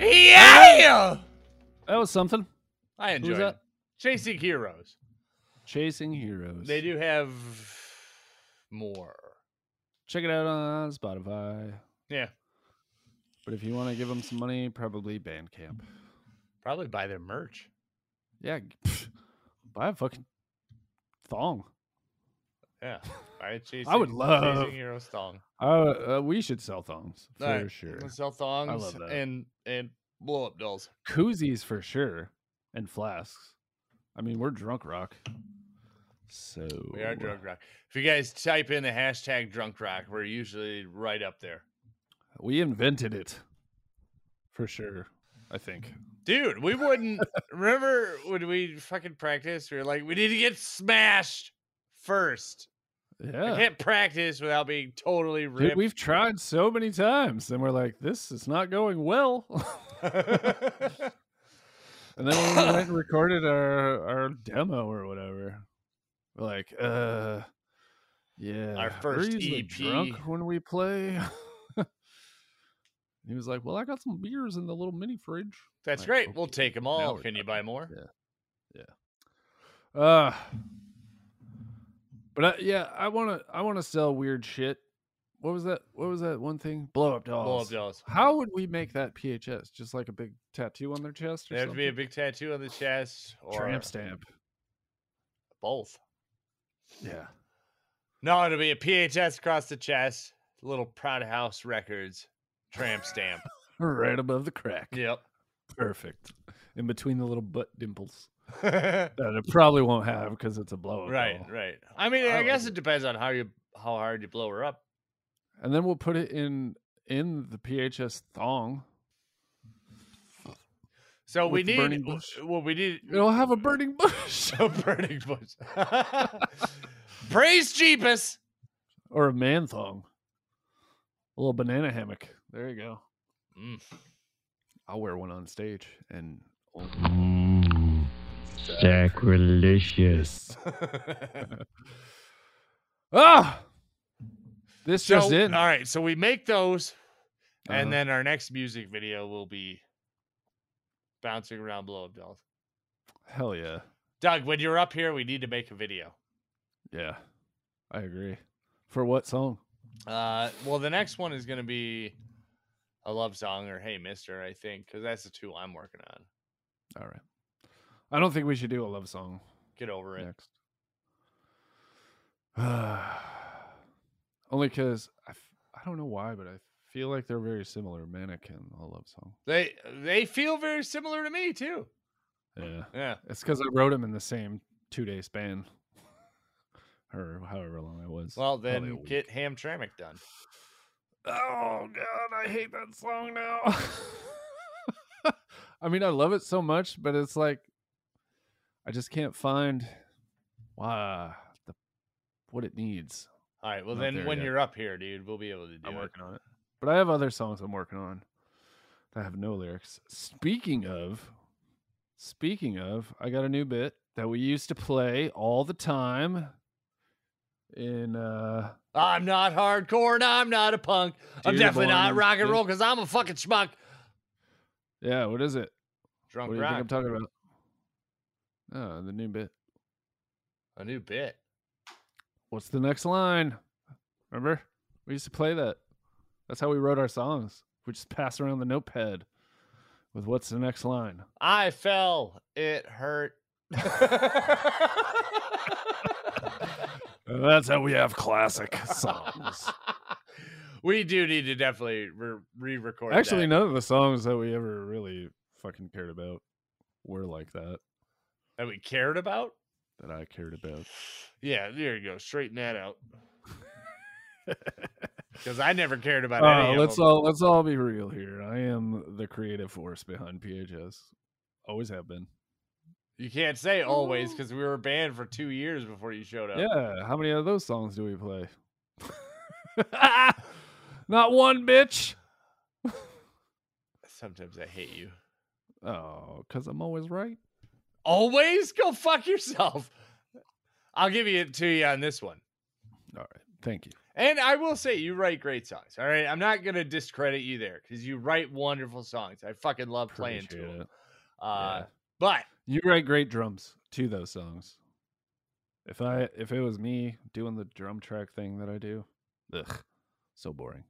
Speaker 5: Yeah,
Speaker 4: That was something.
Speaker 5: I enjoy it.
Speaker 4: that?
Speaker 5: Chasing Heroes.
Speaker 4: Chasing Heroes.
Speaker 5: They do have more.
Speaker 4: Check it out on Spotify.
Speaker 5: Yeah,
Speaker 4: But if you want to give them some money, probably Bandcamp.
Speaker 5: probably buy their merch.
Speaker 4: Yeah, g- pff, buy a fucking thong.
Speaker 2: Yeah. Buy a chasing,
Speaker 4: would love-
Speaker 2: chasing Eros thong.
Speaker 4: Uh, uh, we should sell thongs for
Speaker 2: All right,
Speaker 4: sure.
Speaker 2: Let's sell thongs
Speaker 4: love that.
Speaker 2: and and blow up dolls.
Speaker 4: Koozies for sure, and flasks. I mean, we're drunk rock. So
Speaker 2: We are drunk rock. If you guys type in the hashtag drunk rock, we're usually right up there.
Speaker 4: uh, We invented it, for sure. I think.
Speaker 2: Dude, we wouldn't remember when we fucking practiced, we were like, we need to get smashed first. I
Speaker 4: Yeah,
Speaker 2: can't practice without being totally ripped.
Speaker 4: dude, we've tried so many times, and we're like, this is not going well. And then when we went and recorded our our demo or whatever, we're like, uh, yeah, we're
Speaker 2: first E
Speaker 4: usually drunk
Speaker 2: EP.
Speaker 4: when we play. he was like, "Well, I got some beers in the little mini fridge."
Speaker 2: That's
Speaker 4: Like,
Speaker 2: great. We'll
Speaker 4: okay,
Speaker 2: take them
Speaker 4: now
Speaker 2: all.
Speaker 4: we're
Speaker 2: Can you
Speaker 4: talking.
Speaker 2: buy more?
Speaker 4: Yeah. Uh, but I, yeah, I want to I want to sell weird shit. What was that? What was that one thing? Blow up dolls.
Speaker 2: Blow up dolls.
Speaker 4: How would we make that PHS? Just like a big tattoo on their chest? Or
Speaker 2: There have to be a
Speaker 4: something?
Speaker 2: big tattoo on the chest or
Speaker 4: tramp stamp.
Speaker 2: both.
Speaker 4: Yeah.
Speaker 2: No, it'll be a PHS across the chest, little Proud House Records tramp stamp.
Speaker 4: Right above the crack.
Speaker 2: yep.
Speaker 4: Perfect. In between the little butt dimples
Speaker 2: right,
Speaker 4: that it probably won't have because it's a blow up. doll.
Speaker 2: right. I mean,
Speaker 4: I
Speaker 2: I,
Speaker 4: like
Speaker 2: guess
Speaker 4: it.
Speaker 2: it depends on how you how hard you blow her up.
Speaker 4: And then we'll put it in in the PHS thong.
Speaker 2: So we
Speaker 4: With the
Speaker 2: need
Speaker 4: burning
Speaker 2: w-
Speaker 4: bush.
Speaker 2: well, we need
Speaker 4: It'll have a burning bush
Speaker 2: a burning bush. Praise Jeepus.
Speaker 4: or a man thong. A little banana hammock. There you go.
Speaker 2: Mm.
Speaker 4: I'll wear one on stage and
Speaker 11: Mm, sacrilicious.
Speaker 4: ah, this
Speaker 2: So, uh,
Speaker 4: just in.
Speaker 2: All right, so we make those,
Speaker 4: Uh-huh.
Speaker 2: and then our next music video will be bouncing around blow up dolls.
Speaker 4: Hell yeah,
Speaker 2: Doug, when you're up here, we need to make a video.
Speaker 4: yeah, I agree. For what song?
Speaker 2: Uh, well, the next one is going to be a love song or Hey Mister, I think, because that's the two I'm working on.
Speaker 4: All right. I don't think we should do a love song
Speaker 2: Get over it.
Speaker 4: next. Only because I, f- I don't know why, but I feel like they're very similar. Mannequin, a love song.
Speaker 2: They they feel very similar to me too.
Speaker 4: Yeah,
Speaker 2: Yeah.
Speaker 4: it's because I wrote them in the same two day span, or however long it was.
Speaker 2: Well,
Speaker 4: Probably a
Speaker 2: then
Speaker 4: week.
Speaker 2: get Hamtramck done.
Speaker 4: Oh god, I hate that song now. I mean, I love it so much, but it's like I just can't find why the what it needs.
Speaker 2: All right. Well,
Speaker 4: Not
Speaker 2: then
Speaker 4: Oh, there
Speaker 2: when
Speaker 4: yet.
Speaker 2: you're up here, dude, we'll be able to do
Speaker 4: I'm
Speaker 2: it.
Speaker 4: working on it. But I have other songs I'm working on that have no lyrics. Speaking of, speaking of, I got a new bit that we used to play all the time in uh
Speaker 2: I'm not hardcore and I'm not a punk. I'm
Speaker 4: Dearborn
Speaker 2: definitely not
Speaker 4: and
Speaker 2: rock and
Speaker 4: Spit-
Speaker 2: roll because I'm a fucking schmuck.
Speaker 4: yeah, what is it?
Speaker 2: Drunk
Speaker 4: what do you
Speaker 2: rock.
Speaker 4: think I'm talking about? Oh, the new bit.
Speaker 2: a new bit.
Speaker 4: What's the next line? Remember? We used to play that. That's how we wrote our songs. We just pass around the notepad with what's the next line.
Speaker 2: I fell. It hurt.
Speaker 4: And that's how we have classic songs.
Speaker 2: we do need to definitely re record.
Speaker 4: Actually, none of the songs that we ever really fucking cared about were like that,
Speaker 2: That we cared about?
Speaker 4: that I cared about.
Speaker 2: Yeah, there you go. Straighten that out. Because I never cared about
Speaker 4: Uh,
Speaker 2: any of
Speaker 4: let's
Speaker 2: them.
Speaker 4: all let's all be real here. I am the creative force behind PHS. Always have been.
Speaker 2: You can't say always
Speaker 6: Ooh.
Speaker 2: because we were banned for two years before you showed up.
Speaker 4: Oh. Yeah. How many of those songs do we play? Not one, bitch.
Speaker 2: Sometimes I hate you.
Speaker 4: Oh, because I'm always right.
Speaker 2: Always go fuck yourself. I'll give you it to you on this one.
Speaker 4: All right. Thank you.
Speaker 2: And I will say you write great songs. All right. I'm not gonna discredit you there because you write wonderful songs. I fucking love playing to
Speaker 4: Appreciate
Speaker 2: them.
Speaker 4: it.
Speaker 2: Uh,
Speaker 4: Yeah.
Speaker 2: but
Speaker 4: You write great drums to those songs. If I if it was me doing the drum track thing that I do, ugh, so boring.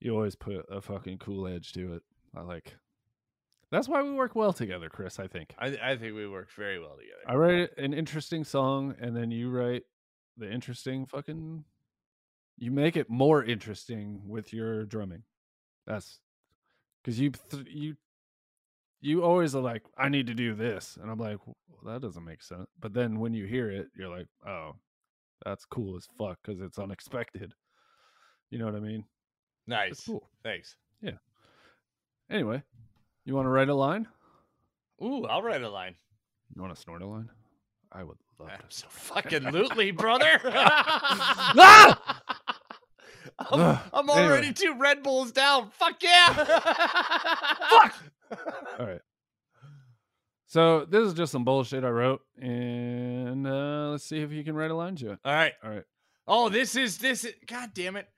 Speaker 4: You always put a fucking cool edge to it. I like That's why we work well together, Chris, I think.
Speaker 2: I, I think we work very well together.
Speaker 4: I write an interesting song and then you write the interesting fucking you make it more interesting with your drumming. That's cuz you th- you you always are like I need to do this and I'm like well, that doesn't make sense. But then when you hear it you're like oh that's cool as fuck cuz it's unexpected. You know what I mean?
Speaker 2: Nice.
Speaker 4: It's cool.
Speaker 2: Thanks.
Speaker 4: Anyway, you want to write a line?
Speaker 2: Ooh, I'll write a line.
Speaker 4: You want to snort a line? I would love to.
Speaker 2: So fucking lootly, brother.
Speaker 4: Ah!
Speaker 2: I'm,
Speaker 4: Ugh,
Speaker 2: I'm
Speaker 4: anyway.
Speaker 2: already two Red Bulls down. Fuck yeah. Fuck.
Speaker 4: All right. So this is just some bullshit I wrote, and uh, let's see if you can write a line to it.
Speaker 2: All right.
Speaker 4: All right.
Speaker 2: Oh, this is this is God damn it.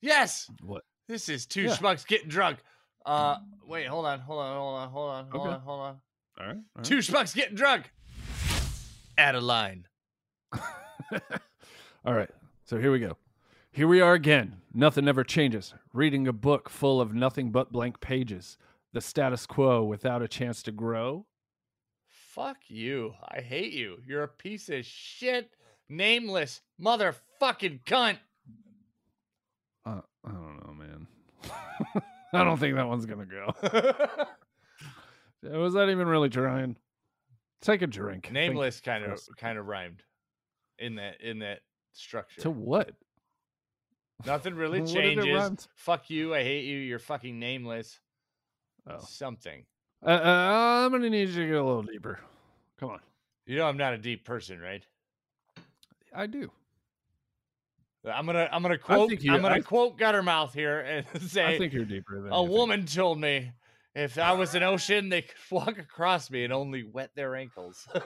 Speaker 2: Yes.
Speaker 4: What?
Speaker 2: This is two
Speaker 4: Yeah. Mm.
Speaker 2: schmucks getting drunk. Uh wait, hold on, hold on, hold on, hold on, hold
Speaker 4: Okay.
Speaker 2: on, hold on.
Speaker 4: All right. all
Speaker 2: Two schmucks getting drunk. Add a line.
Speaker 4: right. all right. So here we go. Here we are again. Nothing ever changes. Reading a book full of nothing but blank pages. The status quo without a chance to grow.
Speaker 2: Fuck you. I hate you. You're a piece of shit, nameless motherfucking cunt.
Speaker 4: Uh, I don't know, man. I don't think that one's gonna go. Was that even really trying? Take a drink. Thank-
Speaker 2: Nameless kind of
Speaker 4: Chris.
Speaker 2: kind of rhymed in that in that structure.
Speaker 4: To what?
Speaker 2: Nothing really
Speaker 4: What did it
Speaker 2: changes.
Speaker 4: rhyme to?
Speaker 2: Fuck you. I hate you. You're fucking nameless.
Speaker 4: Oh.
Speaker 2: Something.
Speaker 4: Uh, uh, I'm gonna need you to get a little deeper. Come on.
Speaker 2: You know I'm not a deep person, right?
Speaker 4: I do.
Speaker 2: I'm gonna I'm gonna quote
Speaker 4: think you-
Speaker 2: I'm gonna
Speaker 4: I-
Speaker 2: quote Guttermouth here and
Speaker 4: I
Speaker 2: say
Speaker 4: think you're deeper than
Speaker 2: a
Speaker 4: you think.
Speaker 2: woman told me if I was an ocean they could walk across me and only wet their ankles.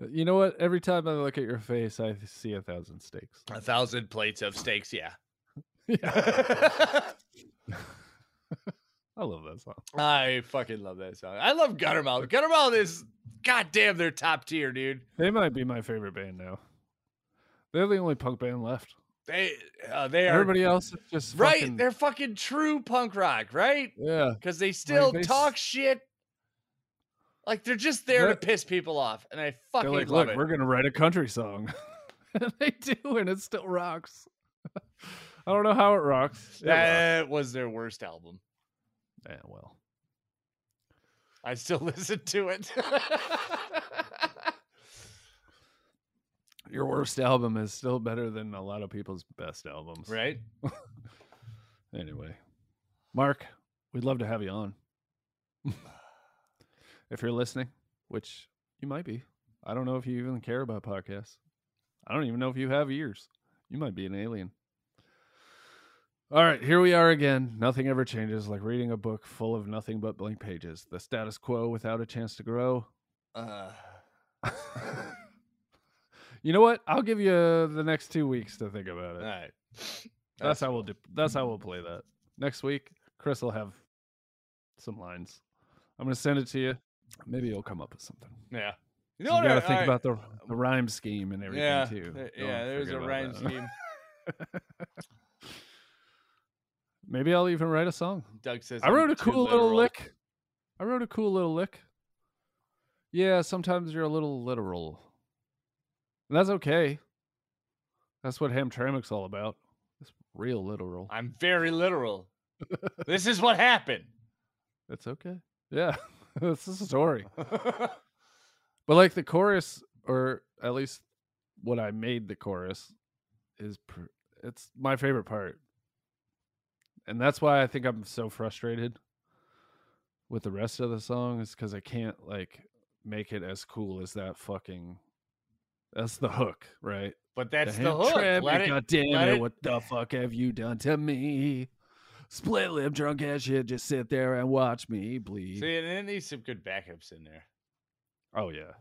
Speaker 4: Uh, You know what? Every time I look at your face, I see a thousand stakes.
Speaker 2: a thousand plates of steaks, yeah.
Speaker 4: I love that song.
Speaker 2: I fucking love that song. I love Guttermouth. Guttermouth is goddamn they're top tier, dude.
Speaker 4: They might be my favorite band now. They're the only punk band left.
Speaker 2: They uh, they are
Speaker 4: Everybody else is just
Speaker 2: right.
Speaker 4: fucking-
Speaker 2: They're fucking true punk rock, right?
Speaker 4: yeah.
Speaker 2: Because they still
Speaker 4: they s-
Speaker 2: talk shit. Like they're just there
Speaker 4: They're-
Speaker 2: to piss people off, and I
Speaker 4: They're
Speaker 2: fucking
Speaker 4: like,
Speaker 2: love
Speaker 4: look,
Speaker 2: it.
Speaker 4: we're gonna write a country song. and they do, and it still rocks. I don't know how it rocks. It rocks.
Speaker 2: That was their worst album.
Speaker 4: Yeah, well.
Speaker 2: I still listen to it.
Speaker 4: Your worst album is still better than a lot of people's best albums.
Speaker 2: right?
Speaker 4: Anyway, Mark, we'd love to have you on. if you're listening, which you might be, I don't know if you even care about podcasts. I don't even know if you have ears. You might be an alien. All right, here we are again. Nothing ever changes, like reading a book full of nothing but blank pages. The status quo without a chance to grow.
Speaker 2: Uh,
Speaker 4: You know what? I'll give you the next two weeks to think about
Speaker 2: all
Speaker 4: it.
Speaker 2: right.
Speaker 4: That's how we'll do. That's
Speaker 2: Mm-hmm.
Speaker 4: how we'll play that next week. Chris will have some lines. I'm gonna send it to you. Maybe you'll come up with something.
Speaker 2: Yeah. You
Speaker 4: You gotta
Speaker 2: I-
Speaker 4: think
Speaker 2: I-
Speaker 4: about the, the rhyme scheme and everything
Speaker 2: yeah,
Speaker 4: too.
Speaker 2: there-
Speaker 4: Don't
Speaker 2: yeah, there's
Speaker 4: forget
Speaker 2: a
Speaker 4: about
Speaker 2: rhyme
Speaker 4: that.
Speaker 2: scheme.
Speaker 4: Maybe I'll even write a song.
Speaker 2: Doug says
Speaker 4: I
Speaker 2: I'm
Speaker 4: wrote a
Speaker 2: too
Speaker 4: cool little
Speaker 2: literal.
Speaker 4: lick. I wrote a cool little lick. Yeah, sometimes you're a little literal. And that's okay. That's what Hamtramck's all about. It's real literal.
Speaker 2: I'm very literal. this is what happened.
Speaker 4: It's okay. Yeah, it's a story. But like the chorus, or at least what I made the chorus, is pr- it's my favorite part, and that's why I think I'm so frustrated with the rest of the song is because I can't like make it as cool as that fucking. That's the hook, right?
Speaker 2: but that's the,
Speaker 4: hand
Speaker 2: hook.
Speaker 4: trap,
Speaker 2: Let it,
Speaker 4: God damn
Speaker 2: let
Speaker 4: it,
Speaker 2: it-
Speaker 4: What the fuck have you done to me? Split lip, drunk as shit. Just sit there and watch me bleed.
Speaker 2: see, and it needs some good backups in there.
Speaker 4: Oh yeah,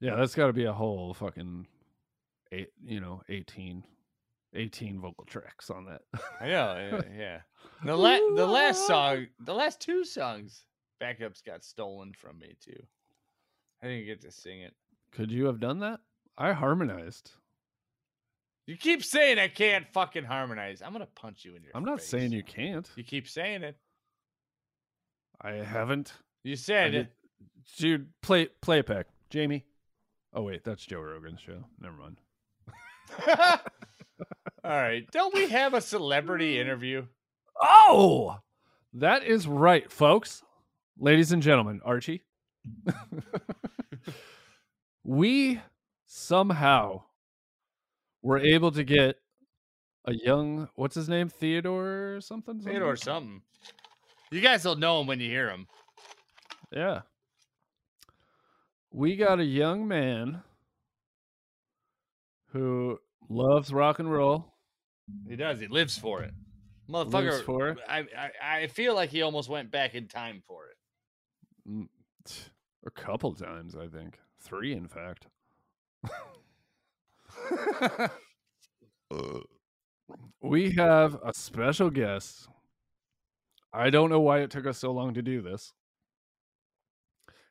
Speaker 4: yeah. That's got to be a whole fucking eight, you know, 18, 18 vocal tracks on that.
Speaker 2: I know. Yeah. yeah. The la- the last song, the last two songs, backups got stolen from me too. I didn't get to sing it.
Speaker 4: Could you have done that? I harmonized.
Speaker 2: You keep saying I can't fucking harmonize. I'm gonna punch you in your.
Speaker 4: I'm not
Speaker 2: face.
Speaker 4: saying you can't.
Speaker 2: You keep saying it.
Speaker 4: I haven't.
Speaker 2: You
Speaker 4: I
Speaker 2: said
Speaker 4: did- Dude, play play it back. Jamie. Oh wait, that's Joe Rogan's show. Never mind.
Speaker 2: All right. Don't we have a celebrity interview?
Speaker 4: Oh, that is right, folks. Ladies and gentlemen, Archie, we somehow were able to get a young, what's his name? Theodore something? something?
Speaker 2: Theodore something. You guys will know him when you hear him.
Speaker 4: Yeah. We got a young man who loves rock and roll.
Speaker 2: He does. He lives for it. Motherfucker.
Speaker 4: Lives for it.
Speaker 2: I, I I feel like he almost went back in time for it.
Speaker 4: A couple times, I think. Three, in fact. we have a special guest. I don't know why it took us so long to do this.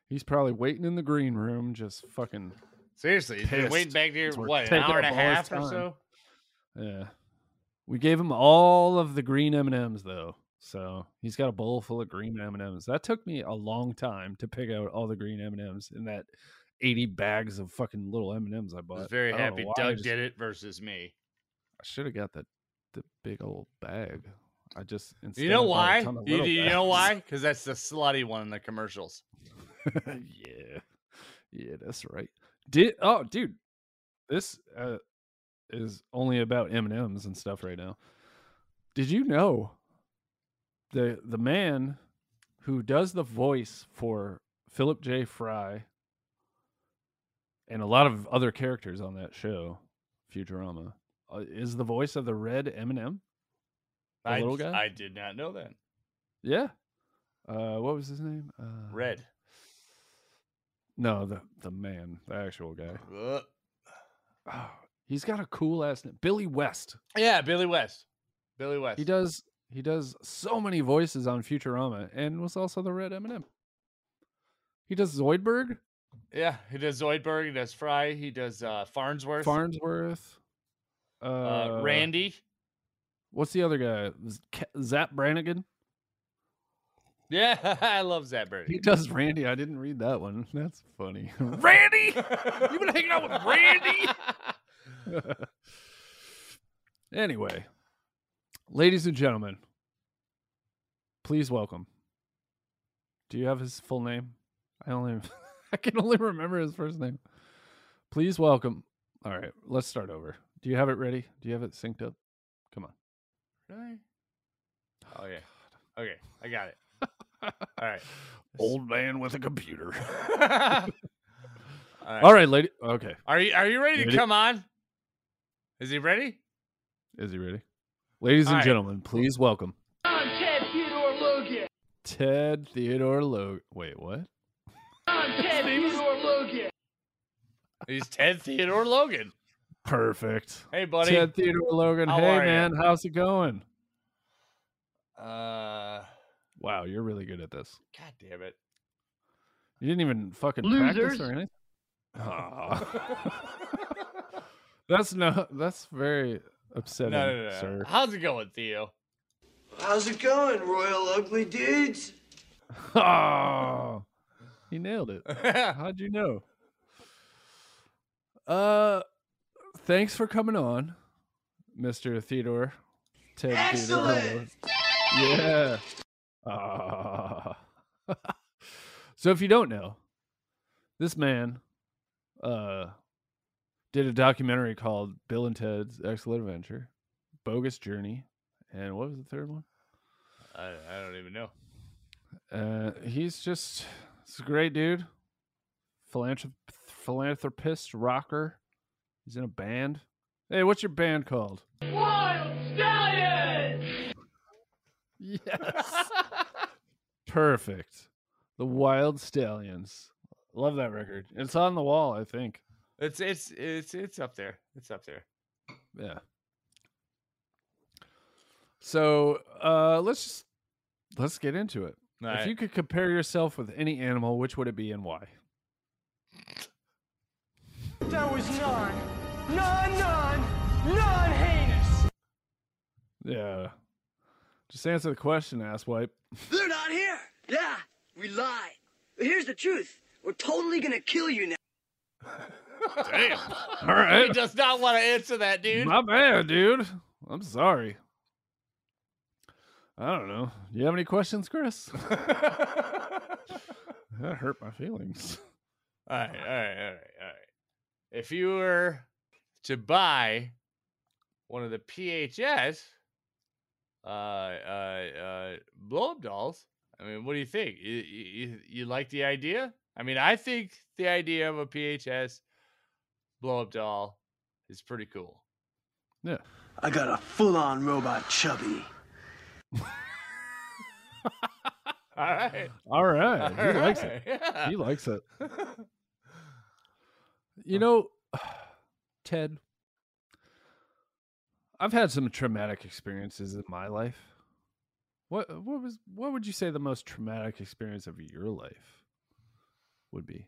Speaker 4: He's probably waiting in the green room, just fucking.
Speaker 2: Seriously, he's been waiting
Speaker 4: Pissed,
Speaker 2: back here
Speaker 4: 'cause we're
Speaker 2: what an
Speaker 4: taking
Speaker 2: hour and a
Speaker 4: up all his
Speaker 2: half or
Speaker 4: time.
Speaker 2: so.
Speaker 4: Yeah. We gave him all of the green M and M's though, so he's got a bowl full of green M and M's. That took me a long time to pick out all the green M and M's in that eighty bags of fucking little M and M's I
Speaker 2: I
Speaker 4: bought.
Speaker 2: was very
Speaker 4: I don't know
Speaker 2: happy
Speaker 4: why, I
Speaker 2: Doug
Speaker 4: just-
Speaker 2: did it versus me.
Speaker 4: I should have got the the big old bag. I just instead
Speaker 2: You know
Speaker 4: I bought a
Speaker 2: why?
Speaker 4: ton of
Speaker 2: You,
Speaker 4: little
Speaker 2: you know
Speaker 4: bags.
Speaker 2: why? Because that's the slutty one in the commercials.
Speaker 4: yeah, yeah, that's right. Did oh, dude, this uh, is only about M and M's and stuff right now. Did you know the the man who does the voice for Philip J. Fry and a lot of other characters on that show, Futurama, uh, is the voice of the red M and M? The
Speaker 2: I,
Speaker 4: little guy?
Speaker 2: I did not know that.
Speaker 4: Yeah. Uh, what was his name? Uh,
Speaker 2: Red.
Speaker 4: No, the the man, the actual guy.
Speaker 2: Ugh.
Speaker 4: Oh, he's got a cool ass name. Billy West.
Speaker 2: Yeah, Billy West. Billy West.
Speaker 4: He does he does so many voices on Futurama and was also the red M&M. He does Zoidberg,
Speaker 2: Yeah, he does Zoidberg. He does Fry. He does uh, Farnsworth.
Speaker 4: Farnsworth, uh,
Speaker 2: uh, Randy.
Speaker 4: What's the other guy? Z- Ca- Zap Brannigan.
Speaker 2: Yeah, I love Zabberg.
Speaker 4: He does Randy. I didn't read that one. That's funny. Randy.
Speaker 2: You've
Speaker 4: been hanging out with Randy? anyway, ladies and gentlemen, please welcome. Do you have his full name? I only I can only remember his first name. Please welcome. All right, let's start over. Do you have it ready? Do you have it synced up? Come on.
Speaker 2: okay. Okay, I got it. All right.
Speaker 4: Old man with a computer.
Speaker 2: All right.
Speaker 4: All right, lady. Okay.
Speaker 2: Are you are you ready to
Speaker 4: Ready?
Speaker 2: come on? Is he ready?
Speaker 4: Is he ready? Ladies
Speaker 2: All
Speaker 4: and
Speaker 2: right.
Speaker 4: gentlemen, please welcome. Ted Theodore Logan. Wait, what?
Speaker 2: He's Ted Theodore Logan.
Speaker 4: Perfect.
Speaker 2: Hey, buddy.
Speaker 4: Ted Theodore Logan.
Speaker 2: How
Speaker 4: hey,
Speaker 2: are ya?
Speaker 4: man. How's it going?
Speaker 2: Uh,
Speaker 4: Wow, you're really good at this.
Speaker 2: God damn it.
Speaker 4: You didn't even fucking practice or anything. Aw. that's no. That's very
Speaker 2: No,
Speaker 4: upsetting,
Speaker 2: no, no, no.
Speaker 4: sir.
Speaker 2: How's it going, Theo?
Speaker 12: How's it going, Royal Ugly Dudes?
Speaker 4: Oh, he nailed it. How'd you know? Uh, thanks for coming on, Mister Theodore. Ted Theodore Logan.
Speaker 12: Excellent!
Speaker 4: Yeah. Ah. so if you don't know, this man uh did a documentary called Bill and Ted's Excellent Adventure, Bogus Journey, and what was the third one?
Speaker 2: I, I don't even know.
Speaker 4: Uh he's just he's a great dude. Philanthrop- philanthropist, rocker. He's in a band. Hey, what's your band called? Wild Stallions. Yes. Perfect. The Wild Stallions. Love that record. It's on the wall, I think.
Speaker 2: It's it's it's it's up there. It's up there.
Speaker 4: Yeah. So uh let's just let's get into it.
Speaker 2: All
Speaker 4: if
Speaker 2: right.
Speaker 4: you could compare yourself with any animal, which would it be and why?
Speaker 12: That was non, non, non, non heinous.
Speaker 4: Yeah. Just answer the question, asswipe.
Speaker 12: They're not here. Yeah, we lied. But here's the truth. We're totally gonna kill you now.
Speaker 2: Damn.
Speaker 4: All
Speaker 2: he
Speaker 4: right.
Speaker 2: does not want to answer that, dude.
Speaker 4: My bad, dude. I'm sorry. I don't know. Do you have any questions, Chris? that hurt my feelings.
Speaker 2: All right, all right, all right, all right. If you were to buy one of the PHS uh, uh, uh, blow up dolls, I mean, what do you think? You, you, you- you like the idea? I mean, I think the idea of a PHS blow up doll is pretty cool.
Speaker 4: Yeah.
Speaker 12: I got a full-on robot chubby.
Speaker 2: All right.
Speaker 4: All right. He
Speaker 2: all
Speaker 4: likes it.
Speaker 2: right, yeah.
Speaker 4: He likes it. You know, Ted, I've had some traumatic experiences in my life. What what was what would you say the most traumatic experience of your life would be?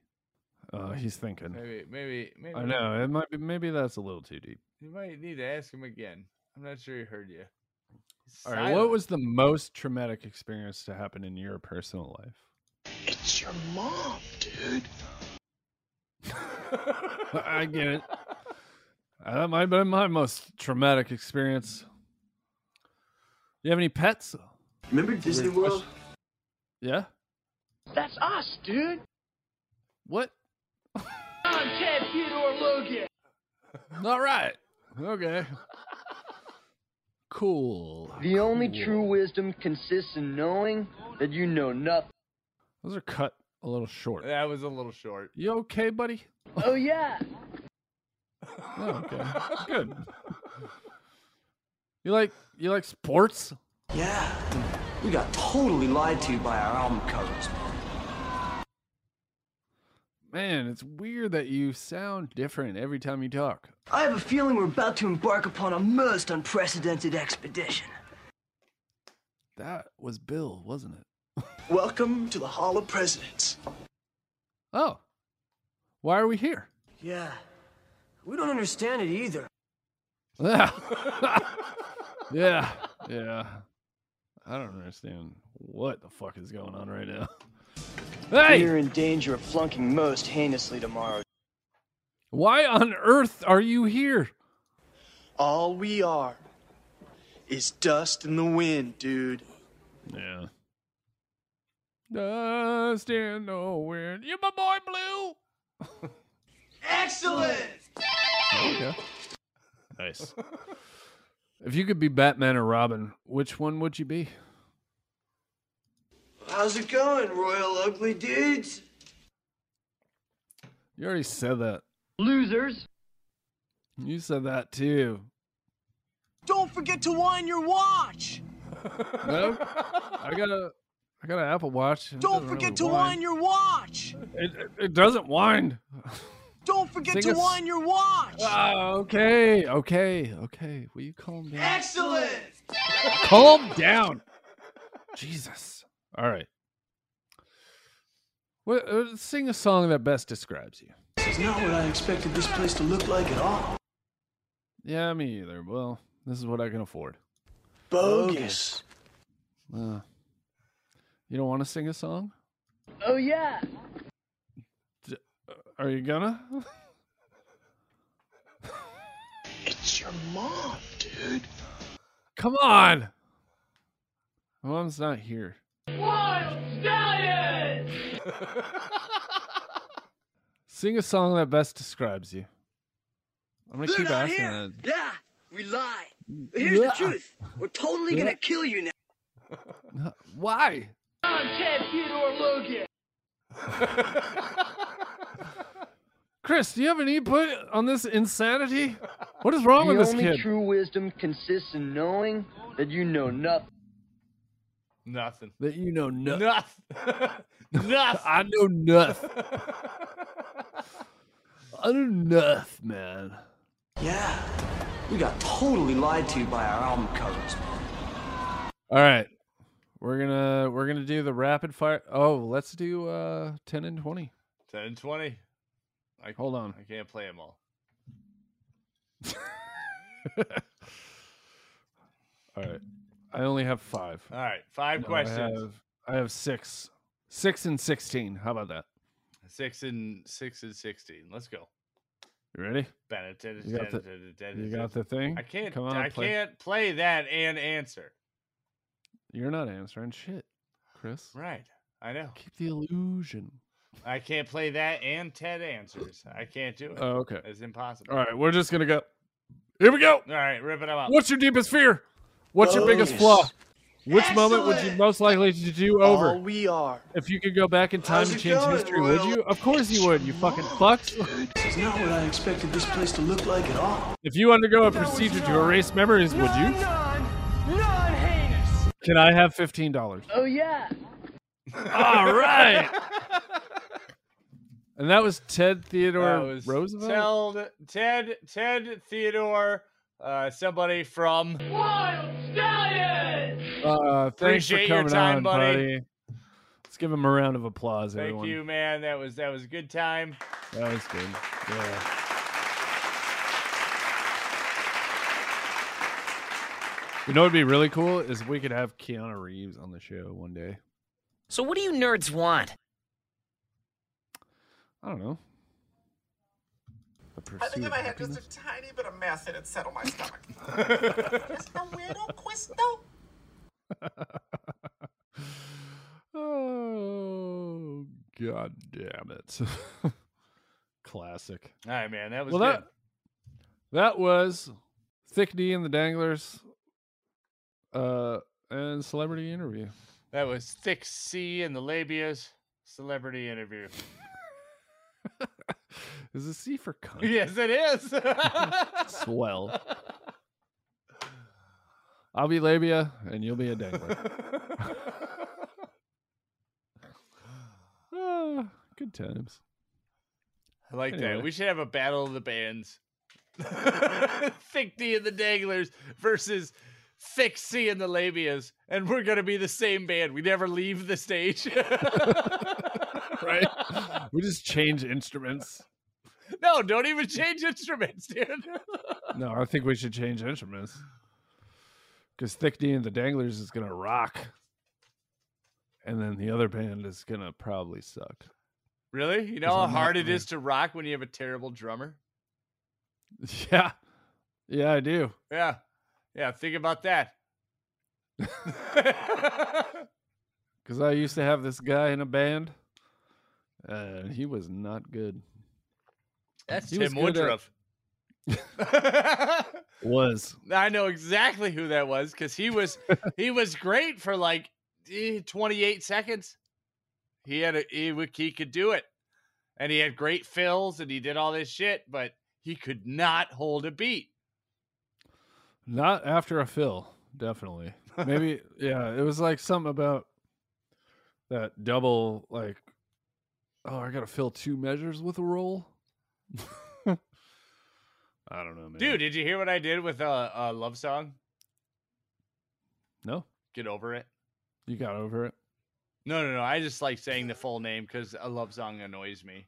Speaker 4: Uh, he's thinking.
Speaker 2: maybe, maybe, maybe.
Speaker 4: I know it might be. Maybe that's a little too deep.
Speaker 2: You might need to ask him again. I'm not sure he heard you. He's
Speaker 4: All right. What
Speaker 2: silent.
Speaker 4: was the most traumatic experience to happen in your personal life?
Speaker 12: It's your mom, dude.
Speaker 4: I get it. Uh, That might have been my most traumatic experience. You have any pets?
Speaker 12: Remember Disney World?
Speaker 4: Yeah.
Speaker 12: That's us, dude.
Speaker 4: What?
Speaker 12: I'm Ted Theodore Logan.
Speaker 4: All right. Okay. Cool.
Speaker 13: The only
Speaker 4: Cool.
Speaker 13: true wisdom consists in knowing that you know nothing.
Speaker 4: Those are cut a little short.
Speaker 2: That was a little short.
Speaker 4: You okay, buddy?
Speaker 13: Oh yeah.
Speaker 4: Oh, okay. Good. You like you like sports?
Speaker 12: Yeah, we got totally lied to by our album covers.
Speaker 4: Man, it's weird that you sound different every time you talk.
Speaker 12: I have a feeling we're about to embark upon a most unprecedented expedition.
Speaker 4: That was Bill, wasn't it?
Speaker 12: Welcome to the Hall of Presidents.
Speaker 4: Oh. Why are we here?
Speaker 12: Yeah, we don't understand it either.
Speaker 4: Yeah. yeah. Yeah. I don't understand what the fuck is going on right now. Hey!
Speaker 13: You're in danger of flunking most heinously tomorrow.
Speaker 4: Why on earth are you here?
Speaker 12: All we are is dust in the wind, dude.
Speaker 4: Yeah. Uh, Dust in the wind. You my boy Blue.
Speaker 12: Excellent!
Speaker 4: Okay. Nice. if you could be Batman or Robin, which one would you be?
Speaker 12: How's it going, Royal Ugly Dudes?
Speaker 4: You already said that.
Speaker 13: Losers.
Speaker 4: You said that too.
Speaker 12: Don't forget to wind your watch!
Speaker 4: No, I got a, I got an Apple Watch. It
Speaker 12: Don't
Speaker 4: doesn't
Speaker 12: forget to
Speaker 4: really
Speaker 12: wind your watch!
Speaker 4: It, it, it doesn't wind.
Speaker 12: Don't forget
Speaker 4: Sing
Speaker 12: to
Speaker 4: us-
Speaker 12: wind your watch!
Speaker 4: Ah, okay, okay, okay. Will you calm down?
Speaker 12: Excellent!
Speaker 4: calm down. Jesus. All right. What, uh, sing a song that best describes you.
Speaker 12: This is not what I expected this place to look like at all.
Speaker 4: Yeah, me either. Well, this is what I can afford.
Speaker 12: Bogus.
Speaker 4: Uh, you don't want to sing a song?
Speaker 13: Oh yeah.
Speaker 4: uh, Are you gonna?
Speaker 12: It's your mom, dude.
Speaker 4: Come on. My mom's not here. Sing a song that best describes you. I'm gonna
Speaker 12: They're
Speaker 4: keep
Speaker 12: not
Speaker 4: asking
Speaker 12: here.
Speaker 4: that.
Speaker 12: Yeah, we lied. But here's
Speaker 4: Yeah.
Speaker 12: the truth. We're totally
Speaker 4: Yeah.
Speaker 12: gonna kill you now.
Speaker 4: No, Why?
Speaker 12: I'm Ted Theodore Logan.
Speaker 4: Chris, do you have any input on this insanity? What is wrong
Speaker 13: the
Speaker 4: with this
Speaker 13: only
Speaker 4: kid?
Speaker 13: true wisdom consists in knowing that you know nothing.
Speaker 2: Nothing.
Speaker 4: that you know nothing.
Speaker 2: Nothing. Nothing.
Speaker 4: I know nothing. I know nothing, man.
Speaker 12: Yeah, we got totally lied to by our album covers.
Speaker 4: All right. We're gonna we're gonna do the rapid fire. Oh, let's do uh ten and twenty.
Speaker 2: 10 and 20. I,
Speaker 4: Hold on.
Speaker 2: I can't play them all.
Speaker 4: All right. I only have five.
Speaker 2: All right. Five
Speaker 4: No, I
Speaker 2: questions.
Speaker 4: have, I have six, six and sixteen. How about that?
Speaker 2: Six and six and sixteen. Let's go.
Speaker 4: You ready?
Speaker 2: You
Speaker 4: got You got the thing.
Speaker 2: I can't.
Speaker 4: Come on,
Speaker 2: I
Speaker 4: play.
Speaker 2: can't play that and answer.
Speaker 4: You're not answering shit, Chris.
Speaker 2: Right. I know.
Speaker 4: Keep the illusion.
Speaker 2: I can't play that and Ted answers. I can't do it.
Speaker 4: Oh, okay.
Speaker 2: it's impossible.
Speaker 4: All right, we're just gonna go. Here we go.
Speaker 2: All right, rip it up.
Speaker 4: What's your deepest fear? What's your biggest flaw?
Speaker 12: Bonus.
Speaker 4: Which moment would you
Speaker 12: Excellent.
Speaker 4: most likely to do over?
Speaker 12: All we are.
Speaker 4: If you could go back in time
Speaker 12: How's
Speaker 4: and
Speaker 12: it
Speaker 4: change
Speaker 12: going,
Speaker 4: history, would
Speaker 12: Royal?
Speaker 4: you? Of course you would, you fucking fucks.
Speaker 12: This is not what I expected this place to look like at all.
Speaker 4: If you undergo a procedure to erase memories, would you? Can I have fifteen dollars?
Speaker 5: Oh, yeah.
Speaker 4: All right. And that was Ted
Speaker 2: That
Speaker 4: Theodore
Speaker 2: was
Speaker 4: Roosevelt.
Speaker 2: Ted, Ted, Ted Theodore, uh, somebody from.
Speaker 4: uh, thanks for
Speaker 2: Appreciate your
Speaker 4: coming
Speaker 2: time,
Speaker 4: on,
Speaker 2: buddy.
Speaker 4: buddy. Let's give him a round of applause,
Speaker 2: Thank
Speaker 4: everyone.
Speaker 2: you, man. That was that was a good time.
Speaker 4: That was good. Yeah. You know what'd be really cool is if we could have Keanu Reeves on the show one day.
Speaker 9: So, what do you nerds want?
Speaker 4: I don't know. The
Speaker 6: I
Speaker 4: pursuit
Speaker 6: think
Speaker 4: of
Speaker 6: I might have just
Speaker 4: happiness.
Speaker 6: a tiny bit of mess in it settle my stomach. That's no weirdo quiz,
Speaker 4: oh god damn it. Classic.
Speaker 2: All right, man. That was
Speaker 4: Well
Speaker 2: good.
Speaker 4: that that was Thick D and the Danglers uh and celebrity interview.
Speaker 2: That was Thick C and the Labias celebrity interview.
Speaker 4: Is this C for cunt?
Speaker 2: yes, it is.
Speaker 4: Swell. I'll be labia and you'll be a dangler. Ah, good times.
Speaker 2: I like
Speaker 4: Anyway.
Speaker 2: that. We should have a battle of the bands. Thick D and the Danglers versus Thick C and the Labias, and we're gonna be the same band. We never leave the stage.
Speaker 4: Right? we just change instruments.
Speaker 2: no, don't even change instruments, dude.
Speaker 4: No, I think we should change instruments. Because Thick D and the Danglers is gonna rock. And then the other band is gonna probably suck.
Speaker 2: really? You
Speaker 4: Because
Speaker 2: know how
Speaker 4: I'm not
Speaker 2: hard it
Speaker 4: gonna-
Speaker 2: is to rock when you have a terrible drummer?
Speaker 4: Yeah. Yeah, I do.
Speaker 2: Yeah. Yeah, think about that.
Speaker 4: Because I used to have this guy in a band. And he was not good.
Speaker 2: That's
Speaker 4: He was
Speaker 2: Tim
Speaker 4: good at-
Speaker 2: Woodruff.
Speaker 4: Was.
Speaker 2: I know exactly who that was because he was he was great for like eh, 28 seconds. He had a he, would- he could do it, and he had great fills and he did all this shit, but he could not hold a beat.
Speaker 4: Not after a fill, definitely. Maybe yeah, it was like something about that double like oh, I gotta fill two measures with a roll. I don't know, man.
Speaker 2: Dude, did you hear what I did with a, a love song?
Speaker 4: No.
Speaker 2: Get over it.
Speaker 4: You got over it.
Speaker 2: No, no, no. I just like saying the full name because a love song annoys me.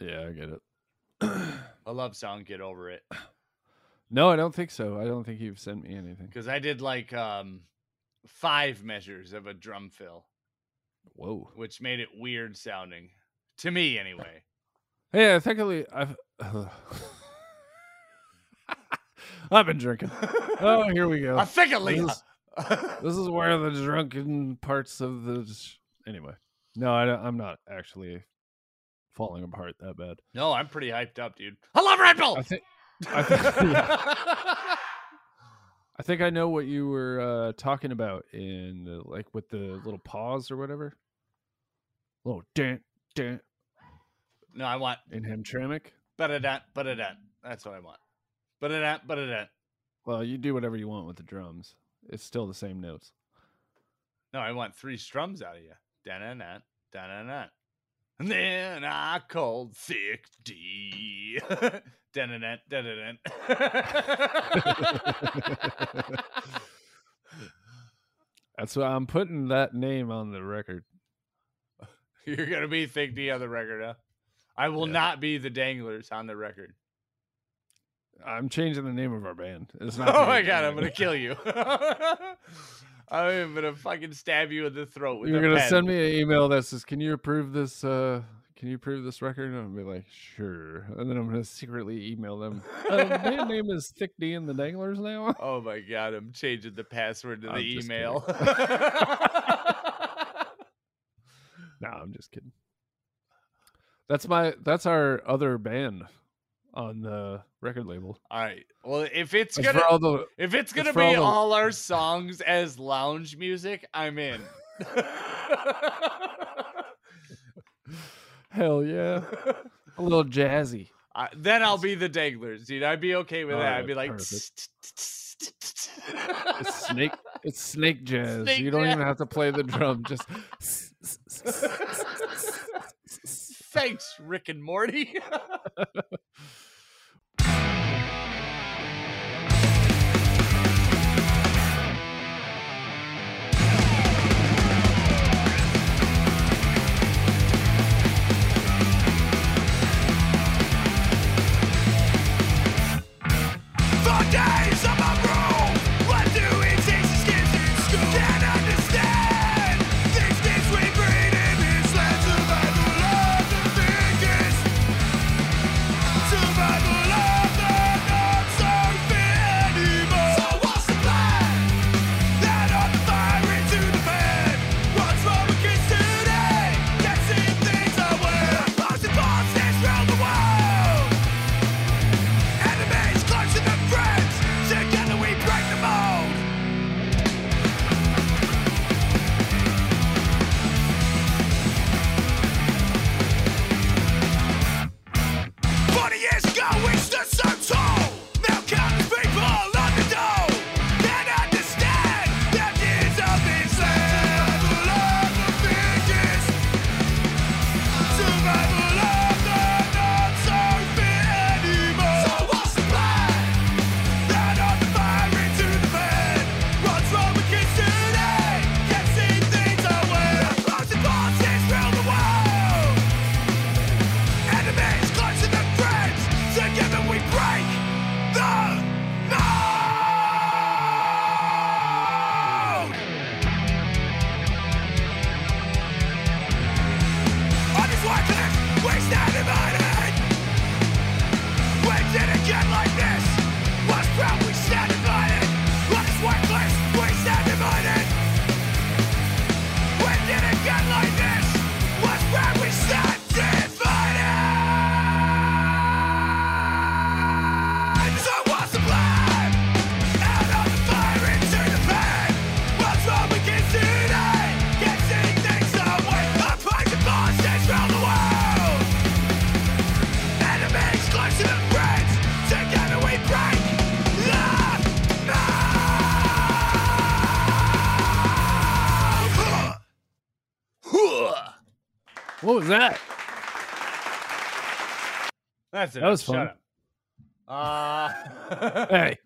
Speaker 4: Yeah, I get it.
Speaker 2: A love song, get over it.
Speaker 4: no, I don't think so. I don't think you've sent me anything.
Speaker 2: Because I did like um five measures of a drum fill,
Speaker 4: Whoa.
Speaker 2: which made it weird sounding to me, anyway.
Speaker 4: Hey, I think I've I've been drinking. Oh, here we go.
Speaker 2: I think at
Speaker 4: This
Speaker 2: least.
Speaker 4: is- this is where the drunken parts of the sh- anyway no I don't, i'm not actually falling apart that bad
Speaker 2: no, I'm pretty hyped up, dude. I love Red Bull.
Speaker 4: i think i think i think i know what you were uh talking about in the like with the little pause or whatever little dent dent
Speaker 2: no, I want
Speaker 4: in Hamtramck.
Speaker 2: ba-da-da, ba-da-da. That's what I want. Ba-da-da, ba-da-da.
Speaker 4: well you do whatever you want with the drums it's still the same notes
Speaker 2: No, I want three strums out of you. Da-na-na, da-na-na. And then I called Thick D. Da-na-na, da-na-na.
Speaker 4: that's why i'm putting that name on the record
Speaker 2: You're gonna be Thick D on the record, huh? I will
Speaker 4: Yeah.
Speaker 2: not be the Danglers on the record.
Speaker 4: i'm changing the name of our band it's not
Speaker 2: Oh
Speaker 4: gonna
Speaker 2: my
Speaker 4: be
Speaker 2: god, I'm
Speaker 4: Danglers.
Speaker 2: gonna kill you. I'm gonna fucking stab you in the throat with
Speaker 4: You're
Speaker 2: a
Speaker 4: gonna
Speaker 2: pen.
Speaker 4: send me an email that says, "Can you approve this? Uh, can you approve this record?" And I'm gonna be like, "Sure," and then I'm gonna secretly email them. uh, band name is Thick D and the Danglers now.
Speaker 2: Oh my god, I'm changing the password to the
Speaker 4: I'm just kidding.
Speaker 2: email.
Speaker 4: no, I'm just kidding. That's my. That's our other band on the record label.
Speaker 2: all right. Well, if it's
Speaker 4: That's
Speaker 2: gonna
Speaker 4: for all the
Speaker 2: if it's gonna
Speaker 4: for
Speaker 2: be
Speaker 4: all the-
Speaker 2: all our songs as lounge music, I'm in.
Speaker 4: hell yeah, a little jazzy.
Speaker 2: I, then I'll be the Danglers, dude. I'd be okay with
Speaker 4: All
Speaker 2: that. I'd
Speaker 4: right,
Speaker 2: be like,
Speaker 4: perfect. It's snake. It's snake jazz.
Speaker 2: Snake
Speaker 4: you don't even
Speaker 2: jazz.
Speaker 4: have to play the drum. Just
Speaker 2: thanks, Rick and Morty.
Speaker 5: For days I'm uproot. What do it takes to stand in school? Can't understand these things we breed in this land. Survival of the biggest. Survival of the not so fear anymore. So what's the plan? Light on the fire into the pan. What's wrong with kids today? Can't see things are well. Lost and lost, that's round the world. Enemies closer than friends. Together we break the mold. Forty years ago we stood so tall. Now countless people on the dole that understand that years of this land. Survival of the fittest. Survival of the not so fit anymore. So what's the plan? Light on the fire into the bed. What's wrong with kids today? Can't see things are well. Closing forces round the world. Enemies closer than friends. Together we break the mold. On this white cliff, we stand divided. When did it get like this? Was proud we stand divided. On this white cliff, we stand divided. When did it get like this? Was proud we stand divided. So what's the plan? Out of the fire into the pan. What's wrong with kids today? Can't see things our way. Our plight and bosses round the world. Enemies closer than friends. Together we break the mold.
Speaker 4: What was that?
Speaker 2: That's it.
Speaker 4: That was fun.
Speaker 2: Uh,
Speaker 4: Hey,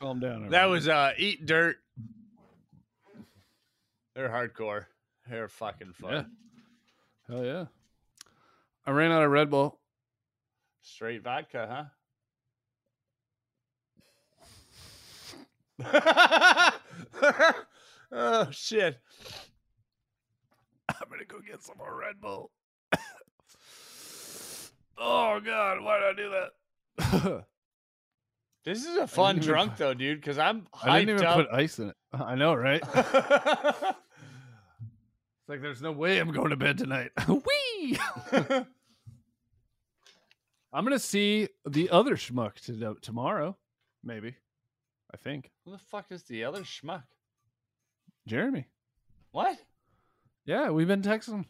Speaker 4: calm down.
Speaker 2: That
Speaker 4: everyone.
Speaker 2: was uh Eat Dirt. They're hardcore. They're fucking fun.
Speaker 4: Yeah. Hell yeah. I ran out of Red Bull.
Speaker 2: Straight vodka, huh? oh shit.
Speaker 4: I'm gonna go get some more Red Bull. oh god, why did I do that?
Speaker 2: This is a fun
Speaker 4: even
Speaker 2: drunk
Speaker 4: put-
Speaker 2: though, dude, because I'm hyped
Speaker 4: I didn't even
Speaker 2: up.
Speaker 4: put ice in it. I know, right? It's like there's no way I'm going to bed tonight. Wee! I'm gonna see the other schmuck to, tomorrow, maybe. I think
Speaker 2: Who the fuck is the other schmuck?
Speaker 4: Jeremy.
Speaker 2: What?
Speaker 4: Yeah, we've been texting. him.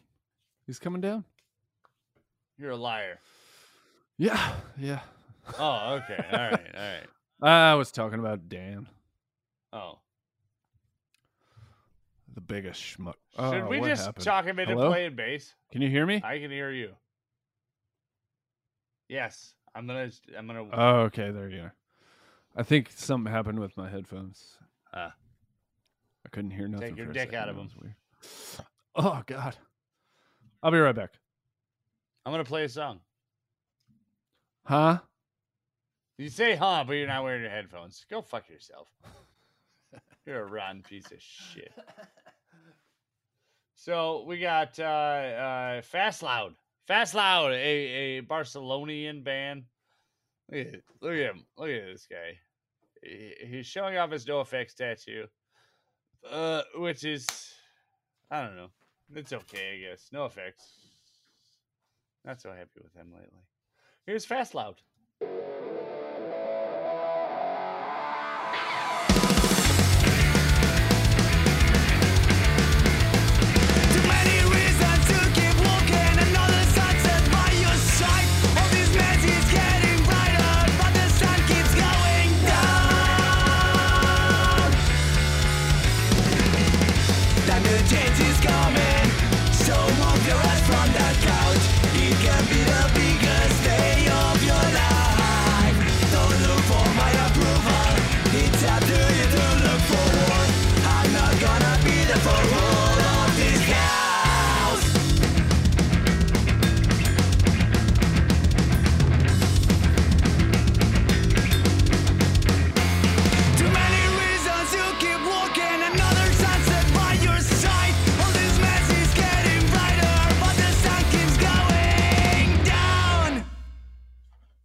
Speaker 4: He's coming down.
Speaker 2: You're a liar.
Speaker 4: Yeah, yeah.
Speaker 2: Oh, okay. All right. All right.
Speaker 4: I was talking about Dan,
Speaker 2: Oh.
Speaker 4: the biggest schmuck.
Speaker 2: Should
Speaker 4: Oh,
Speaker 2: we
Speaker 4: what
Speaker 2: just
Speaker 4: happened?
Speaker 2: talk him into
Speaker 4: Hello?
Speaker 2: playing bass?
Speaker 4: Can you hear me?
Speaker 2: I can hear you. Yes, I'm gonna. I'm gonna.
Speaker 4: Oh, okay, there you are. I think something happened with my headphones.
Speaker 2: Ah.
Speaker 4: I couldn't hear nothing.
Speaker 2: your
Speaker 4: for a
Speaker 2: dick
Speaker 4: second,
Speaker 2: out of
Speaker 4: that
Speaker 2: 'em.
Speaker 4: was weird. Oh God, I'll be right back.
Speaker 2: I'm gonna play a song.
Speaker 4: Huh?
Speaker 2: You say "huh," but you're not wearing your headphones. Go fuck yourself. You're a rotten piece of shit. So we got uh, uh, Fast Loud. Fast Loud, a, a Barcelonian band. Look at, look at him. Look at this guy. He- He's showing off his NoFX tattoo, uh, which is, I don't know. It's okay, I guess. No effects. Not so happy with him lately. Here's Fast Loud.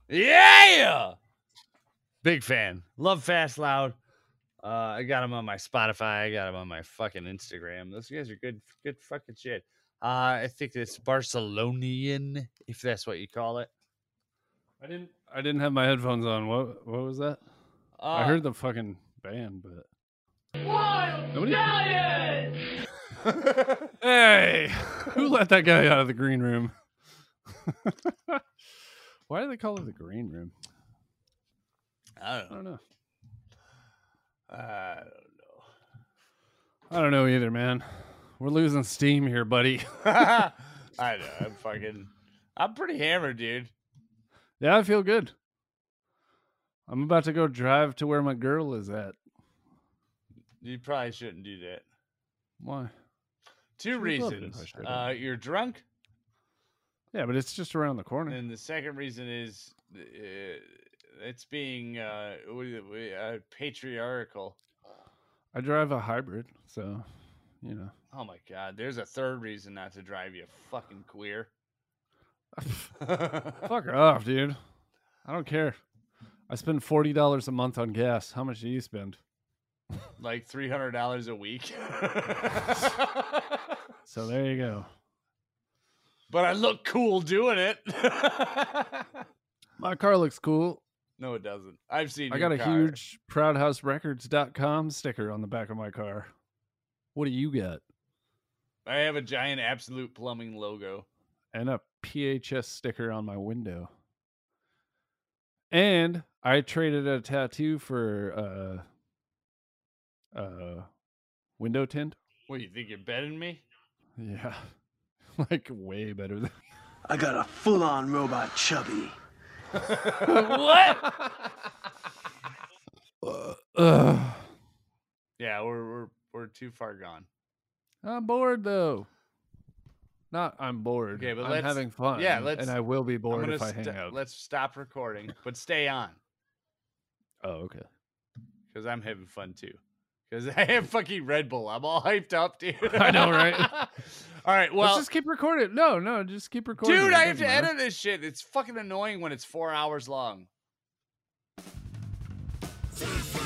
Speaker 2: Yeah! Big fan. Love Fast Loud. Uh, I got him on my Spotify. I got him on my fucking Instagram. Those guys are good, good fucking shit. Uh, I think it's Barcelonian, if that's what you call it.
Speaker 4: I didn't. I didn't have my headphones on. What? What was that?
Speaker 2: Uh,
Speaker 4: I heard the fucking band, but Nobody- hey, who let that guy out of the green room? Why do they call it the green room?
Speaker 2: I don't
Speaker 4: I
Speaker 2: know.
Speaker 4: don't know.
Speaker 2: I don't
Speaker 4: I don't know either, man. We're losing steam here, buddy.
Speaker 2: know. I know. I'm fucking. I'm pretty hammered, dude.
Speaker 4: Yeah, I feel good. I'm about to go drive to where my girl is at.
Speaker 2: You probably shouldn't do that.
Speaker 4: Why?
Speaker 2: Two
Speaker 4: She'd love it if I
Speaker 2: reasons.
Speaker 4: showed up.
Speaker 2: Uh, you're drunk,
Speaker 4: Yeah, but it's just around the corner.
Speaker 2: and the second reason is uh, it's being uh, what is it, we- uh, patriarchal.
Speaker 4: I drive a hybrid, so you know.
Speaker 2: Oh my god, there's a third reason not to drive you fucking queer.
Speaker 4: Fuck off, dude. I don't care. I spend forty dollars a month on gas. How much do you spend?
Speaker 2: like three hundred dollars a week.
Speaker 4: So there you go.
Speaker 2: but I look cool doing it.
Speaker 4: My car looks cool.
Speaker 2: no, it doesn't. I've seen.
Speaker 4: I
Speaker 2: your
Speaker 4: got a
Speaker 2: car.
Speaker 4: huge proudhouserecords.com sticker on the back of my car. What do you got?
Speaker 2: I have a giant absolute plumbing logo.
Speaker 4: And a PHS sticker on my window. And I traded a tattoo for uh uh window tint.
Speaker 2: What you think you're betting me?
Speaker 4: Yeah. like way better than
Speaker 12: I got a full on robot chubby.
Speaker 4: Ugh.
Speaker 2: Yeah, we're we're we're too far gone.
Speaker 4: I'm bored though. Not I'm bored.
Speaker 2: Okay, but
Speaker 4: I'm
Speaker 2: let's-
Speaker 4: having fun.
Speaker 2: yeah, let's-
Speaker 4: and I will be
Speaker 2: I'm
Speaker 4: bored
Speaker 2: gonna
Speaker 4: if I hang
Speaker 2: st-
Speaker 4: up.
Speaker 2: let's stop recording, but stay on
Speaker 4: Oh, okay.
Speaker 2: because I'm having fun too. Because I have fucking Red Bull. I'm all hyped up, dude.
Speaker 4: I know, right?
Speaker 2: all right,
Speaker 4: Well,
Speaker 2: well,
Speaker 4: let's just keep recording. No, no, just keep recording.
Speaker 2: dude,
Speaker 4: It
Speaker 2: I have to
Speaker 4: doesn't matter.
Speaker 2: edit this shit. It's fucking annoying when it's four hours long.
Speaker 5: She said